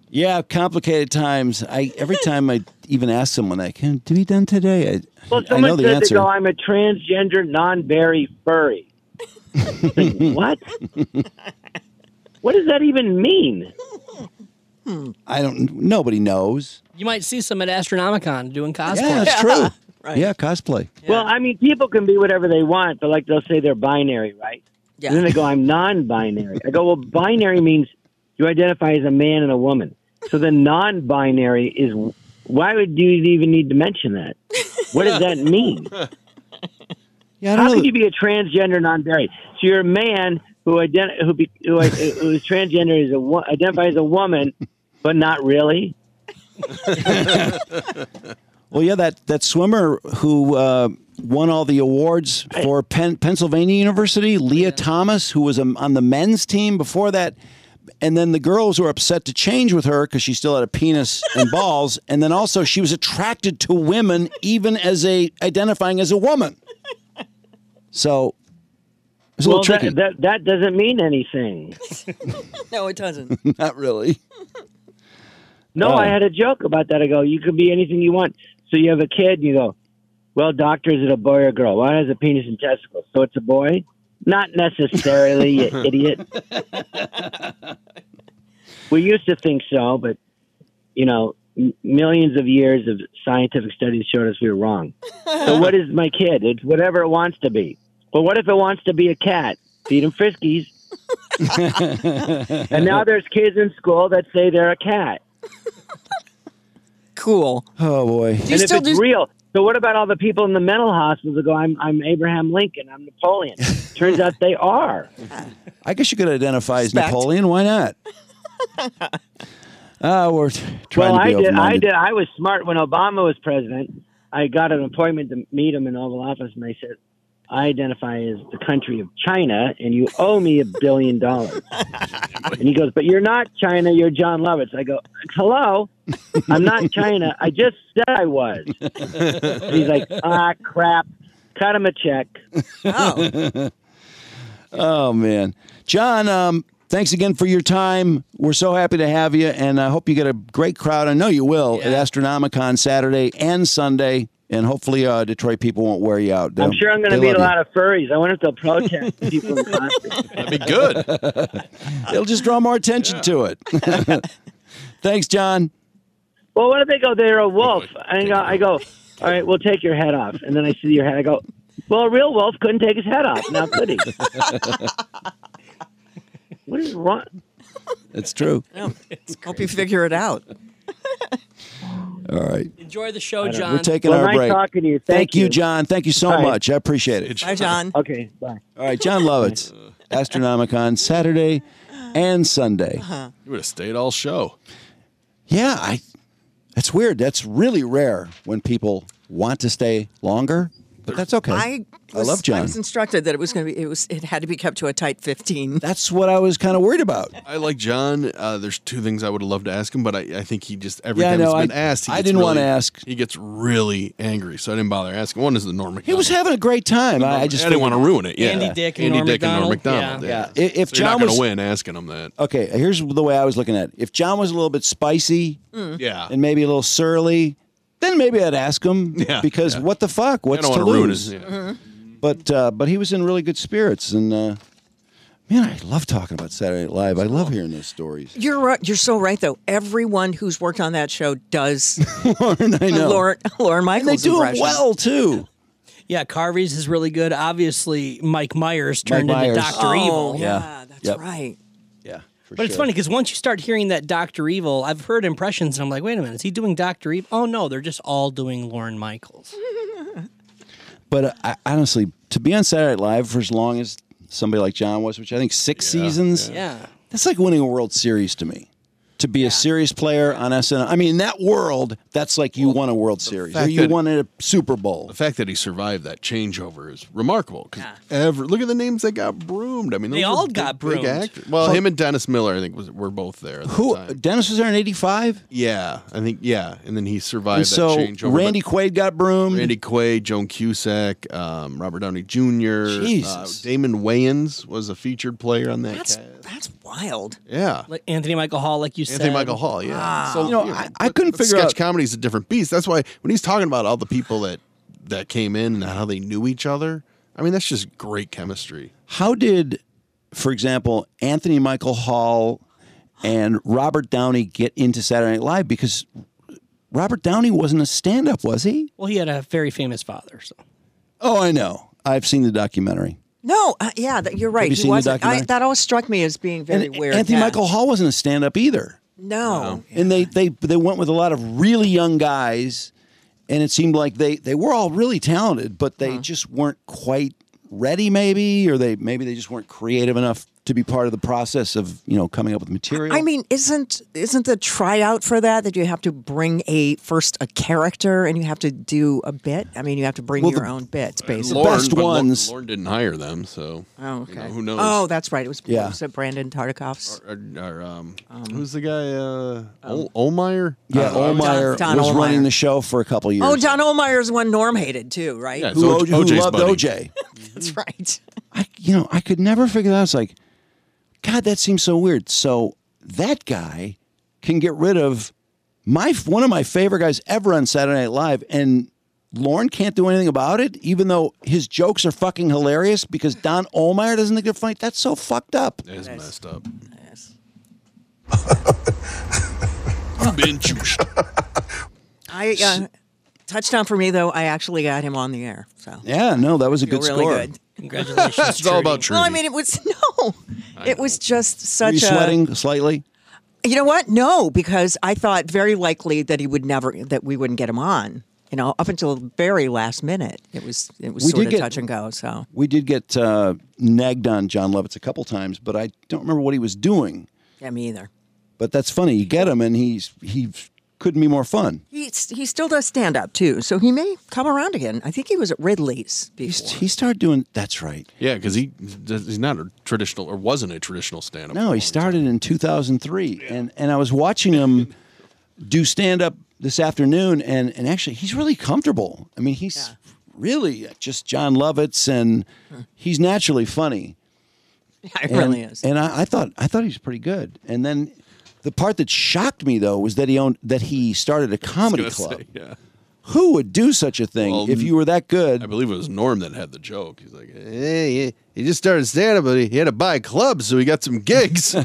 yeah, complicated times. I Every time I even ask someone, like, "Can to be done today? I, Well, I someone know the said answer. they go, I'm a transgender, non-berry furry. what? what does that even mean? I don't. Nobody knows. You might see some at Astronomicon doing cosplay. Yeah, that's true. Yeah, cosplay. Well, I mean, people can be whatever they want, but like they'll say they're binary, right? Yeah. And then they go, I'm non binary. I go, well, binary means you identify as a man and a woman. So then non binary is why would you even need to mention that? What does that mean? Yeah, How could you be a transgender non-binary? So you're a man who ident- who, be- who, i- who is transgender is a wo- identifies as a woman, but not really. Well, yeah, that that swimmer who uh, won all the awards for Penn, Pennsylvania University, Leah Thomas, who was um, on the men's team before that, and then the girls were upset to change with her because she still had a penis and balls, and then also she was attracted to women even as a identifying as a woman. So it's a well, little tricky. that, that that doesn't mean anything. no, it doesn't. Not really. No, Oh. I had a joke about that. I go, you could be anything you want. So you have a kid, and you go, well, doctor, is it a boy or a girl? Well, it has a penis and testicles, so it's a boy. Not necessarily, you idiot. We used to think so, but you know, m- millions of years of scientific studies showed us we were wrong. so what is my kid? It's whatever it wants to be. But what if it wants to be a cat? Feed him friskies. and now there's kids in school that say they're a cat. cool. Oh boy. you and still if it's real. So what about all the people in the mental hospitals that go, I'm, I'm Abraham Lincoln, I'm Napoleon? Turns out they are. I guess you could identify as Napoleon. Why not? Uh, we're t- trying well, I to be did. I open-minded. did. I was smart when Obama was president. I got an appointment to meet him in Oval Office, and I said, "I identify as the country of China, and you owe me a billion dollars." and he goes, "But you're not China. You're John Lovitz." I go, "Hello, I'm not China. I just said I was." And he's like, "Ah, crap." Cut him a check. Oh. man, John. Um, thanks again for your time. We're so happy to have you, and I hope you get a great crowd. I know you will at Astronomicon Saturday and Sunday, and hopefully uh, Detroit people won't wear you out. I'm sure I'm going to meet a lot of furries. I wonder if they'll protest people in Congress. That'd be good. It'll just draw more attention to it. thanks, John. Well, what if they go, they're a wolf? I go, I go, all right, we'll take your head off. And then I see your head. I go, well, a real wolf couldn't take his head off. Now could he? what is wrong? It's true. Yeah. Hope you figure it out. All right. Enjoy the show, John. We're taking our break. Thank, you. John. Thank you so Bye. much. I appreciate it. Bye, John. Okay, bye. All right, John Lovitz, Astronomicon, Saturday and Sunday. You would have stayed all show. Yeah, I. That's weird. That's really rare when people want to stay longer, but that's okay. I, I was- love John. I was instructed that it was going to be. It was. It had to be kept to a tight fifteen. That's what I was kind of worried about. I like John. Uh, there's two things I would have loved to ask him, but I, I think he just every Yeah, I time know. it's been I- asked, he I gets didn't really, wanna ask. He gets really angry, so I didn't bother asking. One is the Norm He McDonald. was having a great time. I, I just I didn't want to ruin it. Yeah, Andy Dick, and Andy Dick, and Norm McDonald. Yeah. I- If So you're John not was gonna win eh? asking him that. okay, here's the way I was looking at it. If John was a little bit spicy, Yeah. and maybe a little surly, then maybe I'd ask him. Yeah, because what the fuck? I What's to don't wanna ruin lose? his- yeah. But uh, but he was in really good spirits, and uh, man, I love talking about Saturday Night Live. I love hearing those stories. You're right. You're so right, though. Everyone who's worked on that show does. Lauren, I know. Lauren, Lauren Michaels. do it impression. well, too. Yeah, Carvey's is really good. Obviously, Mike Myers Mike turned Myers. Oh, into Doctor Evil. that's Yep. right. Yeah, for But it's sure. funny because once you start hearing that Doctor Evil, I've heard impressions. And I'm like, wait a minute, is he doing Doctor Evil? Oh no, they're just all doing Lauren Michaels. But I, honestly, to be on Saturday Night Live for as long as somebody like John was, which I think six seasons, Yeah. that's like winning a World Series to me. To be a serious player on SNL, I mean, in that world, that's like you won a World Series or fact you that- won a Super Bowl. The fact that he survived that changeover is remarkable. 'cause ever look at the names that got broomed. I mean, They those were all big- got big broomed. actors. Well, Well- him and Dennis Miller, I think, was were both there. at the Who? time. Dennis was there in '85. Yeah, I think yeah, and then he survived And that so changeover. Randy Quaid got broomed. Randy Quaid, Joan Cusack, um, Robert Downey Jr., Jesus. Uh, Damon Wayans was a featured player on that. cast. That's wild. Yeah. Like Anthony Michael Hall, like you said. Ah. Anthony Michael Hall, yeah. So, Ah. you know, I, I couldn't But figure sketch out. comedy is a different beast. That's why when he's talking about all the people that that came in and how they knew each other, I mean, that's just great chemistry. How did, for example, Anthony Michael Hall and Robert Downey get into Saturday Night Live because Robert Downey wasn't a stand up, was he? Well, he had a very famous father. So Oh, I know. I've seen the documentary. No, uh, yeah, that, you're right. Have you he seen the wasn't. I, documentary? that always struck me as being very And weird. Anthony yeah. Michael Hall wasn't a stand up either. No. And they, they they went with a lot of really young guys, and it seemed like they they were all really talented, but Uh-huh. they just weren't quite ready, maybe, or they maybe they just weren't creative enough to be part of the process of you know coming up with material. I mean, isn't isn't the tryout for that that you have to bring a first a character and you have to do a bit? I mean, you have to bring Well, your the- own bits, The basically. Lorne, but Lor- Lorne didn't hire them, so Oh, you okay. know, who knows? Oh, that's right. It was, Yeah. it was uh, Brandon Tartikoff's. Or, or, um, who's the guy? Uh, Oh. Ol- Olmeyer. yeah, Olmeyer Don- Don was Oh, Olmeyer. running the show for a couple years. Oh, John Olmeyer's one Norm hated too, right? who, O- Mm-hmm. who loved OJ? That's right. you know, I could never figure that out. It's like, God, that seems so weird. So that guy can get rid of my one of my favorite guys ever on Saturday Night Live, and Lauren can't do anything about it, even though his jokes are fucking hilarious because Don Olmeyer doesn't think they're funny. That's so fucked up. It's messed up. I uh, touchdown for me though. I actually got him on the air. So Yeah, no, that was a Feel good really score. good. Congratulations, It's all Trudy. about Well, I Trudy. mean, it was no, it was just Were such you a. sweating slightly? You know what? No, because I thought very likely that he would never that we wouldn't get him on. You know, up until the very last minute, it was it was We sort did of get- touch and go. So We did get uh, nagged on John Lovitz a couple times, but I don't remember what he was doing. yeah, me either. But that's funny. You get him, and he's he couldn't be more fun. He he still does stand up too, so he may come around again. I think he was at Ridley's before. He started doing. That's right. Yeah, because he he's not a traditional or wasn't a traditional stand-up. No, he started in 2003, and and I was watching him do stand up this afternoon, and and actually he's really comfortable. I mean, he's really just John Lovitz, and he's naturally funny. it And- really is. And I, I thought I thought he was pretty good. And then the part that shocked me though was that he owned that he started a comedy gonna club. say, yeah. Who would do such a thing Well, if you were that good? I believe it was Norm that had the joke. He's like, hey, he- he just started stand up, but he had to buy clubs, so he got some gigs.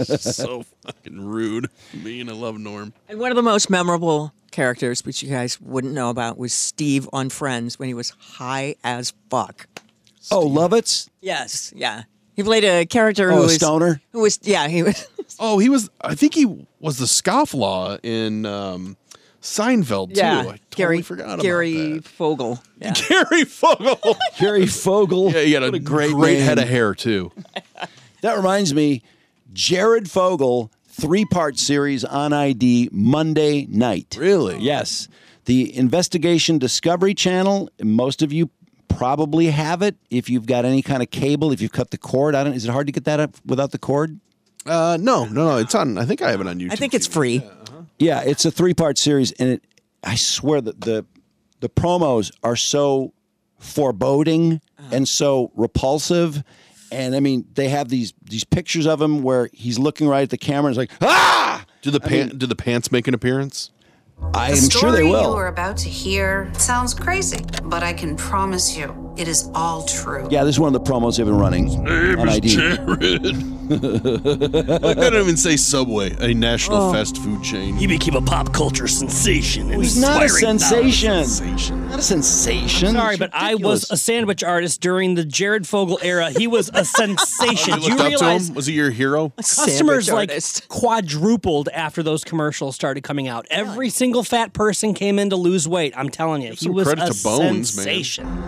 so fucking rude. Me and I love Norm. And one of the most memorable characters, which you guys wouldn't know about, was Steve on Friends when he was high as fuck. Oh, Lovitz. Yes, yeah. He played a character who Oh, a was stoner? Who was yeah, he was Oh, he was. I think he was the scofflaw in um, Oh, Seinfeld too. yeah, I totally Gary forgot about Gary Fogle. Yeah. Gary Fogle. Gary Fogle. Yeah, he had a, great great, great name. head of hair too. That reminds me, Jared Fogle, three part series on ID Monday night. Really? Yes. The Investigation Discovery Channel, most of you probably have it. If you've got any kind of cable, if you've cut the cord, I don't is it hard to get that up without the cord? Uh, no, no, no. It's on. I think I have it on YouTube. uh-huh. I think it's free. Yeah, it's a three part series, and it, I swear that the the promos are so foreboding Uh-huh. and so repulsive. And I mean, they have these these pictures of him where he's looking right at the camera and is like, ah! Do the I pan- mean- do the pants make an appearance? I The am sure they story will. you are about to hear sounds crazy, but I can promise you it is all true. yeah, this is one of the promos they've been running on ID. I couldn't even say Subway, a national Oh. fast food chain. He became a pop culture sensation. It and was not a inspiring sensation. novels. Not a sensation. Sorry, but I was a sandwich artist during the Jared Fogle era. He was a sensation. You Do you looked up to realize him. Was he your hero? customers like quadrupled after those commercials started coming out. Every single fat person came in to lose weight. I'm telling you, he some was credit a to Bones, man. sensation.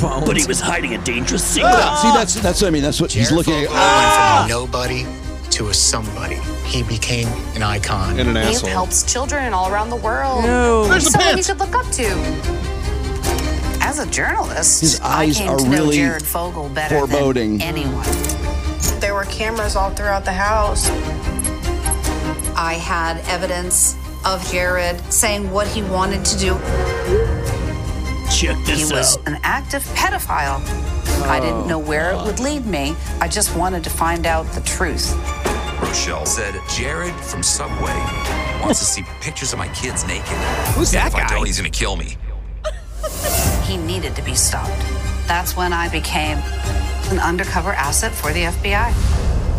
But he was hiding a dangerous secret. Ah, see, that's that's what I mean. That's what he's looking at. Ah! Ah! Nobody to a somebody. He became an icon. And an He helps children all around the world. No. There's the He's someone you pants. should look up to. As a journalist, His eyes I came are to know really Jared Fogle better foreboding. than anyone. There were cameras all throughout the house. I had evidence of Jared saying what he wanted to do. Check he this was out. an active pedophile. I didn't know where it would lead me. I just wanted to find out the truth. Rochelle said, Jared from Subway wants to see pictures of my kids naked. Who's that if I guy? don't, he's going to kill me. He needed to be stopped. That's when I became an undercover asset for the FBI.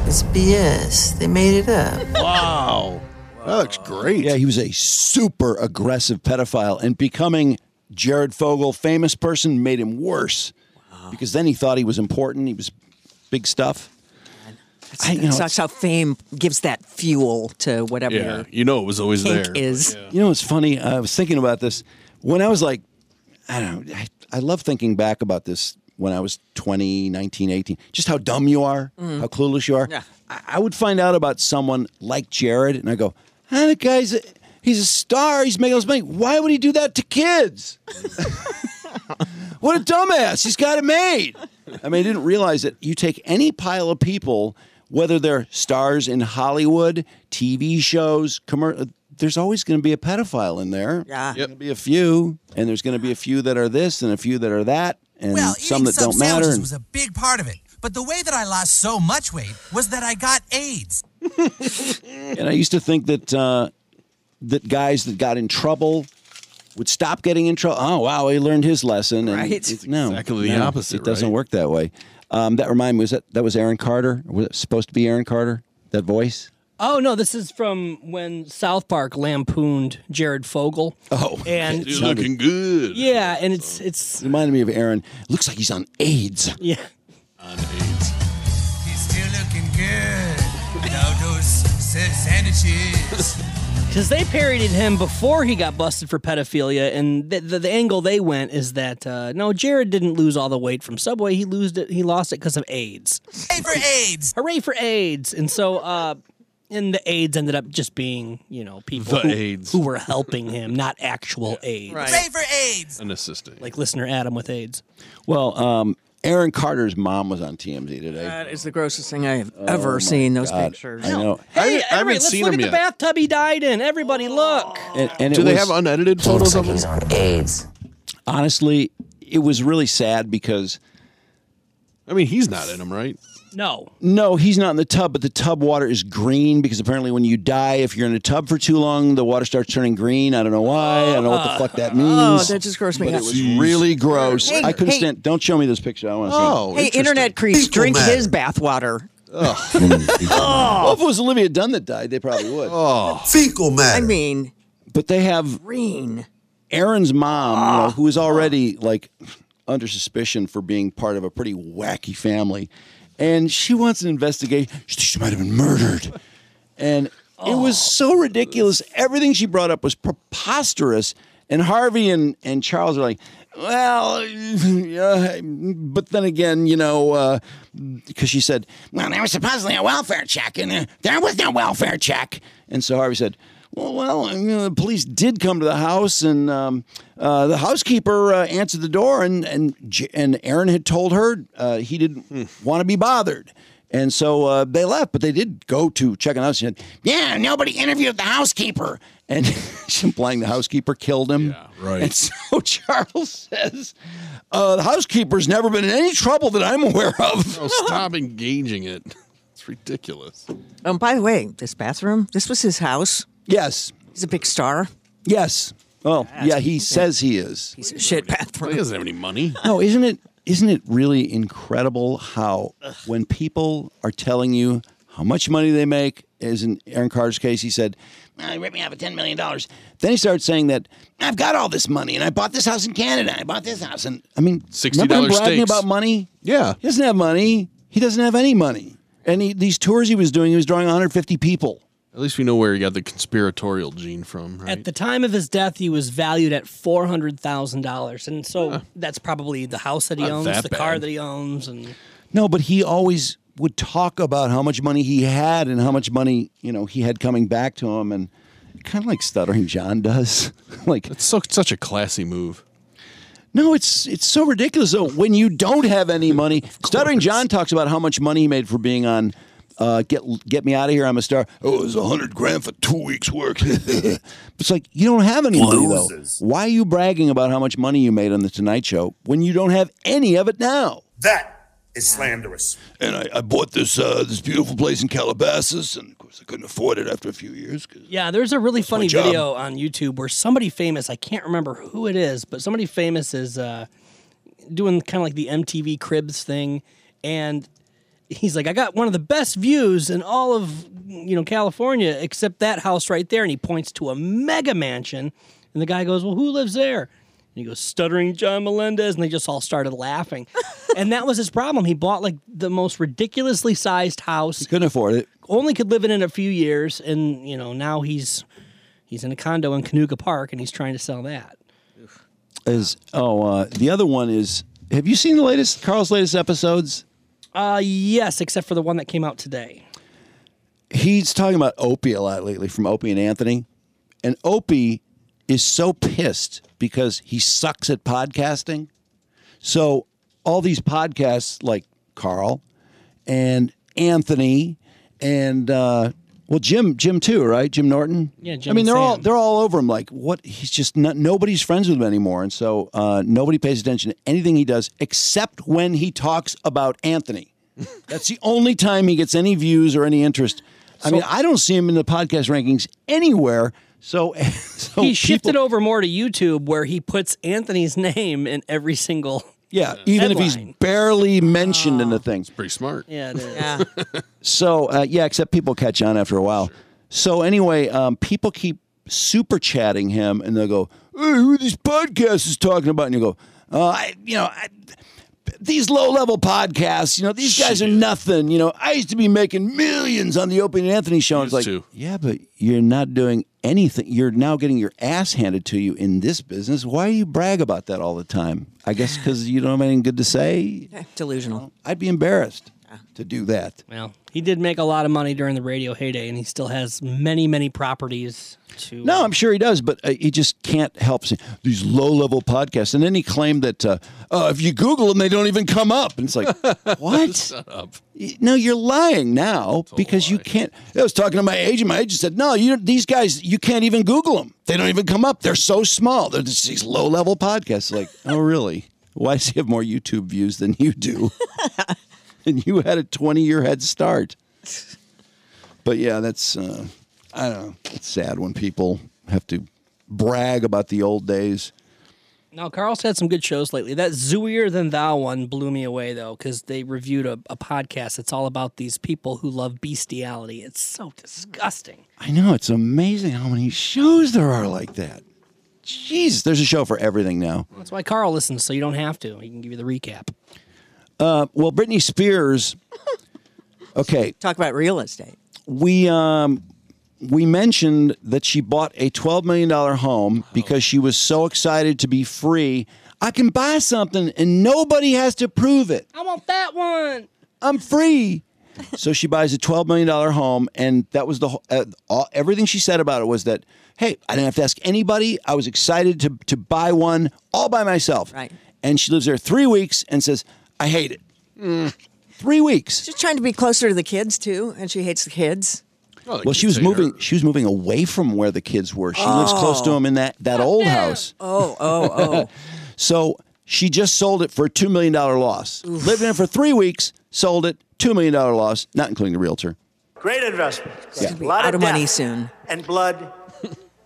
It's BS. They made it up. Wow. That looks great. Yeah, he was a super aggressive pedophile, and becoming Jared Fogle, famous person, made him worse because then he thought he was important. He was big stuff. That's, that's how fame gives that fuel to whatever. Yeah, you know it was always kink there. is. You know, it's funny. uh, I was thinking about this when I was like, I don't know. I, I love thinking back about this when I was 20, 19, 18. Just how dumb you are, Mm. how clueless you are. Yeah. I, I would find out about someone like Jared, and I go, "Ah, that guy's a, he's a star. He's making all this money. Why would he do that to kids? what a dumbass! He's got it made." I mean, I didn't realize that you take any pile of people, whether they're stars in Hollywood, TV shows, commercial. There's always going to be a pedophile in there. Yeah. There's going to be a few, and there's going to be a few that are this and a few that are that, and some that don't matter. sandwiches and- was a big part of it. But the way that I lost so much weight was that I got AIDS. And I used to think that uh, that guys that got in trouble would stop getting in trouble. Oh wow, he learned his lesson. And Right. it- no, exactly the no, opposite, It doesn't right? work that way. Um, that remind me was that that was Aaron Carter? Was it supposed to be Aaron Carter? That voice? Oh no, this is from when South Park lampooned Jared Fogle. Oh, and You're looking good. yeah, and it's it's reminded me of Aaron. Looks like he's on AIDS. yeah. He's still looking good. Now those sandwiches. Because they parodied him before he got busted for pedophilia, and the, the, the angle they went is that uh, no, Jared didn't lose all the weight from Subway. He lost it. He lost it because of AIDS. Hooray for AIDS! Hooray for AIDS! And so, uh, and the AIDS ended up just being you know people The who, AIDS. who were helping him, not actual AIDS. Hooray for AIDS! An assistant. Like listener Adam with AIDS. Well, um, Aaron Carter's mom was on TMZ today. That is the grossest thing I have Oh, my ever seen. Those God. pictures. I know. Hey, I haven't everybody, let's seen look at him yet. the bathtub he died in. Everybody, look. And, and Do it they was- have unedited photos of him? He's on AIDS. Honestly, it was really sad because I mean, he's not in them, right? No. No, he's not in the tub, but the tub water is green because apparently when you die, if you're in a tub for too long, the water starts turning green. I don't know why. I don't know what the fuck that means. Oh, that just grossed me But out. it was really gross. Hey, I couldn't hey. stand. Don't show me this picture. I want to Oh, see. hey, internet creeps, drink his bath water. Oh. Well, if it was Olivia Dunn that died, they probably would. Oh, Fecal matter. I mean, but they have green. Aaron's mom, you know, who is already like under suspicion for being part of a pretty wacky family, and she wants an investigation. She thinks she might have been murdered, and it was so ridiculous. Everything she brought up was preposterous. And Harvey and, and Charles are like, well, yeah, but then again, you know, because she said, well, there was supposedly a welfare check, and there, there was no welfare check. And so Harvey said, well, well, I mean, the police did come to the house, and um, uh, the housekeeper uh, answered the door, and and J- and Aaron had told her uh, he didn't want to be bothered, and so uh, they left. But they did go to check on the house. She said, "Yeah, nobody interviewed the housekeeper," and she's implying the housekeeper killed him. Yeah, right. And so Charles says, uh, "The housekeeper's never been in any trouble that I'm aware of." Oh, stop engaging it. It's ridiculous. Um, by the way, this bathroom, this was his house. Yes. He's a big star. Yes. Oh, yeah, he says he is. Piece of shit bathroom. He doesn't have any money. No, isn't it isn't it really incredible how when people are telling you how much money they make, as in Aaron Carter's case, he said, "Well, Uh, he ripped me off of ten million dollars." Then he starts saying that I've got all this money and I bought this house in Canada. I bought this house, and I mean, Sixty remember him dollars bragging steaks. about money? Yeah. he doesn't have money. He doesn't have any money. And he, these tours he was doing, he was drawing 150 people. At least we know where he got the conspiratorial gene from, right? At the time of his death, he was valued at four hundred thousand dollars, and so that's probably the house that he Not owns, that the car bad. that he owns, and No, but he always would talk about how much money he had and how much money you know he had coming back to him, and kind of like Stuttering John does. like it's so, such a classy move. No, it's it's so ridiculous though. When you don't have any money, Stuttering John talks about how much money he made for being on. Uh, get get me out of here! I'm a star. Oh, it was a hundred grand for two weeks' work. it's like you don't have any money though. Why are you bragging about how much money you made on the Tonight Show when you don't have any of it now? That is slanderous. and I, I bought this uh, this beautiful place in Calabasas, and of course I couldn't afford it after a few years. 'cause- yeah, there's a really funny job. video on YouTube where somebody famous, I can't remember who it is, but somebody famous is uh, doing kind of like the MTV Cribs thing, and he's like, I got one of the best views in all of you know California, except that house right there. And he points to a mega mansion, and the guy goes, Well, who lives there? And he goes, Stuttering John Melendez, and they just all started laughing. and that was his problem. He bought like the most ridiculously sized house. He couldn't afford it. Only could live in it a few years, and you know now he's he's in a condo in Canuga Park, and he's trying to sell that. Is oh uh, the other one is. Have you seen the latest Carl's latest episodes? Uh yes, except for the one that came out today. He's talking about Opie a lot lately from Opie and Anthony, and Opie is so pissed because he sucks at podcasting. So all these podcasts like Carl and Anthony and uh, well Jim Jim too right Jim Norton Yeah, Jim I mean and they're all Sam. they're all over him like what he's just not, nobody's friends with him anymore and so uh, nobody pays attention to anything he does except when he talks about Anthony. That's the only time he gets any views or any interest. I So- mean I don't see him in the podcast rankings anywhere. So, so he shifted over more to YouTube where he puts Anthony's name in every single Yeah, even if he's barely mentioned in the thing. It's pretty smart. Ah. Yeah, it is. So uh, yeah, except people catch on after a while. So anyway, um, people keep super chatting him, and they'll go, "Hey, who this podcast is talking about?" And you go, uh, I, "You know, I, these low-level podcasts. You know, these guys are nothing. You know, I used to be making millions on the Open and Anthony show." And it's like, yeah, but you're not doing anything. You're now getting your ass handed to you in this business. Why do you brag about that all the time? I guess because you don't have anything good to say. Delusional. I'd be embarrassed to do that. Well, he did make a lot of money during the radio heyday, and he still has many, many properties to. No, I'm sure he does, but uh, he just can't help saying these low-level podcasts. And then he claimed that uh, uh, if you Google them, they don't even come up. And it's like, what? Y- No, you're lying now because you can't. I was talking to my agent. My agent said, no, you don't- these guys, you can't even Google them. They don't even come up. They're so small. They're just these low-level podcasts. Like, oh, really? Why does he have more YouTube views than you do? and you had a 20-year head start. But yeah, that's uh, I don't know. It's sad when people have to brag about the old days. Now, Carl's had some good shows lately. That Zooier Than Thou one blew me away, though, because they reviewed a, a podcast that's all about these people who love bestiality. It's so disgusting. I know it's amazing how many shows there are like that. Jeez, there's a show for everything now. That's why Carl listens, so you don't have to. He can give you the recap. Uh, well, Britney Spears. Okay, talk about real estate. We um, we mentioned that she bought a twelve million dollar Oh. home because she was so excited to be free. I can buy something and nobody has to prove it. I want that one. I'm free. so she buys a twelve million dollar home, and that was the whole- uh, all, everything she said about it was that hey, I didn't have to ask anybody. I was excited to to buy one all by myself. Right. And she lives there three weeks and says, I hate it. Three weeks. She's trying to be closer to the kids too, and she hates the kids. well, she was moving. She was moving away from where the kids were. She lives close to Oh. them in that that old house. Oh, oh, oh. so she just sold it for a two million dollar loss. Lived in it for three weeks, sold it two million dollar loss, not including the realtor. Great investment. Yeah. A lot Out of money death soon. And blood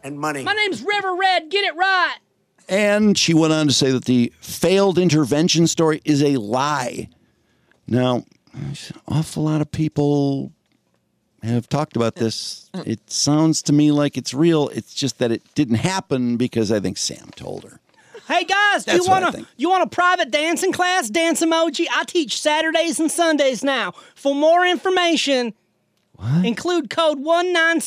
and money. My name's River Red. Get it right. And she went on to say that the failed intervention story is a lie. Now, there's an awful lot of people have talked about this. Mm. It sounds to me like it's real. It's just that it didn't happen because I think Sam told her. Hey guys, do That's you what I want think. to you want a private dancing class? Dance emoji. I teach Saturdays and Sundays now. For more information, include code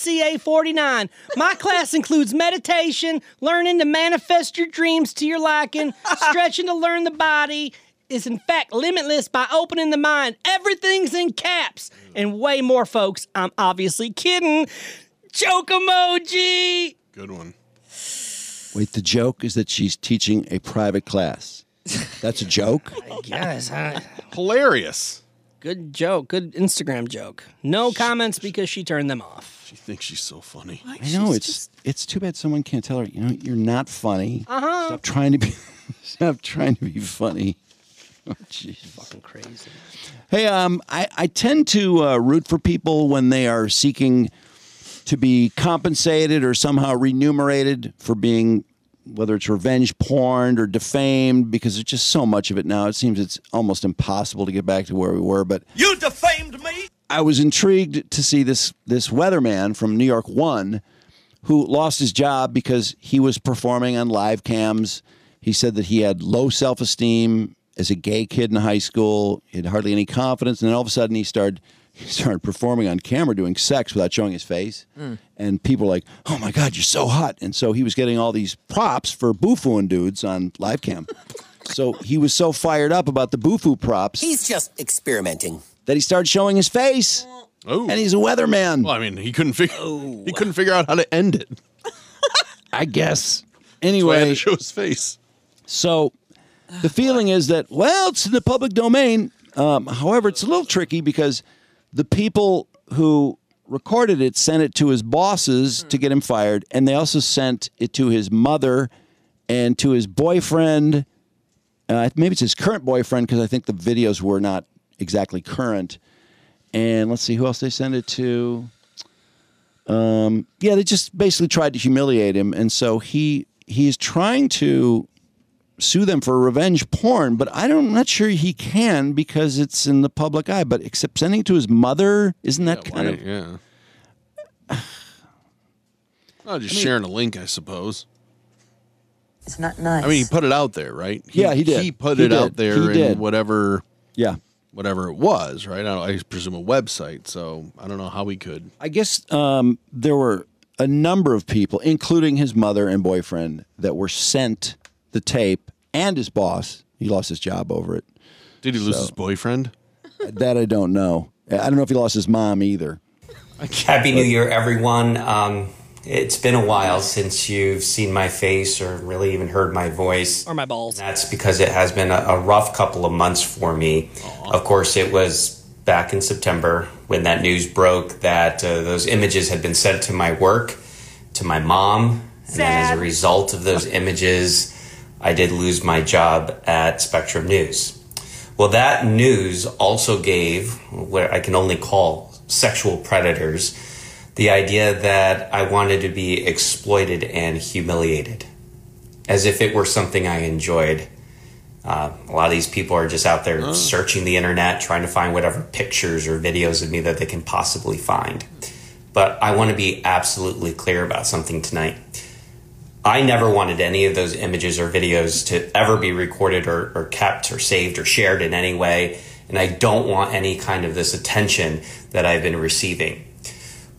19CA49. My class includes meditation, learning to manifest your dreams to your liking, stretching to learn the body is in fact limitless by opening the mind. Everything's in caps and way more folks. I'm obviously kidding. Joke emoji. Good one. Wait, the joke is that she's teaching a private class. That's a joke? Guys, I, Hilarious. Good joke. Good Instagram joke. No comments because she turned them off. She thinks she's so funny. I know it's it's too bad someone can't tell her, you know, you're not funny. Uh-huh. Stop trying to be stop trying to be funny. Oh, jeez. Fucking crazy. Hey, um, I, I tend to uh, root for people when they are seeking to be compensated or somehow remunerated for being whether it's revenge porn or defamed, because there's just so much of it now. It seems it's almost impossible to get back to where we were. But You defamed me! I was intrigued to see this this weatherman from New York One, who lost his job because he was performing on live cams. He said that he had low self esteem as a gay kid in high school. He had hardly any confidence, and then all of a sudden he started he started performing on camera doing sex without showing his face. Hmm. And people were like, "Oh my God, you're so hot!" And so he was getting all these props for boofooing dudes on live cam. so he was so fired up about the boofoo props. He's just experimenting. That he started showing his face. Oh. And he's a weatherman. Well, I mean, he couldn't figure Oh. he couldn't figure out how to end it. I guess. Anyway, had to show his face. So the feeling is that well, it's in the public domain. Um, however, it's a little tricky because the people who recorded it sent it to his bosses to get him fired, and they also sent it to his mother and to his boyfriend. Uh, maybe it's his current boyfriend because I think the videos were not exactly current. And let's see who else they sent it to. Um, yeah, they just basically tried to humiliate him, and so he he is trying to sue them for revenge porn, but I don't, am not sure he can because it's in the public eye. But except sending it to his mother, isn't that kind of yeah. I Oh, just mean- sharing a link, I suppose. It's not nice. I mean, he put it out there, right? Yeah, he did. He put He it out did. there He in did. whatever. Yeah. Whatever it was, right? I, don't, I presume a website. So I don't know how he could. I guess um, there were a number of people, including his mother and boyfriend, that were sent the tape and his boss. He lost his job over it. Did he lose So- his boyfriend? That I don't know. I don't know if he lost his mom either. Happy New Year, everyone. Um, it's been a while since you've seen my face or really even heard my voice. Or my balls. That's because it has been a, a rough couple of months for me. Of course, it was back in September when that news broke that uh, those images had been sent to my work, to my mom, and then as a result of those images, I did lose my job at Spectrum News. Well, that news also gave what I can only call sexual predators the idea that I wanted to be exploited and humiliated as if it were something I enjoyed. Uh, a lot of these people are just out there Oh. searching the internet, trying to find whatever pictures or videos of me that they can possibly find. But I want to be absolutely clear about something tonight. I never wanted any of those images or videos to ever be recorded or, or kept or saved or shared in any way. And I don't want any kind of this attention that I've been receiving.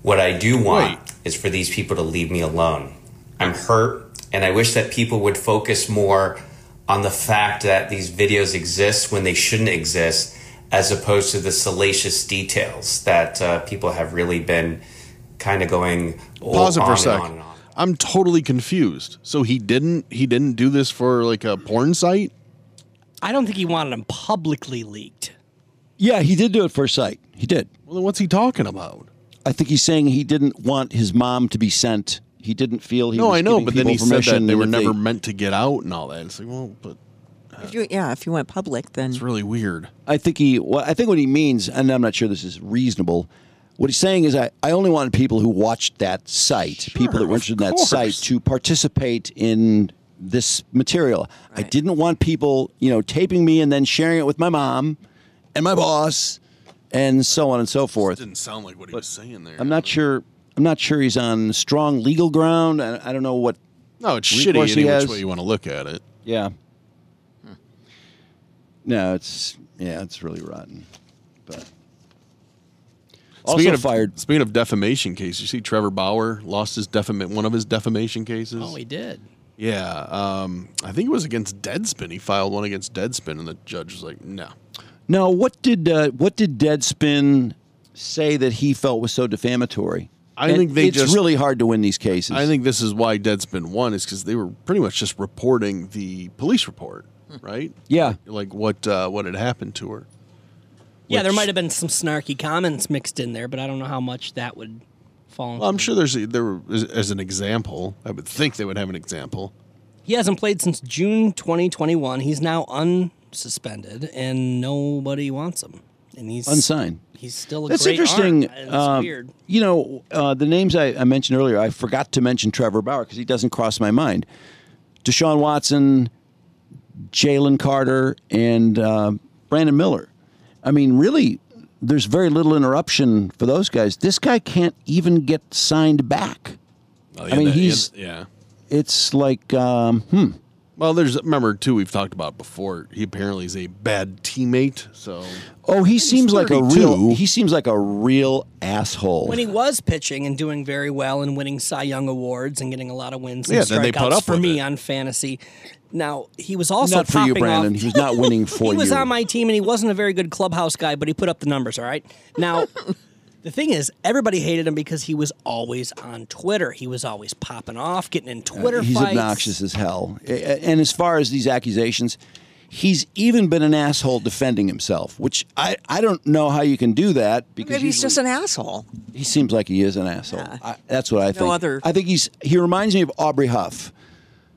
What I do want is for these people to leave me alone. I'm hurt, and I wish that people would focus more on the fact that these videos exist when they shouldn't exist, as opposed to the salacious details that uh, people have really been kind of going Pause it Oh, on for a and sec. on and on. I'm totally confused. So he didn't he didn't do this for like a porn site? I don't think he wanted them publicly leaked. Yeah, he did do it for sight. He did. Well, then what's he talking about? I think he's saying he didn't want his mom to be sent. He didn't feel he no, was I know, giving but then he people said that permission they were and if never meant to get out and all that. It's like, well, but If you, yeah, if you went public, then it's really weird. I think he. Well, I think what he means, and I'm not sure this is reasonable. What he's saying is, I, I only wanted people who watched that site, people that were interested in that course. site, to participate in this material. I didn't want people, you know, taping me and then sharing it with my mom and my boss, and so on and so forth. didn't sound like what he was saying there. I'm not sure. I'm not sure he's on strong legal ground. I, I don't know what. No, it's recourse shitty he any has. which way you want to look at it. Yeah. No, it's yeah, it's really rotten. But also speaking of, fired. Speaking of defamation cases, you see Trevor Bauer lost his defam- one of his defamation cases. Oh, he did. Yeah, um, I think it was against Deadspin. He filed one against Deadspin, and the judge was like, "No, Now, what did uh, what did Deadspin say that he felt was so defamatory? I And think they it's just- really hard to win these cases. I think this is why Deadspin won is because they were pretty much just reporting the police report, right? Hmm. Yeah, like what uh, what had happened to her. Yeah, there Which- might have been some snarky comments mixed in there, but I don't know how much that would fall. Well, I'm into- sure there's a, there were- as, as an example. I would think they would have an example. He hasn't played since June 2021. He's now unsuspended, and nobody wants him. And he's Unsigned. He's still a That's great interesting. arm. It's uh, weird. You know, uh, the names I, I mentioned earlier, I forgot to mention Trevor Bauer because he doesn't cross my mind. Deshaun Watson, Jalen Carter, and uh, Brandon Miller. I mean, really, there's very little interruption for those guys. This guy can't even get signed back. I mean, he's yeah. it's like um, hmm. Well, there's remember too we've talked about before. He apparently is a bad teammate. So Oh, he seems like a 32. real. He seems like a real asshole. When he was pitching and doing very well and winning Cy Young awards and getting a lot of wins and Yeah, then they strikeouts put up for with me on fantasy. Now he was also not for you, popping Brandon. Off. He was not winning for he was you. on my team and he wasn't a very good clubhouse guy, but he put up the numbers. All right. Now, the thing is, everybody hated him because he was always on Twitter. He was always popping off, getting in Twitter Uh, he's fights. obnoxious as hell. A- a- And as far as these accusations, he's even been an asshole defending himself, which I, I don't know how you can do that because Maybe he's usually- just an asshole. he seems like he is an asshole. I, that's what I think. other- I think he's he reminds me of Aubrey Huff,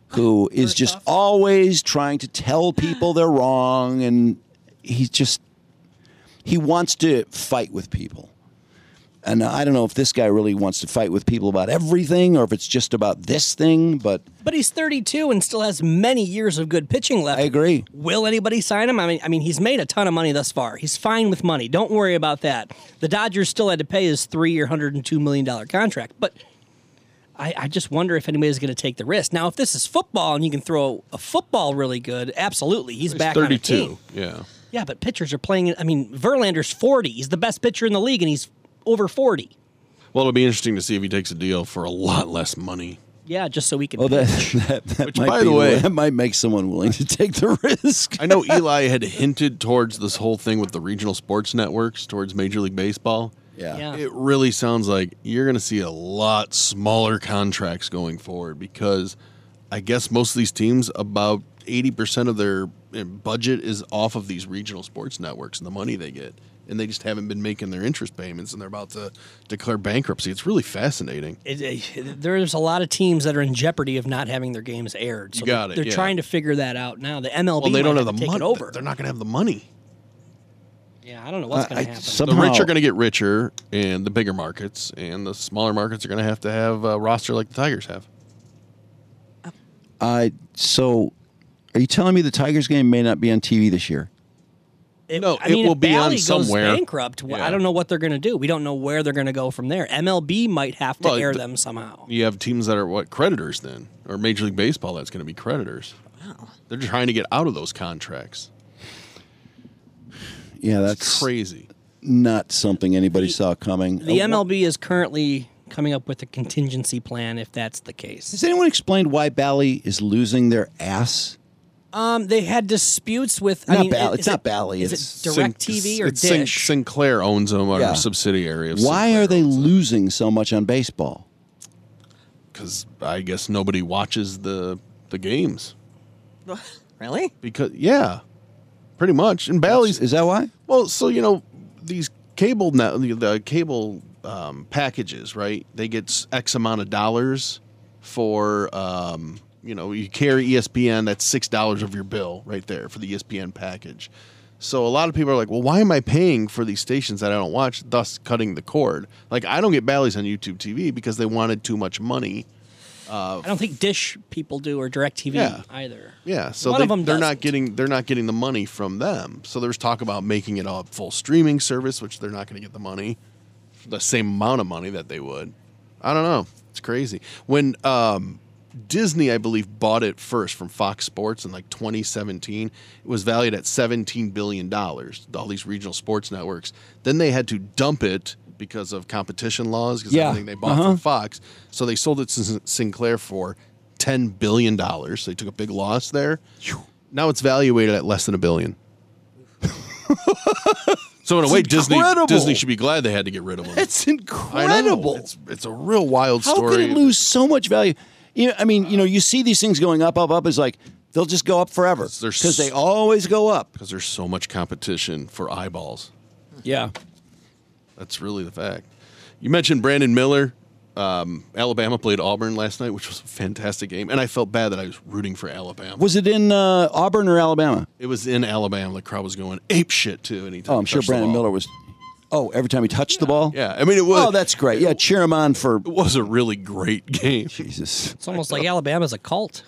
who is just always trying to tell people they're wrong, and he's just he wants to fight with people. And I don't know if this guy really wants to fight with people about everything, or if it's just about this thing. But But he's 32 and still has many years of good pitching left. I agree. Will anybody sign him? I mean, I mean, he's made a ton of money thus far. He's fine with money. Don't worry about that. The Dodgers still had to pay his three-year, 102 million dollar contract. But I, I just wonder if anybody's going to take the risk. Now, if this is football and you can throw a football really good, absolutely, he's, back on a team. thirty-two. Yeah. Yeah, but pitchers are playing. it- I mean, Verlander's 40. He's the best pitcher in the league, and he's over 40. Well, it'll be interesting to see if he takes a deal for a lot less money. Yeah, just so we can. oh, that that, that Which, might by be the way- that might make someone willing to take the risk. I know Eli had hinted towards this whole thing with the regional sports networks towards Major League Baseball. Yeah. Yeah. It really sounds like you're going to see a lot smaller contracts going forward because I guess most of these teams, about 80% of their eh, budget is off of these regional sports networks and the money they get. And they just haven't been making their interest payments and they're about to declare bankruptcy. It's really fascinating. It, it, there's a lot of teams that are in jeopardy of not having their games aired. So You got they're, it, they're yeah. trying to figure that out now. The MLB Well, they don't might have the to take it money. over. They're not going to have the money. Yeah, I don't know what's going to happen. the rich are going to get richer, and the bigger markets and the smaller markets are going to have to have a roster like the Tigers have. I so are you telling me the Tigers game may not be on TV this year? no, I mean, it will if be on Bally goes somewhere. bankrupt. well, I don't know what they're going to do. We don't know where they're going to go from there. MLB might have to Well, Uh, air th- them somehow. You have teams that are what creditors then, or Major League Baseball that's going to be creditors. Wow, they're trying to get out of those contracts. Yeah, that's crazy. Not something anybody saw coming. The Uh, MLB is currently coming up with a contingency plan if that's the case. Has anyone explained why Bally is losing their ass? Um, they had disputes with. I Not mean, Bally- is it's not it- Bally, Is it's it DirecTV or it's Sin- Dish? Sinclair owns them, or Yeah. a subsidiary of Why are they losing so much on baseball? Because I guess nobody watches the the games. Really? Because yeah, pretty much. And Bally's is that why? Well, so you know these cable now the, the cable um, packages, right? They get s- X amount of dollars for um, you know you carry E ESPN. That's six dollars of your bill right there for the E ESPN package. So a lot of people are like, well, why am I paying for these stations that I don't watch? Thus cutting the cord. Like I don't get Bally's on YouTube TV because they wanted too much money. Uh, I don't think Dish people do or DirecTV Yeah. either. yeah, so One they, of 'em they're does. not getting they're not getting the money from them. So there's talk about making it a full streaming service, which they're not going to get the money, the same amount of money that they would. I don't know. It's crazy. When um, Disney, I believe, bought it first from Fox Sports in like 2017, it was valued at 17 billion dollars. All these regional sports networks. Then they had to dump it because of competition laws because Yeah. everything they bought Uh-huh. from Fox. So they sold it to Sin- Sinclair for ten billion dollars. They took a big loss there. Now it's valuated at less than a billion. so in a It's way, Disney incredible. Disney should be glad they had to get rid of them. It's incredible. It's it's a real wild How story. could it lose so much value? You know, I mean, you know, you see these things going up, up, up. It's like they'll just go up forever because they always go up. Because there's so much competition for eyeballs. Yeah. That's really the fact. You mentioned Brandon Miller. Um, Alabama played Auburn last night, which was a fantastic game, and I felt bad that I was rooting for Alabama. Was it in uh, Auburn or Alabama? It was in Alabama. The crowd was going ape shit too. Anytime Oh, I'm he sure touched the Brandon ball. Miller was. Oh, every time he touched the ball. Yeah, I mean it was. Oh, that's great. Yeah, cheer him on for. It was a really great game. Jesus. It's almost like Alabama's a cult.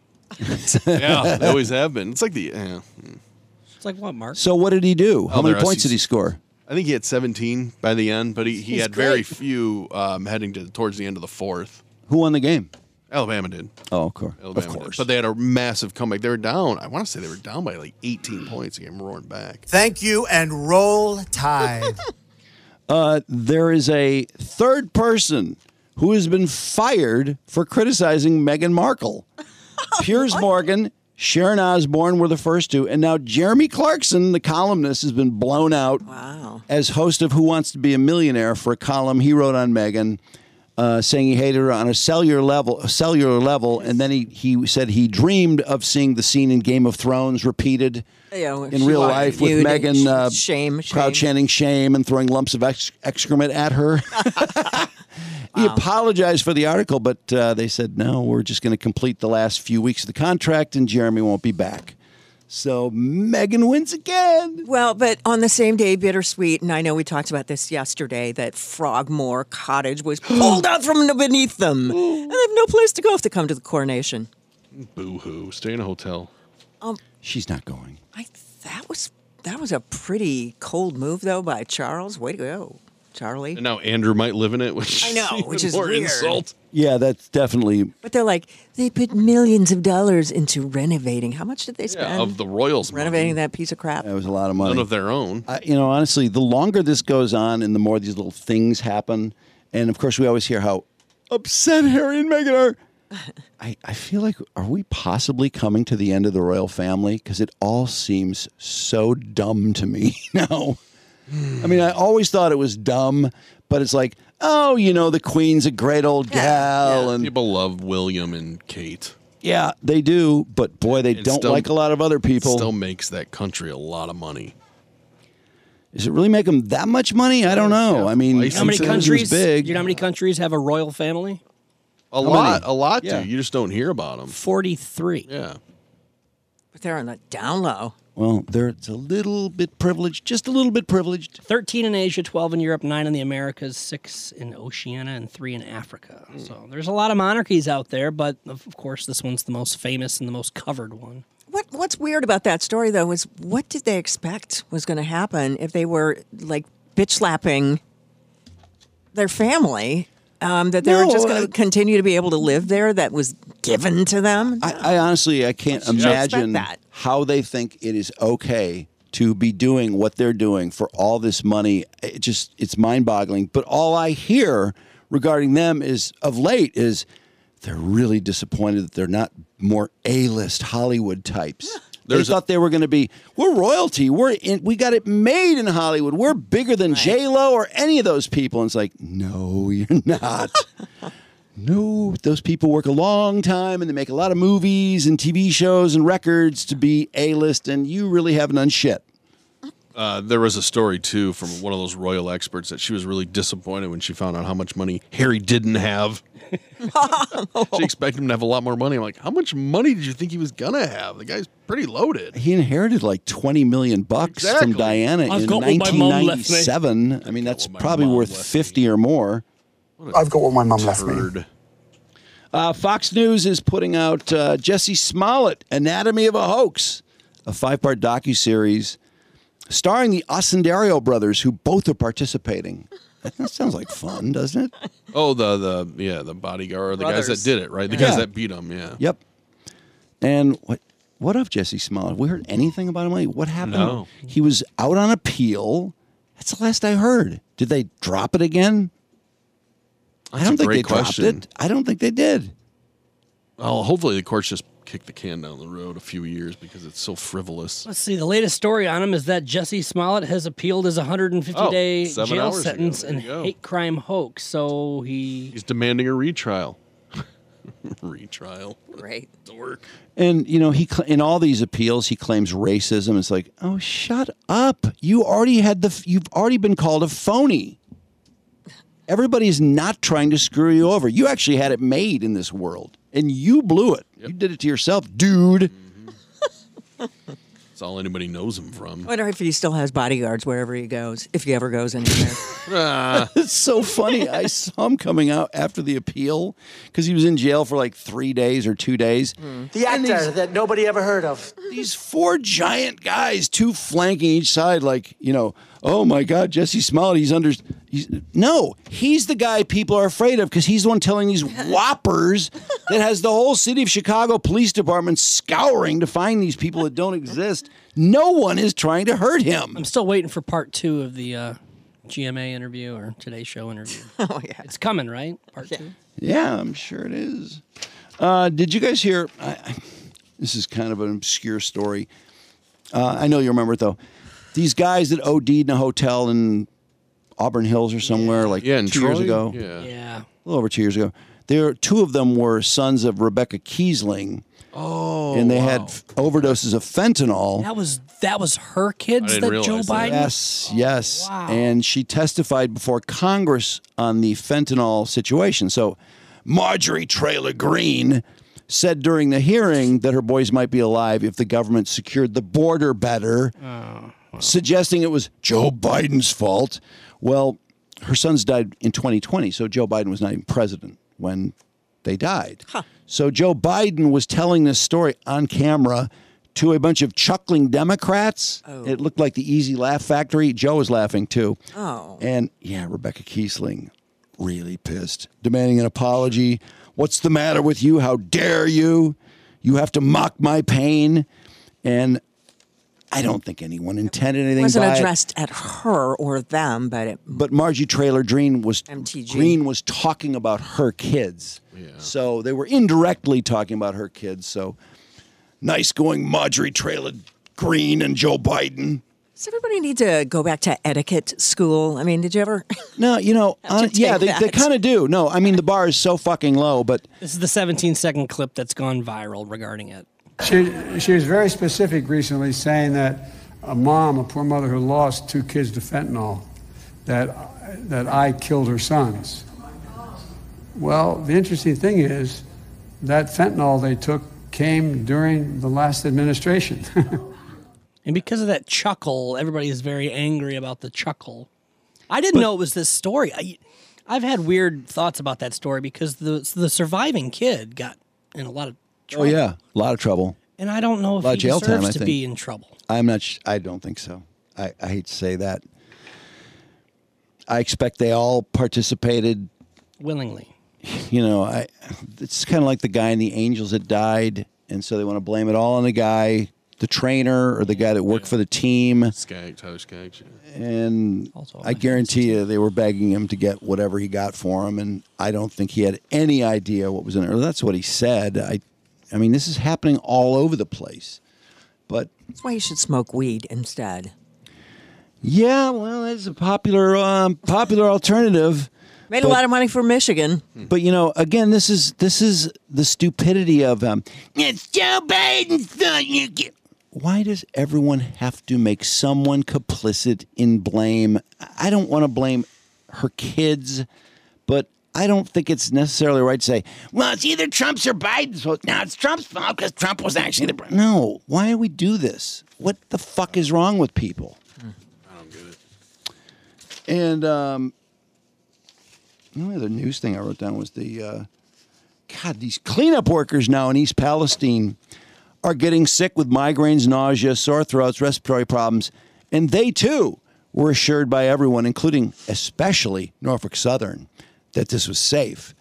yeah, they always have been. It's like the. Yeah. It's like what, Mark? So what did he do? How Oh, many they're points did he SECs. score? I think he had 17 by the end, but he, he He's had very great. few um, heading to towards the end of the fourth. Who won the game? Alabama did. Oh, of course. Alabama of did. course. But they had a massive comeback. They were down. I want to say they were down by like 18 points. They came roaring back. Thank you and roll tide. Uh, there is a third person who has been fired for criticizing Meghan Markle. Piers Morgan, Sharon Osbourne were the first two, and now Jeremy Clarkson, the columnist, has been blown out as host of Who Wants to Be a Millionaire for a column he wrote on Meghan. Uh, saying he hated her on a cellular level, a cellular level, and then he, he said he dreamed of seeing the scene in Game of Thrones repeated Yeah, when in she real was life with nude and Megan sh- uh, shame, shame. crowd chanting shame and throwing lumps of ex- excrement at her. He apologized for the article, but uh, they said, no, we're just going to complete the last few weeks of the contract and Jeremy won't be back. So Megan wins again. Well, but on the same day, bittersweet, and I know we talked about this yesterday, that Frogmore Cottage was pulled out from beneath them. and they have no place to go if they come to the coronation. Boo hoo. Stay in a hotel. Um, She's not going. that was that was a pretty cold move though by Charles. Way to go, Charlie. And now Andrew might live in it, which I know, even which is more weird. insult. Yeah, that's definitely But they're like, they put millions of dollars into renovating. How much did they spend? of the Royals. renovating that piece of crap. That was a lot of money. None of their own. I, you know, honestly, the longer this goes on and the more these little things happen, and of course, we always hear how upset Harry and Meghan are. I, I feel like, are we possibly coming to the end of the royal family? Because it all seems so dumb to me now. I mean, I always thought it was dumb, but it's like, oh, you know, the queen's a great old gal. And People love William and Kate. yeah, they do, but boy, they And don't still- like a lot of other people. Still makes that country a lot of money. Does it really make them that much money? I don't know. I mean, How many since it was Countries, Big. You know how many countries have a royal family? A How lot, many? a lot, Yeah. do. You just don't hear about them. 43. Yeah. But they're on the down low. Well, they're it's a little bit privileged, just a little bit privileged. 13 in Asia, 12 in Europe, 9 in the Americas, 6 in Oceania, and 3 in Africa. Hmm. So there's a lot of monarchies out there, but of of course, this one's the most famous and the most covered one. What What's weird about that story though is what did they expect was going to happen if they were like bitch slapping their family? Um, that they were No, just going I- to continue to be able to live there. That was given to them. I, I honestly, I can't you expect imagine that? how they think it is okay to be doing what they're doing for all this money. It just, it's mind boggling. But all I hear regarding them is of late is they're really disappointed that they're not more A-list Hollywood types. There's they a- thought they were going to be. We're royalty. We're in, we got it made in Hollywood. We're bigger than J Lo or any of those people. And it's like, no, you're not. No, those people work a long time and they make a lot of movies and TV shows and records to be A list, and you really haven't done shit. Uh, there was a story too from one of those royal experts that she was really disappointed when she found out how much money Harry didn't have. she expected him to have a lot more money. I'm like, how much money did you think he was gonna have? The guy's pretty loaded. He inherited like 20 million bucks Exactly. from Diana I've in got what my mom left me. 1997. I mean, that's probably worth 50 or more. I've got what my mum left me. Uh, Fox News is putting out uh, Jesse Smollett, Anatomy of a Hoax, a five part docuseries starring the Ossendario brothers, who both are participating. That sounds like fun, doesn't it? Oh, the the yeah, the bodyguard, the guys Brothers. that did it, right? The Yeah. guys that beat him, yeah. Yep. And what what of Jesse Smollett? We heard anything about him? Like, what happened? No. He was out on appeal. That's the last I heard. Did they drop it again? I That's don't a think great they question. dropped it. I don't think they did. Well, hopefully the courts just kick the can down the road a few years because it's so frivolous. Let's see. The latest story on him is that Jesse Smollett has appealed his 150 Oh, day seven jail hours ago. sentence There and you go. hate crime hoax. So he. He's demanding a retrial. retrial. Great. Dork. And you know, he cl- in all these appeals, he claims racism. It's like, oh, shut up! You already had the. F- you've already been called a phony. Everybody's not trying to screw you over. You actually had it made in this world, and you blew it. You did it to yourself, dude. That's all anybody knows him from. wonder if he still has bodyguards wherever he goes, if he ever goes anywhere. it's so funny. I saw him coming out after the appeal because he was in jail for like three days or two days. Hmm. The actor that nobody ever heard of. These four giant guys, two flanking each side, like, you know, oh my God, Jesse Smollett, he's under. He's, no, he's the guy people are afraid of because he's the one telling these whoppers that has the whole city of Chicago Police Department scouring to find these people that don't exist. No one is trying to hurt him. I'm still waiting for part two of the uh, GMA interview or Today Show interview. oh yeah, it's coming, right? Part two. Yeah, I'm sure it is. Uh, did you guys hear? I, I, this is kind of an obscure story. Uh, I know you remember it though. These guys that OD'd in a hotel in Auburn Hills or somewhere, like Yeah, in two years Troy? ago. Yeah. Yeah. a little over two years ago. There, two of them were sons of Rebecca Kiesling. Oh, and they had f- overdoses of fentanyl. That was that was her kids that Joe Biden. Yes, yes. And she testified before Congress on the fentanyl situation. So Marjorie Traylor Greene said during the hearing that her boys might be alive if the government secured the border better, suggesting it was Joe Biden's fault. Well, her sons died in 2020, so Joe Biden was not even president when they died. So Joe Biden was telling this story on camera to a bunch of chuckling Democrats. It looked like the Easy Laugh Factory. Joe was laughing too. Oh. And yeah, Rebecca Kiesling, really pissed, demanding an apology. What's the matter with you? How dare you? You have to mock my pain. And I don't think anyone intended anything wasn't by it. addressed at her or them, but it, But Margie Traylor Green was MTG. Green was talking about her kids. So they were indirectly talking about her kids. So nice going, Marjorie Traylor Green and Joe Biden. does everybody need to go back to etiquette school? I mean, did you ever? No, you know, Have to hon- yeah, take they, they that. kind of do. No, I mean the bar is so fucking low, but This is the 17 second clip that's gone viral regarding it. She, she was very specific recently saying that a mom, a poor mother who lost two kids to fentanyl, that, that I killed her sons. Well, the interesting thing is that fentanyl they took came during the last administration. And because of that chuckle, everybody is very angry about the chuckle. I didn't know it was this story. I, I've had weird thoughts about that story because the the surviving kid got in a lot of oh trouble. yeah, a lot of trouble. and I don't know if lot he of jail time, deserves I to think. be in trouble. I'm not. Sh- I don't think so. I, I hate to say that. I expect they all participated willingly. You know, I. It's kind of like the guy in the Angels that died, and so they want to blame it all on the guy, the trainer, or the guy that worked for the team. Skag, Tyler Skag. And I guarantee you, they were begging him to get whatever he got for him, and I don't think he had any idea what was in it. Or that's what he said. I, I mean, this is happening all over the place, but That's why you should smoke weed instead. Yeah, well, that's a popular um, popular alternative. Made a lot of money for Michigan. But you know, again, this is this is the stupidity of um, It's Joe Biden's fault. You get. Why does everyone have to make someone complicit in blame? I don't want to blame her kids, but I don't think it's necessarily right to say, well, it's either Trump's or Biden's fault. Now it's Trump's fault because Trump was actually the. br-" No, why do we do this? What the fuck is wrong with people? And um, the only other news thing I wrote down was the uh, God, these cleanup workers now in East Palestine are getting sick with migraines, nausea, sore throats, respiratory problems. And they too were assured by everyone, including especially Norfolk Southern, that this was safe.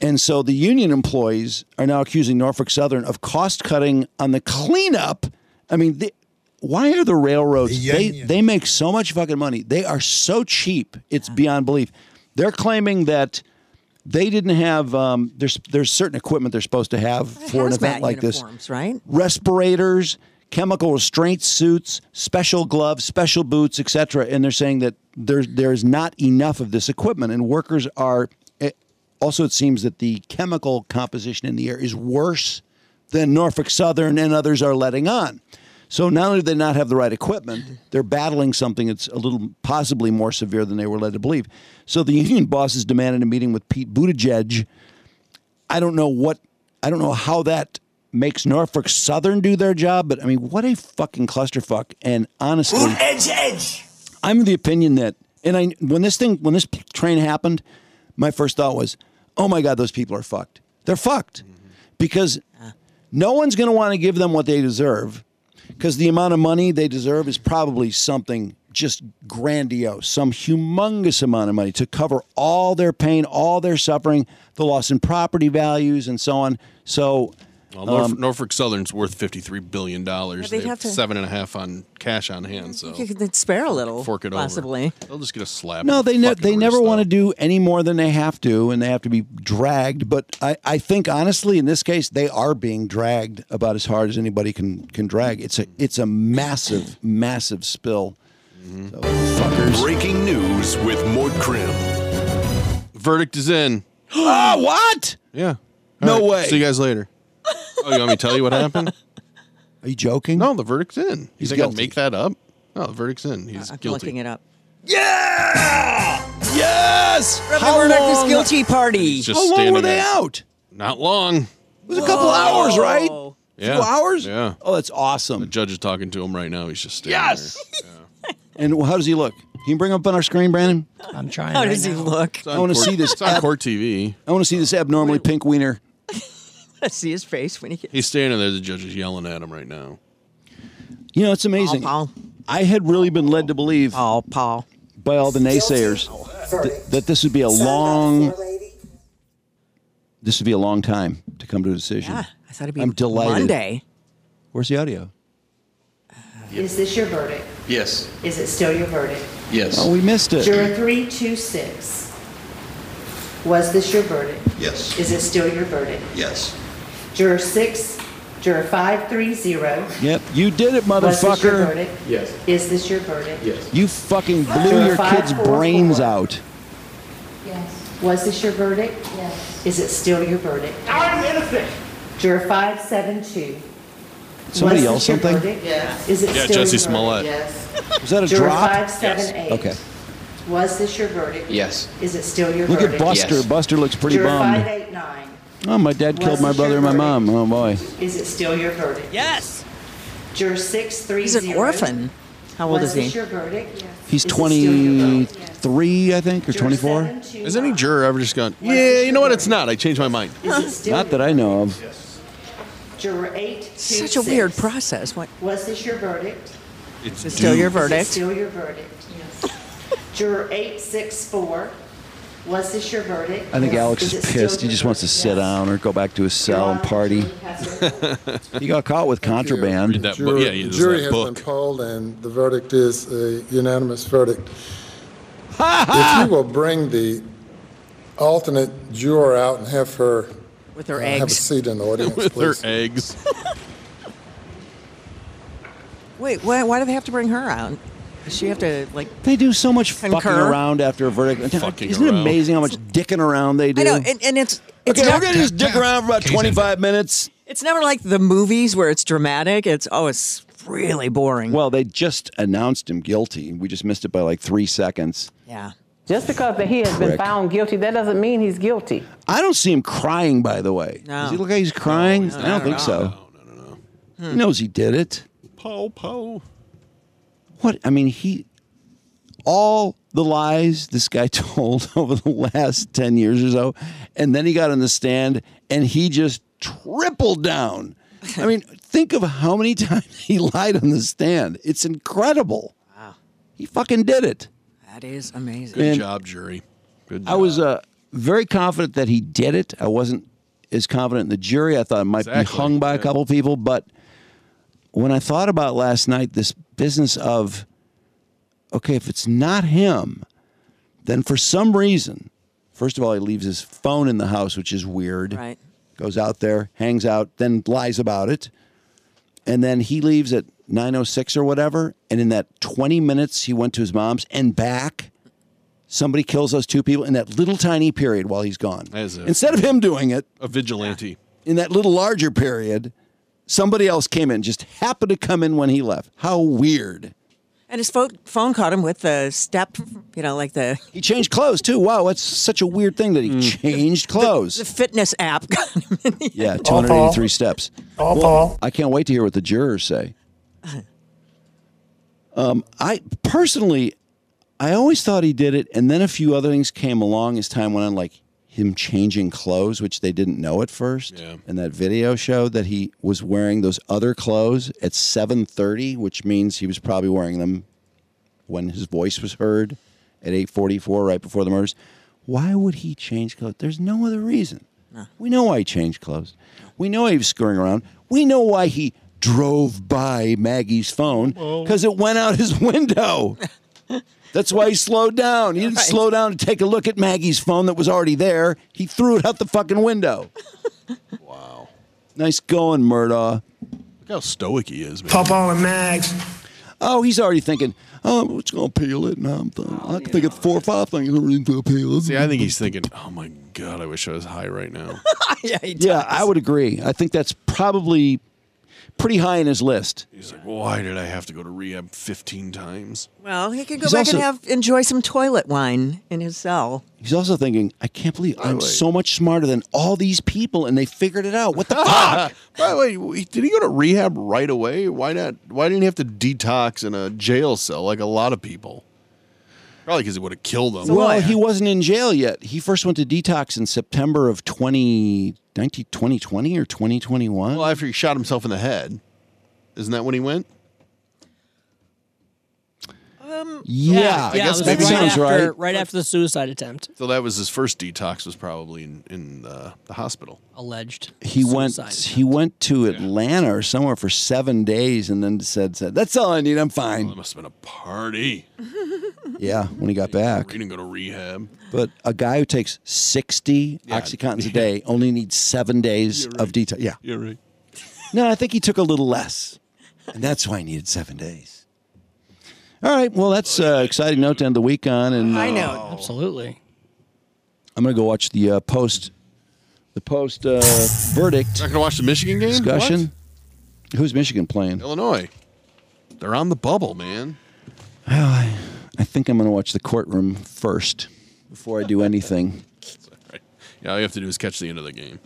And so the union employees are now accusing Norfolk Southern of cost cutting on the cleanup. I mean, the, why are the railroads? The they union. they make so much fucking money. They are so cheap. It's beyond belief. They're claiming that they didn't have um, there's there's certain equipment they're supposed to have for an Hazmat event like this uniforms, right? respirators, chemical restraint suits, special gloves, special boots, etc. And they're saying that there's there's not enough of this equipment, and workers are. It, also, it seems that the chemical composition in the air is worse than Norfolk Southern and others are letting on. So not only do they not have the right equipment, they're battling something that's a little possibly more severe than they were led to believe. So the union bosses demanded a meeting with Pete Buttigieg I don't know what I don't know how that makes Norfolk Southern do their job, but I mean, what a fucking clusterfuck. And honestly, Edge, edge. I'm of the opinion that, and I when this thing when this train happened, my first thought was, oh my god, those people are fucked. They're fucked because no one's going to want to give them what they deserve because the amount of money they deserve is probably something just grandiose, some humongous amount of money to cover all their pain, all their suffering, the loss in property values, and so on. So. Well, Norfolk, um, Norfolk Southern's worth fifty-three billion Yeah, dollars. they they'd have, have to- seven and a half on cash on hand, so You could spare a little, Oh. fork it possibly. over. They'll just get a slap. No, they ne- they never want to do any more than they have to, and they have to be dragged. But I, I think honestly, in this case, they are being dragged about as hard as anybody can can drag. It's a it's a massive massive spill. So, fuckers. Breaking news with Mort Krim. Verdict is in. oh, what? Yeah. No All way. See you guys later. oh, you want me to tell you what happened? Are you joking? No, the verdict's in. You He's think I'll guilty. make that up? No, the verdict's in. He's I'm guilty. looking it up. Yes. How Verdict is long- guilty party. He's just standing there. out? Not long. It was a couple hours, right? Yeah. Two hours. Yeah. Oh, that's awesome. The judge is talking to him right now. He's just standing Yes. And how does he look? Can you bring him up on our screen, Brandon? I'm trying. How does he look? there. I want to It's on see court- this. It's on ab- court TV. I want to see this abnormally pink wiener. Let's see his face when he gets. He's standing there. The judge is yelling at him right now. You know, it's amazing. I had really been led to believe. Oh, Paul. By all the naysayers, th- that this would be a long. This would be a long time to come to a decision. Yeah, I thought it'd be I'm delighted. Monday. Where's the audio? Is this your verdict? Yes. Is it still your verdict? Yes. Oh, we missed it. Juror 326, was this your verdict? Yes. Is it still your verdict? Yes. Juror 6, juror 530, Yep. You did it, was this your motherfucker. verdict? Is this your verdict? You fucking Juror blew your kids' 544. brains out. Yes. Was this your verdict? Yes. Is it still your verdict? I'm innocent. Juror 572. Somebody was yell this your something? verdict? Is it Yeah, still Jesse your Smollett. verdict? Yes. Was that a Juror drop? 578. Okay. Was this your verdict? Yes. Is it still your Look at verdict? Buster. Buster looks pretty Juror bummed. 589. Oh, my dad Was killed my this brother your and my mom. Oh boy. Is it still your verdict? Yes. Juror 630. He's an orphan. How old Was is he? this your verdict? He's 23, I think, or 24. Has any juror ever just gone? Yeah, you know what? It's not. I changed my mind. Not that I know of. Juror 8. Such a weird process. What? Was this your verdict? It's Is it still your Is it verdict? still your verdict? Yes. Juror 864. Was this your verdict? I think Yes. Alex it is still pissed. He your just wants to verdict? sit down or go back to his cell and party. he got caught with contraband. Read that book. Jury, Yeah, yeah, the there's jury that has book. been polled, and the verdict is a unanimous verdict. if you will bring the alternate juror out and have her With her uh, have a eggs. seat in the audience, With her please. eggs. Wait, why, why do they have to bring her out? Does she have to like? They do so much fucking Concur. around after a verdict. Isn't it around. amazing how much dicking around they do? I know, and, and it's it's okay, we're not- going to just dick around for about 25 minutes. It's never like the movies where it's dramatic. It's oh, it's really boring. Well, they just announced him guilty. We just missed it by like three seconds. yeah. Just because that he has been Prick. found guilty, that doesn't mean he's guilty. I don't see him crying, by the way. No. Does he look like he's crying? No, I no, don't no, think so. He knows he did it. Po po. What? I mean, he. All the lies this guy told over the last 10 years or so. And then he got on the stand and he just tripled down. I mean, think of how many times he lied on the stand. It's incredible. Wow. He fucking did it. That is amazing. And- Job jury. Good I was uh, very confident that he did it. I wasn't as confident in the jury. I thought it might be Exactly, hung by a yeah. couple people. But when I thought about last night, this business of, okay, if it's not him, then for some reason, first of all, he leaves his phone in the house, which is weird. Right. Goes out there, hangs out, then lies about it. And then he leaves at 906 or whatever. And in that 20 minutes he went to his mom's and back, somebody kills those two people in that little tiny period while he's gone. As a- Instead of him doing it, A vigilante. in that little larger period, somebody else came in, just happened to come in when he left. How weird. And his pho- phone caught him with the step, you know, like the He changed clothes too. Wow, that's such a weird thing that he changed clothes. the fitness app. yeah, All Paul. 283 steps. All Paul. I can't wait to hear what the jurors say. Um, I personally, I always thought he did it, and then a few other things came along as time went on, like him changing clothes, which they didn't know at first. Yeah. And that video showed that he was wearing those other clothes at 7:30, which means he was probably wearing them when his voice was heard at 8:44, right before the murders. Why would he change clothes? There's no other reason. We know why he changed clothes. We know he was screwing around. We know why he drove by Maggie's phone because it went out his window. That's why he slowed down. He didn't slow down to take a look at Maggie's phone that was already there. He threw it out the fucking window. wow. Nice going, Murdaugh. Look how stoic he is, man. Pop and Mags. Oh, he's already thinking, oh, it's going to peel it. And I'm th- I can think of four or five things that need to appeal it. See, I think he's thinking, oh my God, I wish I was high right now. yeah, I would agree. I think that's probably pretty high in his list. He's like, why did I have to go to rehab 15 times? well, he could go He's back and also- have enjoy some toilet wine in his cell. He's also thinking, I can't believe I'm so much smarter than all these people and they figured it out. What the fuck? By the way, w- did he go to rehab right away? Why not? Why didn't he have to detox in a jail cell like a lot of people? Probably because it would have killed him. well, he wasn't in jail yet. He first went to detox in September of 20, 19 2020 or 2021. Well, after he shot himself in the head, isn't that when he went? Um, Yeah, I yeah, it was guess that right sounds after, right. after the suicide attempt, So that was his first detox. Was probably in, in uh, the hospital. alleged. He went. He went to Atlanta or somewhere for seven days, and then said, "said That's all I need. I'm fine." Well, it must have been a party. Yeah, when he got back. He didn't go to rehab. But a guy who takes 60 Oxycontins a day only needs seven days of detox. Yeah. You're right. No, I think he took a little less. And that's why he needed seven days. All right. Well, that's uh, exciting note to end the week on. And uh, I know. Absolutely. I'm going to go watch the uh, post the post uh, verdict. Not going to watch the Michigan game. Discussion. Who's Michigan playing? What? Illinois. They're on the bubble, man. Well, I, I think I'm going to watch the courtroom first before I do anything. Yeah, all you have to do is catch the end of the game.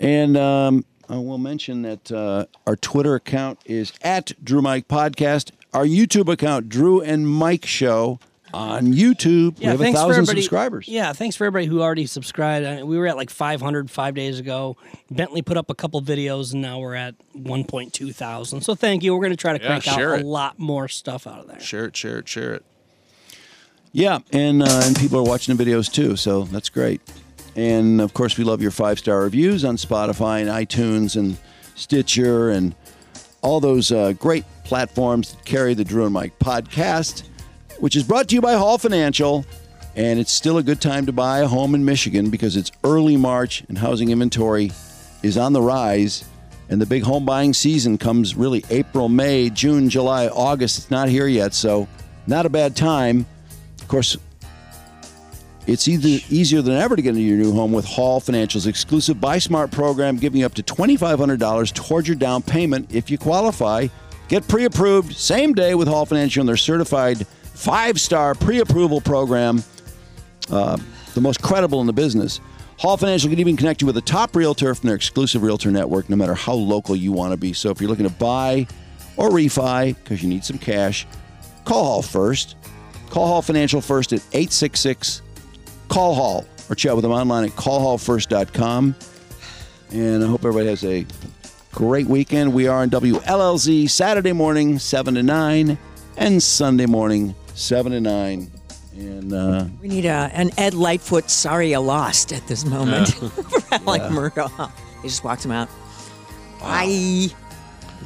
And um, I will mention that uh, our Twitter account is at Drew Mike Podcast. Our YouTube account, Drew and Mike Show, on YouTube. we have a thanks for thousand everybody- subscribers. Yeah, thanks for everybody who already subscribed. I- We were at like 500 five days ago. Bentley put up a couple videos, and now we're at 1.2 thousand. So thank you. We're going to try to Yeah, crank out share a it. lot more stuff out of there. Share it, share it, share it. Yeah, and uh, and people are watching the videos too, so that's great. And of course, we love your five star reviews on Spotify and iTunes and Stitcher and all those uh, great platforms that carry the Drew and Mike podcast, which is brought to you by Hall Financial. And it's still a good time to buy a home in Michigan because it's early March and housing inventory is on the rise. And the big home buying season comes really April, May, June, July, August. It's not here yet, so not a bad time. Of course, it's either easier than ever to get into your new home with Hall Financial's exclusive Buy Smart program, giving you up to $2,500 towards your down payment if you qualify. Get pre approved same day with Hall Financial and their certified five star pre approval program, uh, the most credible in the business. Hall Financial can even connect you with a top realtor from their exclusive realtor network, no matter how local you want to be. So if you're looking to buy or refi because you need some cash, call Hall first. Call Hall Financial first at 866 Call Hall or chat with them online at callhallfirst.com. And I hope everybody has a great weekend. We are on WLLZ Saturday morning, 7 to 9, and Sunday morning, 7 to 9. And uh, We need a, an Ed Lightfoot sorry you lost at this moment Yeah. for Alec Yeah. Murdaugh. He just walked him out. Bye.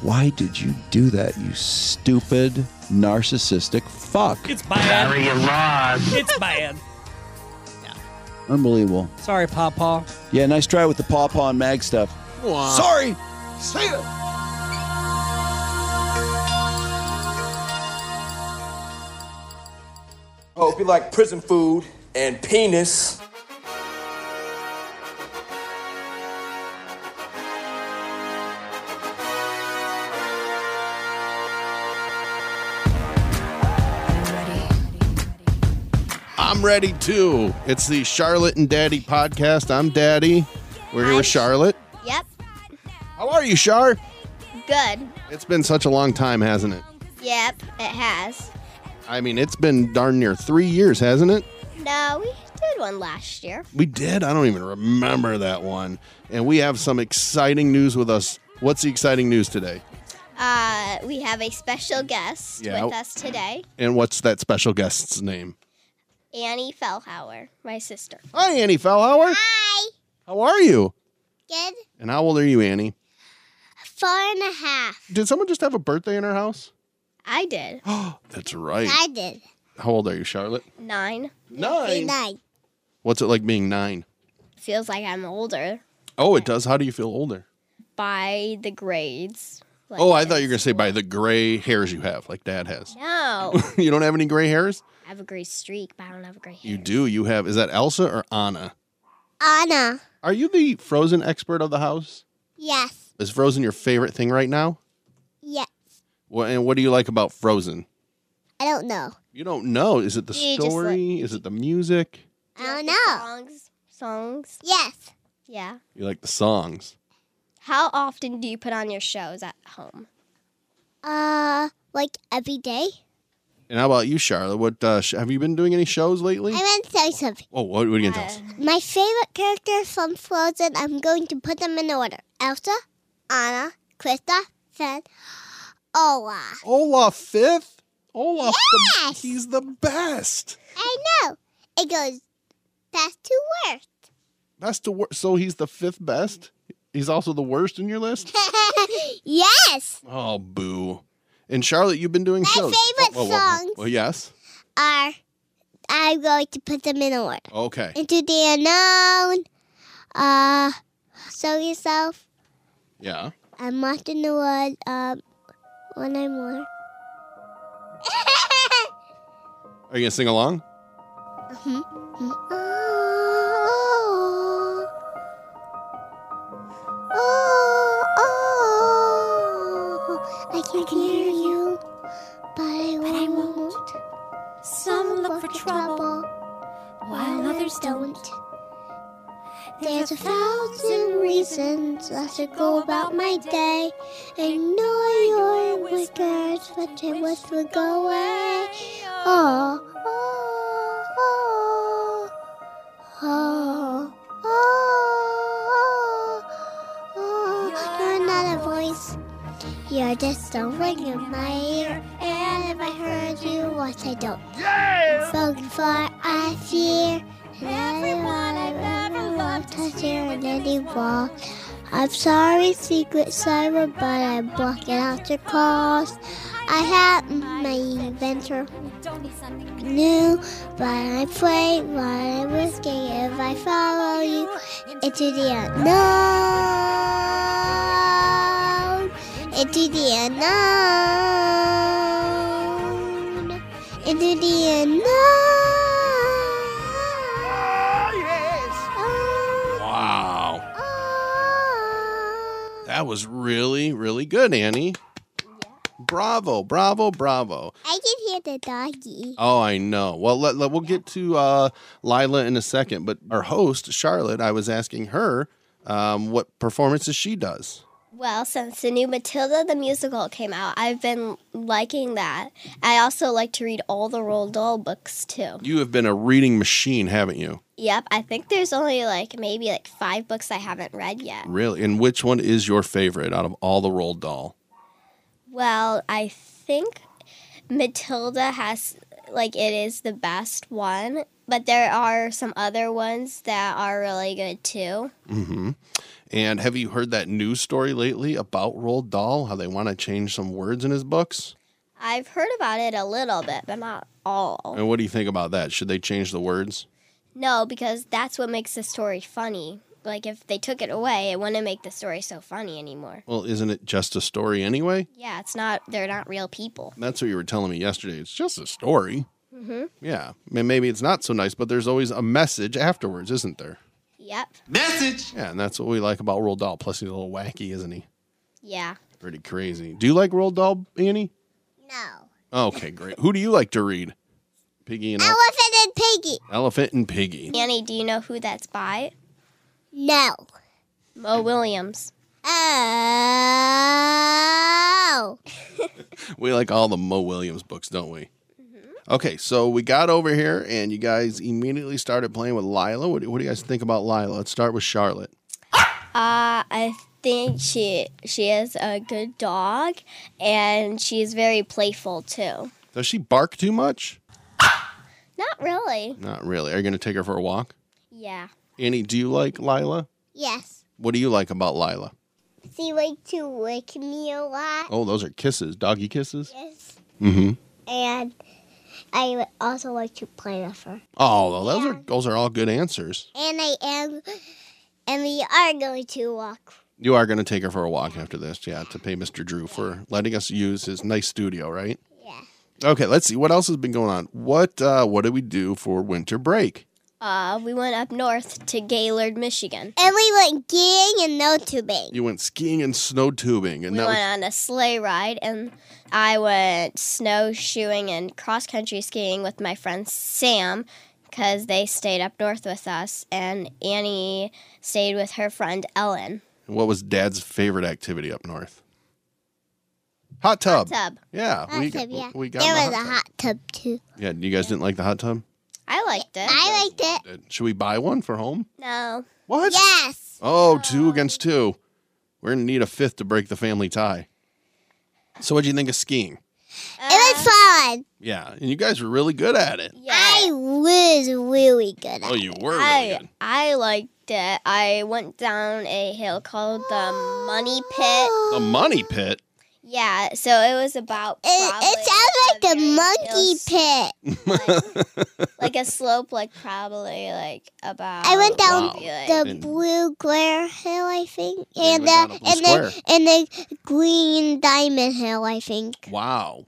why did you do that, you stupid, narcissistic fuck? It's bad. Sorry you lost. It's bad. Unbelievable. Sorry, Papa. Yeah, nice try with the Paw Paw and Mag stuff. Sorry. See ya. Hope you Oh, like prison food and penis. I'm ready too. It's the Charlotte and Daddy podcast. I'm Daddy. We're here with Charlotte. Yep. How are you, Char? Good. It's been such a long time, hasn't it? Yep, it has. I mean, it's been darn near three years, hasn't it? No, we did one last year. We did. I don't even remember that one. And we have some exciting news with us. What's the exciting news today? Uh, we have a special guest Yeah. with us today, And what's that special guest's name? Annie Fellhauer, my sister. Hi, Annie Fellhauer. Hi. How are you? Good. And how old are you, Annie? Four and a half. Did someone just have a birthday in our house? I did. That's right. did. How old are you, Charlotte? Nine. Nine. Nine. What's it like being nine? Feels like I'm older Oh, it does. How do you feel older? by the grades. Like oh, I thought you were going to say by the gray hairs you have, like dad has. No. you don't have any gray hairs? I have a gray streak, but I don't have a gray You do. You have, is that Elsa or Anna? Anna. Are you the Frozen expert of the house? Yes. Is Frozen your favorite thing right now? Yes. What, and what do you like about Frozen? I don't know. You don't know. Is it the You just story? Is it the music? I don't know. Songs. Songs. Yes. Yeah. You like the songs? How often do you put on your shows at home? Uh, like every day. And how about you, Charlotte? What uh, sh- have you been doing any shows lately? want to say something. Oh, what, what are you gonna tell us? My favorite characters from Frozen. I'm going to put them in order: Elsa, Anna, Krista, Finn, Olaf. Olaf fifth. Olaf, the, he's the best. I know. It goes best to worst. That's the worst. So he's the fifth best. He's also the worst in your list. yes. Oh, boo! And Charlotte, you've been doing shows. Oh, favorite Well, well, well, songs. Well, yes. Are I'm going to put them in order. Okay. Into the unknown. Uh, show yourself. Yeah. I'm lost in the wood. Um, when I'm more. Are you gonna sing along? Mm-hmm. Oh, oh, I can hear you, but I won't. Some look for trouble, while others don't. There's a thousand reasons I should go about my day. Ignore your whiskers, but your wish will go away. Oh, oh, oh, oh, oh, oh. You're not a voice. You're just a ring in my ear, and if I heard you, what I don't. Yeah! Spoken for I fear, and everyone I've ever loved has here in any wall. I'm sorry, secret cyber, but I'm blocking out your calls. I have my inventor new, but I play, but I'm risking if I follow you into the unknown, into the unknown, into the unknown. Wow. That was really, really good, Annie. Bravo, bravo, bravo. I can hear the doggy. Oh, I know. Well, let, let- we'll get to uh, Lila in a second, but our host, Charlotte, I was asking her um, what performances she does. Well, since the new Matilda the Musical came out, I've been liking that. I also like to read all the Roald Dahl books too. You have been a reading machine, haven't you? Yep, I think there's only like maybe like five books I haven't read yet. Really? And which one is your favorite out of all the Roald Dahl? Well, I think Matilda has like it is the best one, but there are some other ones that are really good too. hmm And have you heard that news story lately about Roald Dahl? How they want to change some words in his books? I've heard about it a little bit, but not all. And what do you think about that? Should they change the words? No, because that's what makes the story funny. Like if they took it away, it wouldn't make the story so funny anymore. Well, isn't it just a story anyway? Yeah, it's not they're not real people. That's what you were telling me yesterday. It's just a story. Mhm. Yeah. I mean, Maybe it's not so nice, but there's always a message afterwards, isn't there? Yep. Message. Yeah, and that's what we like about Roald Dahl. Plus, he's a little wacky, isn't he? Yeah. Pretty crazy. Do you like Roald Dahl, Annie? Oh, No. Okay, great. Who do you like to read? Piggy and Elephant and Piggy. Elephant and Piggy. Annie, do you know who that's by? No. Mo Williams. Oh. Uh, We like all the Mo Williams books, don't we? Okay, so we got over here and you guys immediately started playing with Lila. What do, what do you guys think about Lila? Let's start with Charlotte. Uh, I think she she is a good dog, and she's very playful too. Does she bark too much? Not really. Not really. Are you going to take her for a walk? Yeah. Annie, do you like Lila? Yes. What do you like about Lila? She like to lick me a lot. Oh, those are kisses, doggy kisses. Yes. Mm-hmm. And I also like to play with her. Oh, well, those are those are all good answers. And I am, and we are going to walk. You are going to take her for a walk after this, yeah, to pay Mr. Drew for letting us use his nice studio, right? Yeah. Okay, let's see what else has been going on. What uh, what did we do for winter break? Uh, we went up north to Gaylord, Michigan. And we went skiing and no tubing. You went skiing and snow tubing, and We that was went on a sleigh ride, and I went snowshoeing and cross country skiing with my friend Sam because they stayed up north with us, and Annie stayed with her friend Ellen. what was Dad's favorite activity up north? Hot tub. Tub. Yeah, Hot we tub, got, yeah. we got there in the was a hot tub too. hot- yeah. You guys didn't like the hot tub? I liked it. I liked it. Should we buy one for home? No. What? Yes. Oh, two against two. We're gonna need a fifth to break the family tie. So, what do you think of skiing? Uh, it was fun. Yeah, and you guys were really good at it. I was really good. Oh, you were. really I I liked it. I went down a hill called the Money Pit. Oh, The money pit. Yeah, so it was about probably It sounds like the monkey pit. like a slope, like probably like about. I went down maybe, like- the blue glare hill, I think, and down the a blue and square. the and the green diamond hill, I think. Wow.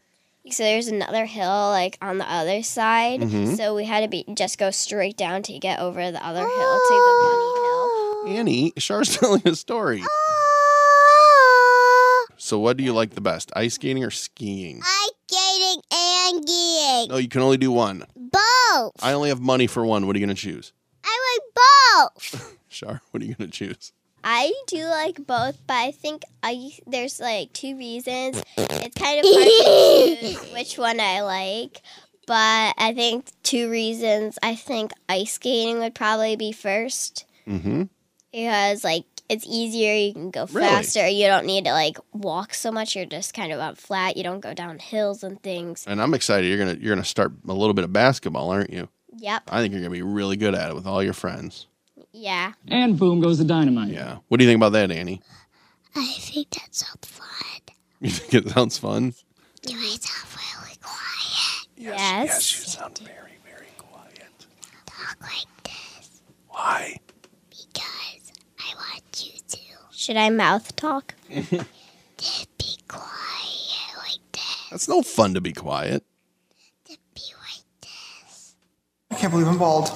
So there's another hill like on the other side. Mhm. So we had to be just go straight down to get over the other hill Oh, to Annie, Char's telling a story. So, what do you like the best, ice skating or skiing? Skating and skiing, No, you can only do one. both. I only have money for one. What are you gonna choose, I like both. Char? What are you gonna choose? I do like both, but I think I there's like two reasons. It's kind of hard to choose which one I like, but I think two reasons. I think ice skating would probably be first Mm-hmm. because like it's easier, you can go Really? faster, you don't need to like walk so much. You're just kind of on flat. You don't go down hills and things. And I'm excited. You're gonna you're gonna start a little bit of basketball, aren't you? Yep. I think you're gonna be really good at it with all your friends. Yeah. And boom goes the dynamite. Yeah. What do you think about that, Annie? I think that sounds fun. You think it sounds fun? Do I sound really quiet? Yes. Yes, you sound very, very quiet. Talk like this. Why? Because I want you to Should I mouth talk? be quiet like That's no fun to be quiet. I can't believe I'm bald.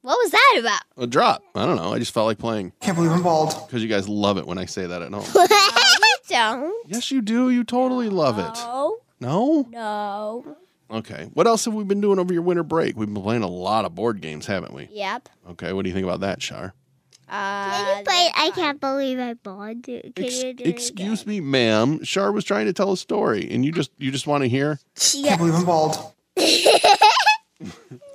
What was that about? A drop. I don't know. I just felt like playing. Can't believe I'm bald. Because you guys love it when I say that at home. you don't. yes, you do. You totally love it. No. No? No. Okay. What else have we been doing over your winter break? We've been playing a lot of board games, haven't we? Yep. Okay. What do you think about that, Char? Uh, But I can't believe I bought it. Can Ex- you do it? excuse me, ma'am. Char was trying to tell a story, and you just you just want to hear. Yes. believe I'm bald.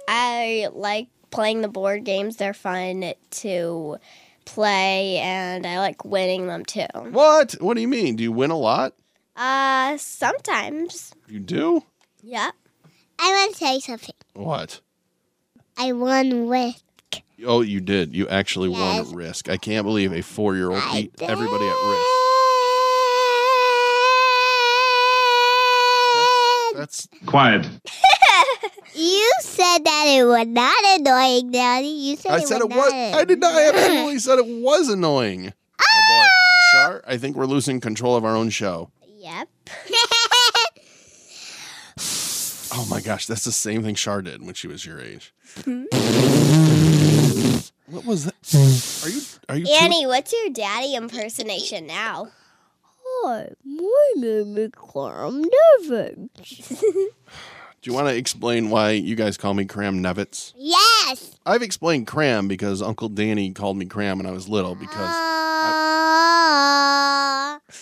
I like playing the board games. They're fun to play, and I like winning them too. What? What do you mean? Do you win a lot? Uh, sometimes. You do? Yep. I want to tell you something. What? I won with. Oh, you did. You actually won Yes. at risk. I can't believe a four-year-old beat everybody at risk. That's Quiet. You said that it was not annoying, Daddy. You said I it said was it was. not. I did not. I absolutely said it was annoying. Oh boy, Char, I think we're losing control of our own show. Yep. Oh my gosh, that's the same thing Char did when she was your age. What was that? Are you? Are you? too- Annie, what's your daddy impersonation now? Hi, my name is Clara. I'm nervous. Do you want to explain why you guys call me Cram Nevitz? Yes. I've explained Cram because Uncle Danny called me Cram when I was little because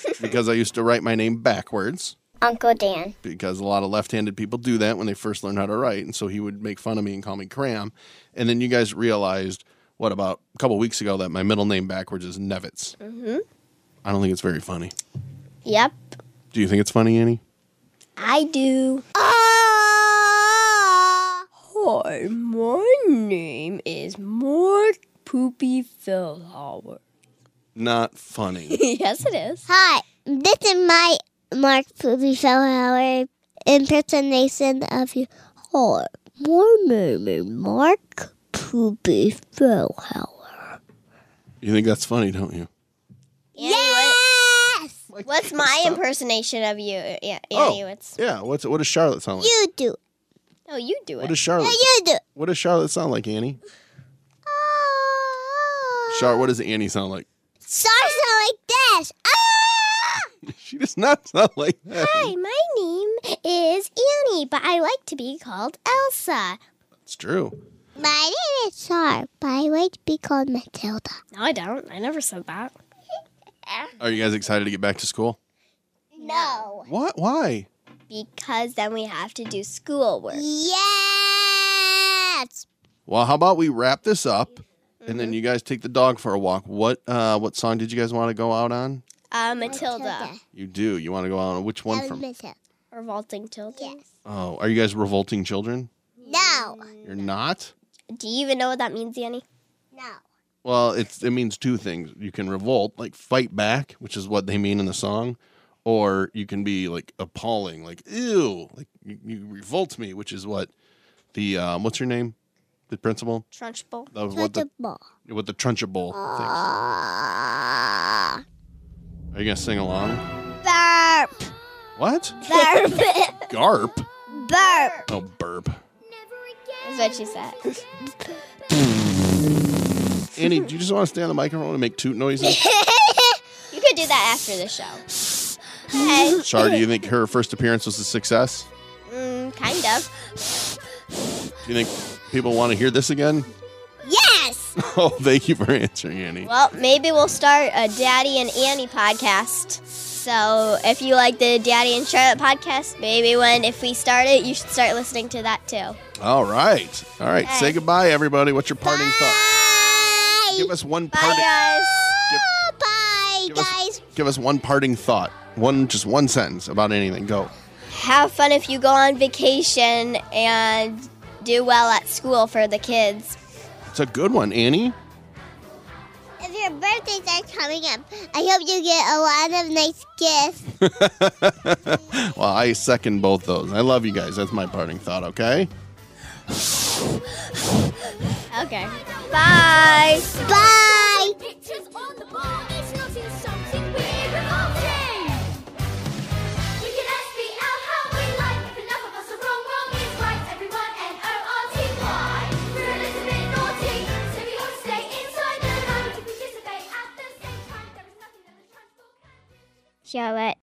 Uh, because I used to write my name backwards Uncle Dan. because a lot of left-handed people do that when they first learn how to write, and so he would make fun of me and call me Cram. And then you guys realized what about a couple weeks ago that my middle name backwards is Nevitz. Mm-hmm. I don't think it's very funny. Yep, Do you think it's funny, Annie? I do. Hi, my name is Mort Poopy Fillhauer. Not funny. yes, it is. Hi, this is my Mark Poopy Fellhauer impersonation of you. Hi, my name is Mark Poopy Fellhauer. You think that's funny, don't you? Yes. What's my impersonation of you? Yeah, yeah, Oh. you. It's Yeah. What's what does Charlotte sound like? You do. Oh, you do What it. does Charlotte? do. What does Charlotte sound like, Annie? Oh. Char, what does Annie sound like? Stars are like this. Ah! She does not sound like that. Hi, my name is Annie, but I like to be called Elsa. It's true. My name is Char, but I like to be called Matilda. No, I don't. I never said that. Are you guys excited to get back to school? No. What? Why? Because then we have to do schoolwork. Yes. Well, how about we wrap this up, and then you guys take the dog for a walk. What uh, what song did you guys want to go out on? Uh, Matilda. You do. You want to go out on which one from? Matilda. Revolting Tilting. Oh, are you guys revolting children? No. You're not. Mm. Do you even know what that means, Annie? Well, it's it means two things. You can revolt, like fight back, which is what they mean in the song, or you can be like appalling, like ew, like you, you revolt me, which is what the um, what's her name, the principal, Trunchbull. That was what the- what the trunchable. Ah. Are you gonna sing along? Burp. What? Burp. Garp. Burp. Oh, burp. That's what she said. Annie, do you just want to stay on the microphone and make toot noises? you could do that after the show. Okay. Char, do you think her first appearance was a success? Mm, kind of. Do you think people want to hear this again? Yes. Oh, thank you for answering, Annie. Well, maybe we'll start a Daddy and Annie podcast. So if you like the Daddy and Charlotte podcast, maybe when if we start it, you should start listening to that too. All right. All right. Say goodbye, everybody. What's your parting thought? Give us one parting. Bye, guys. Give us one parting thought. One, just one sentence about anything. Go. Have fun if you go on vacation and do well at school for the kids. It's a good one, Annie. If your birthdays are coming up, I hope you get a lot of nice gifts. Well, I second both those. I love you guys. That's my parting thought. Okay. Okay. Bye. Bye. Charlotte.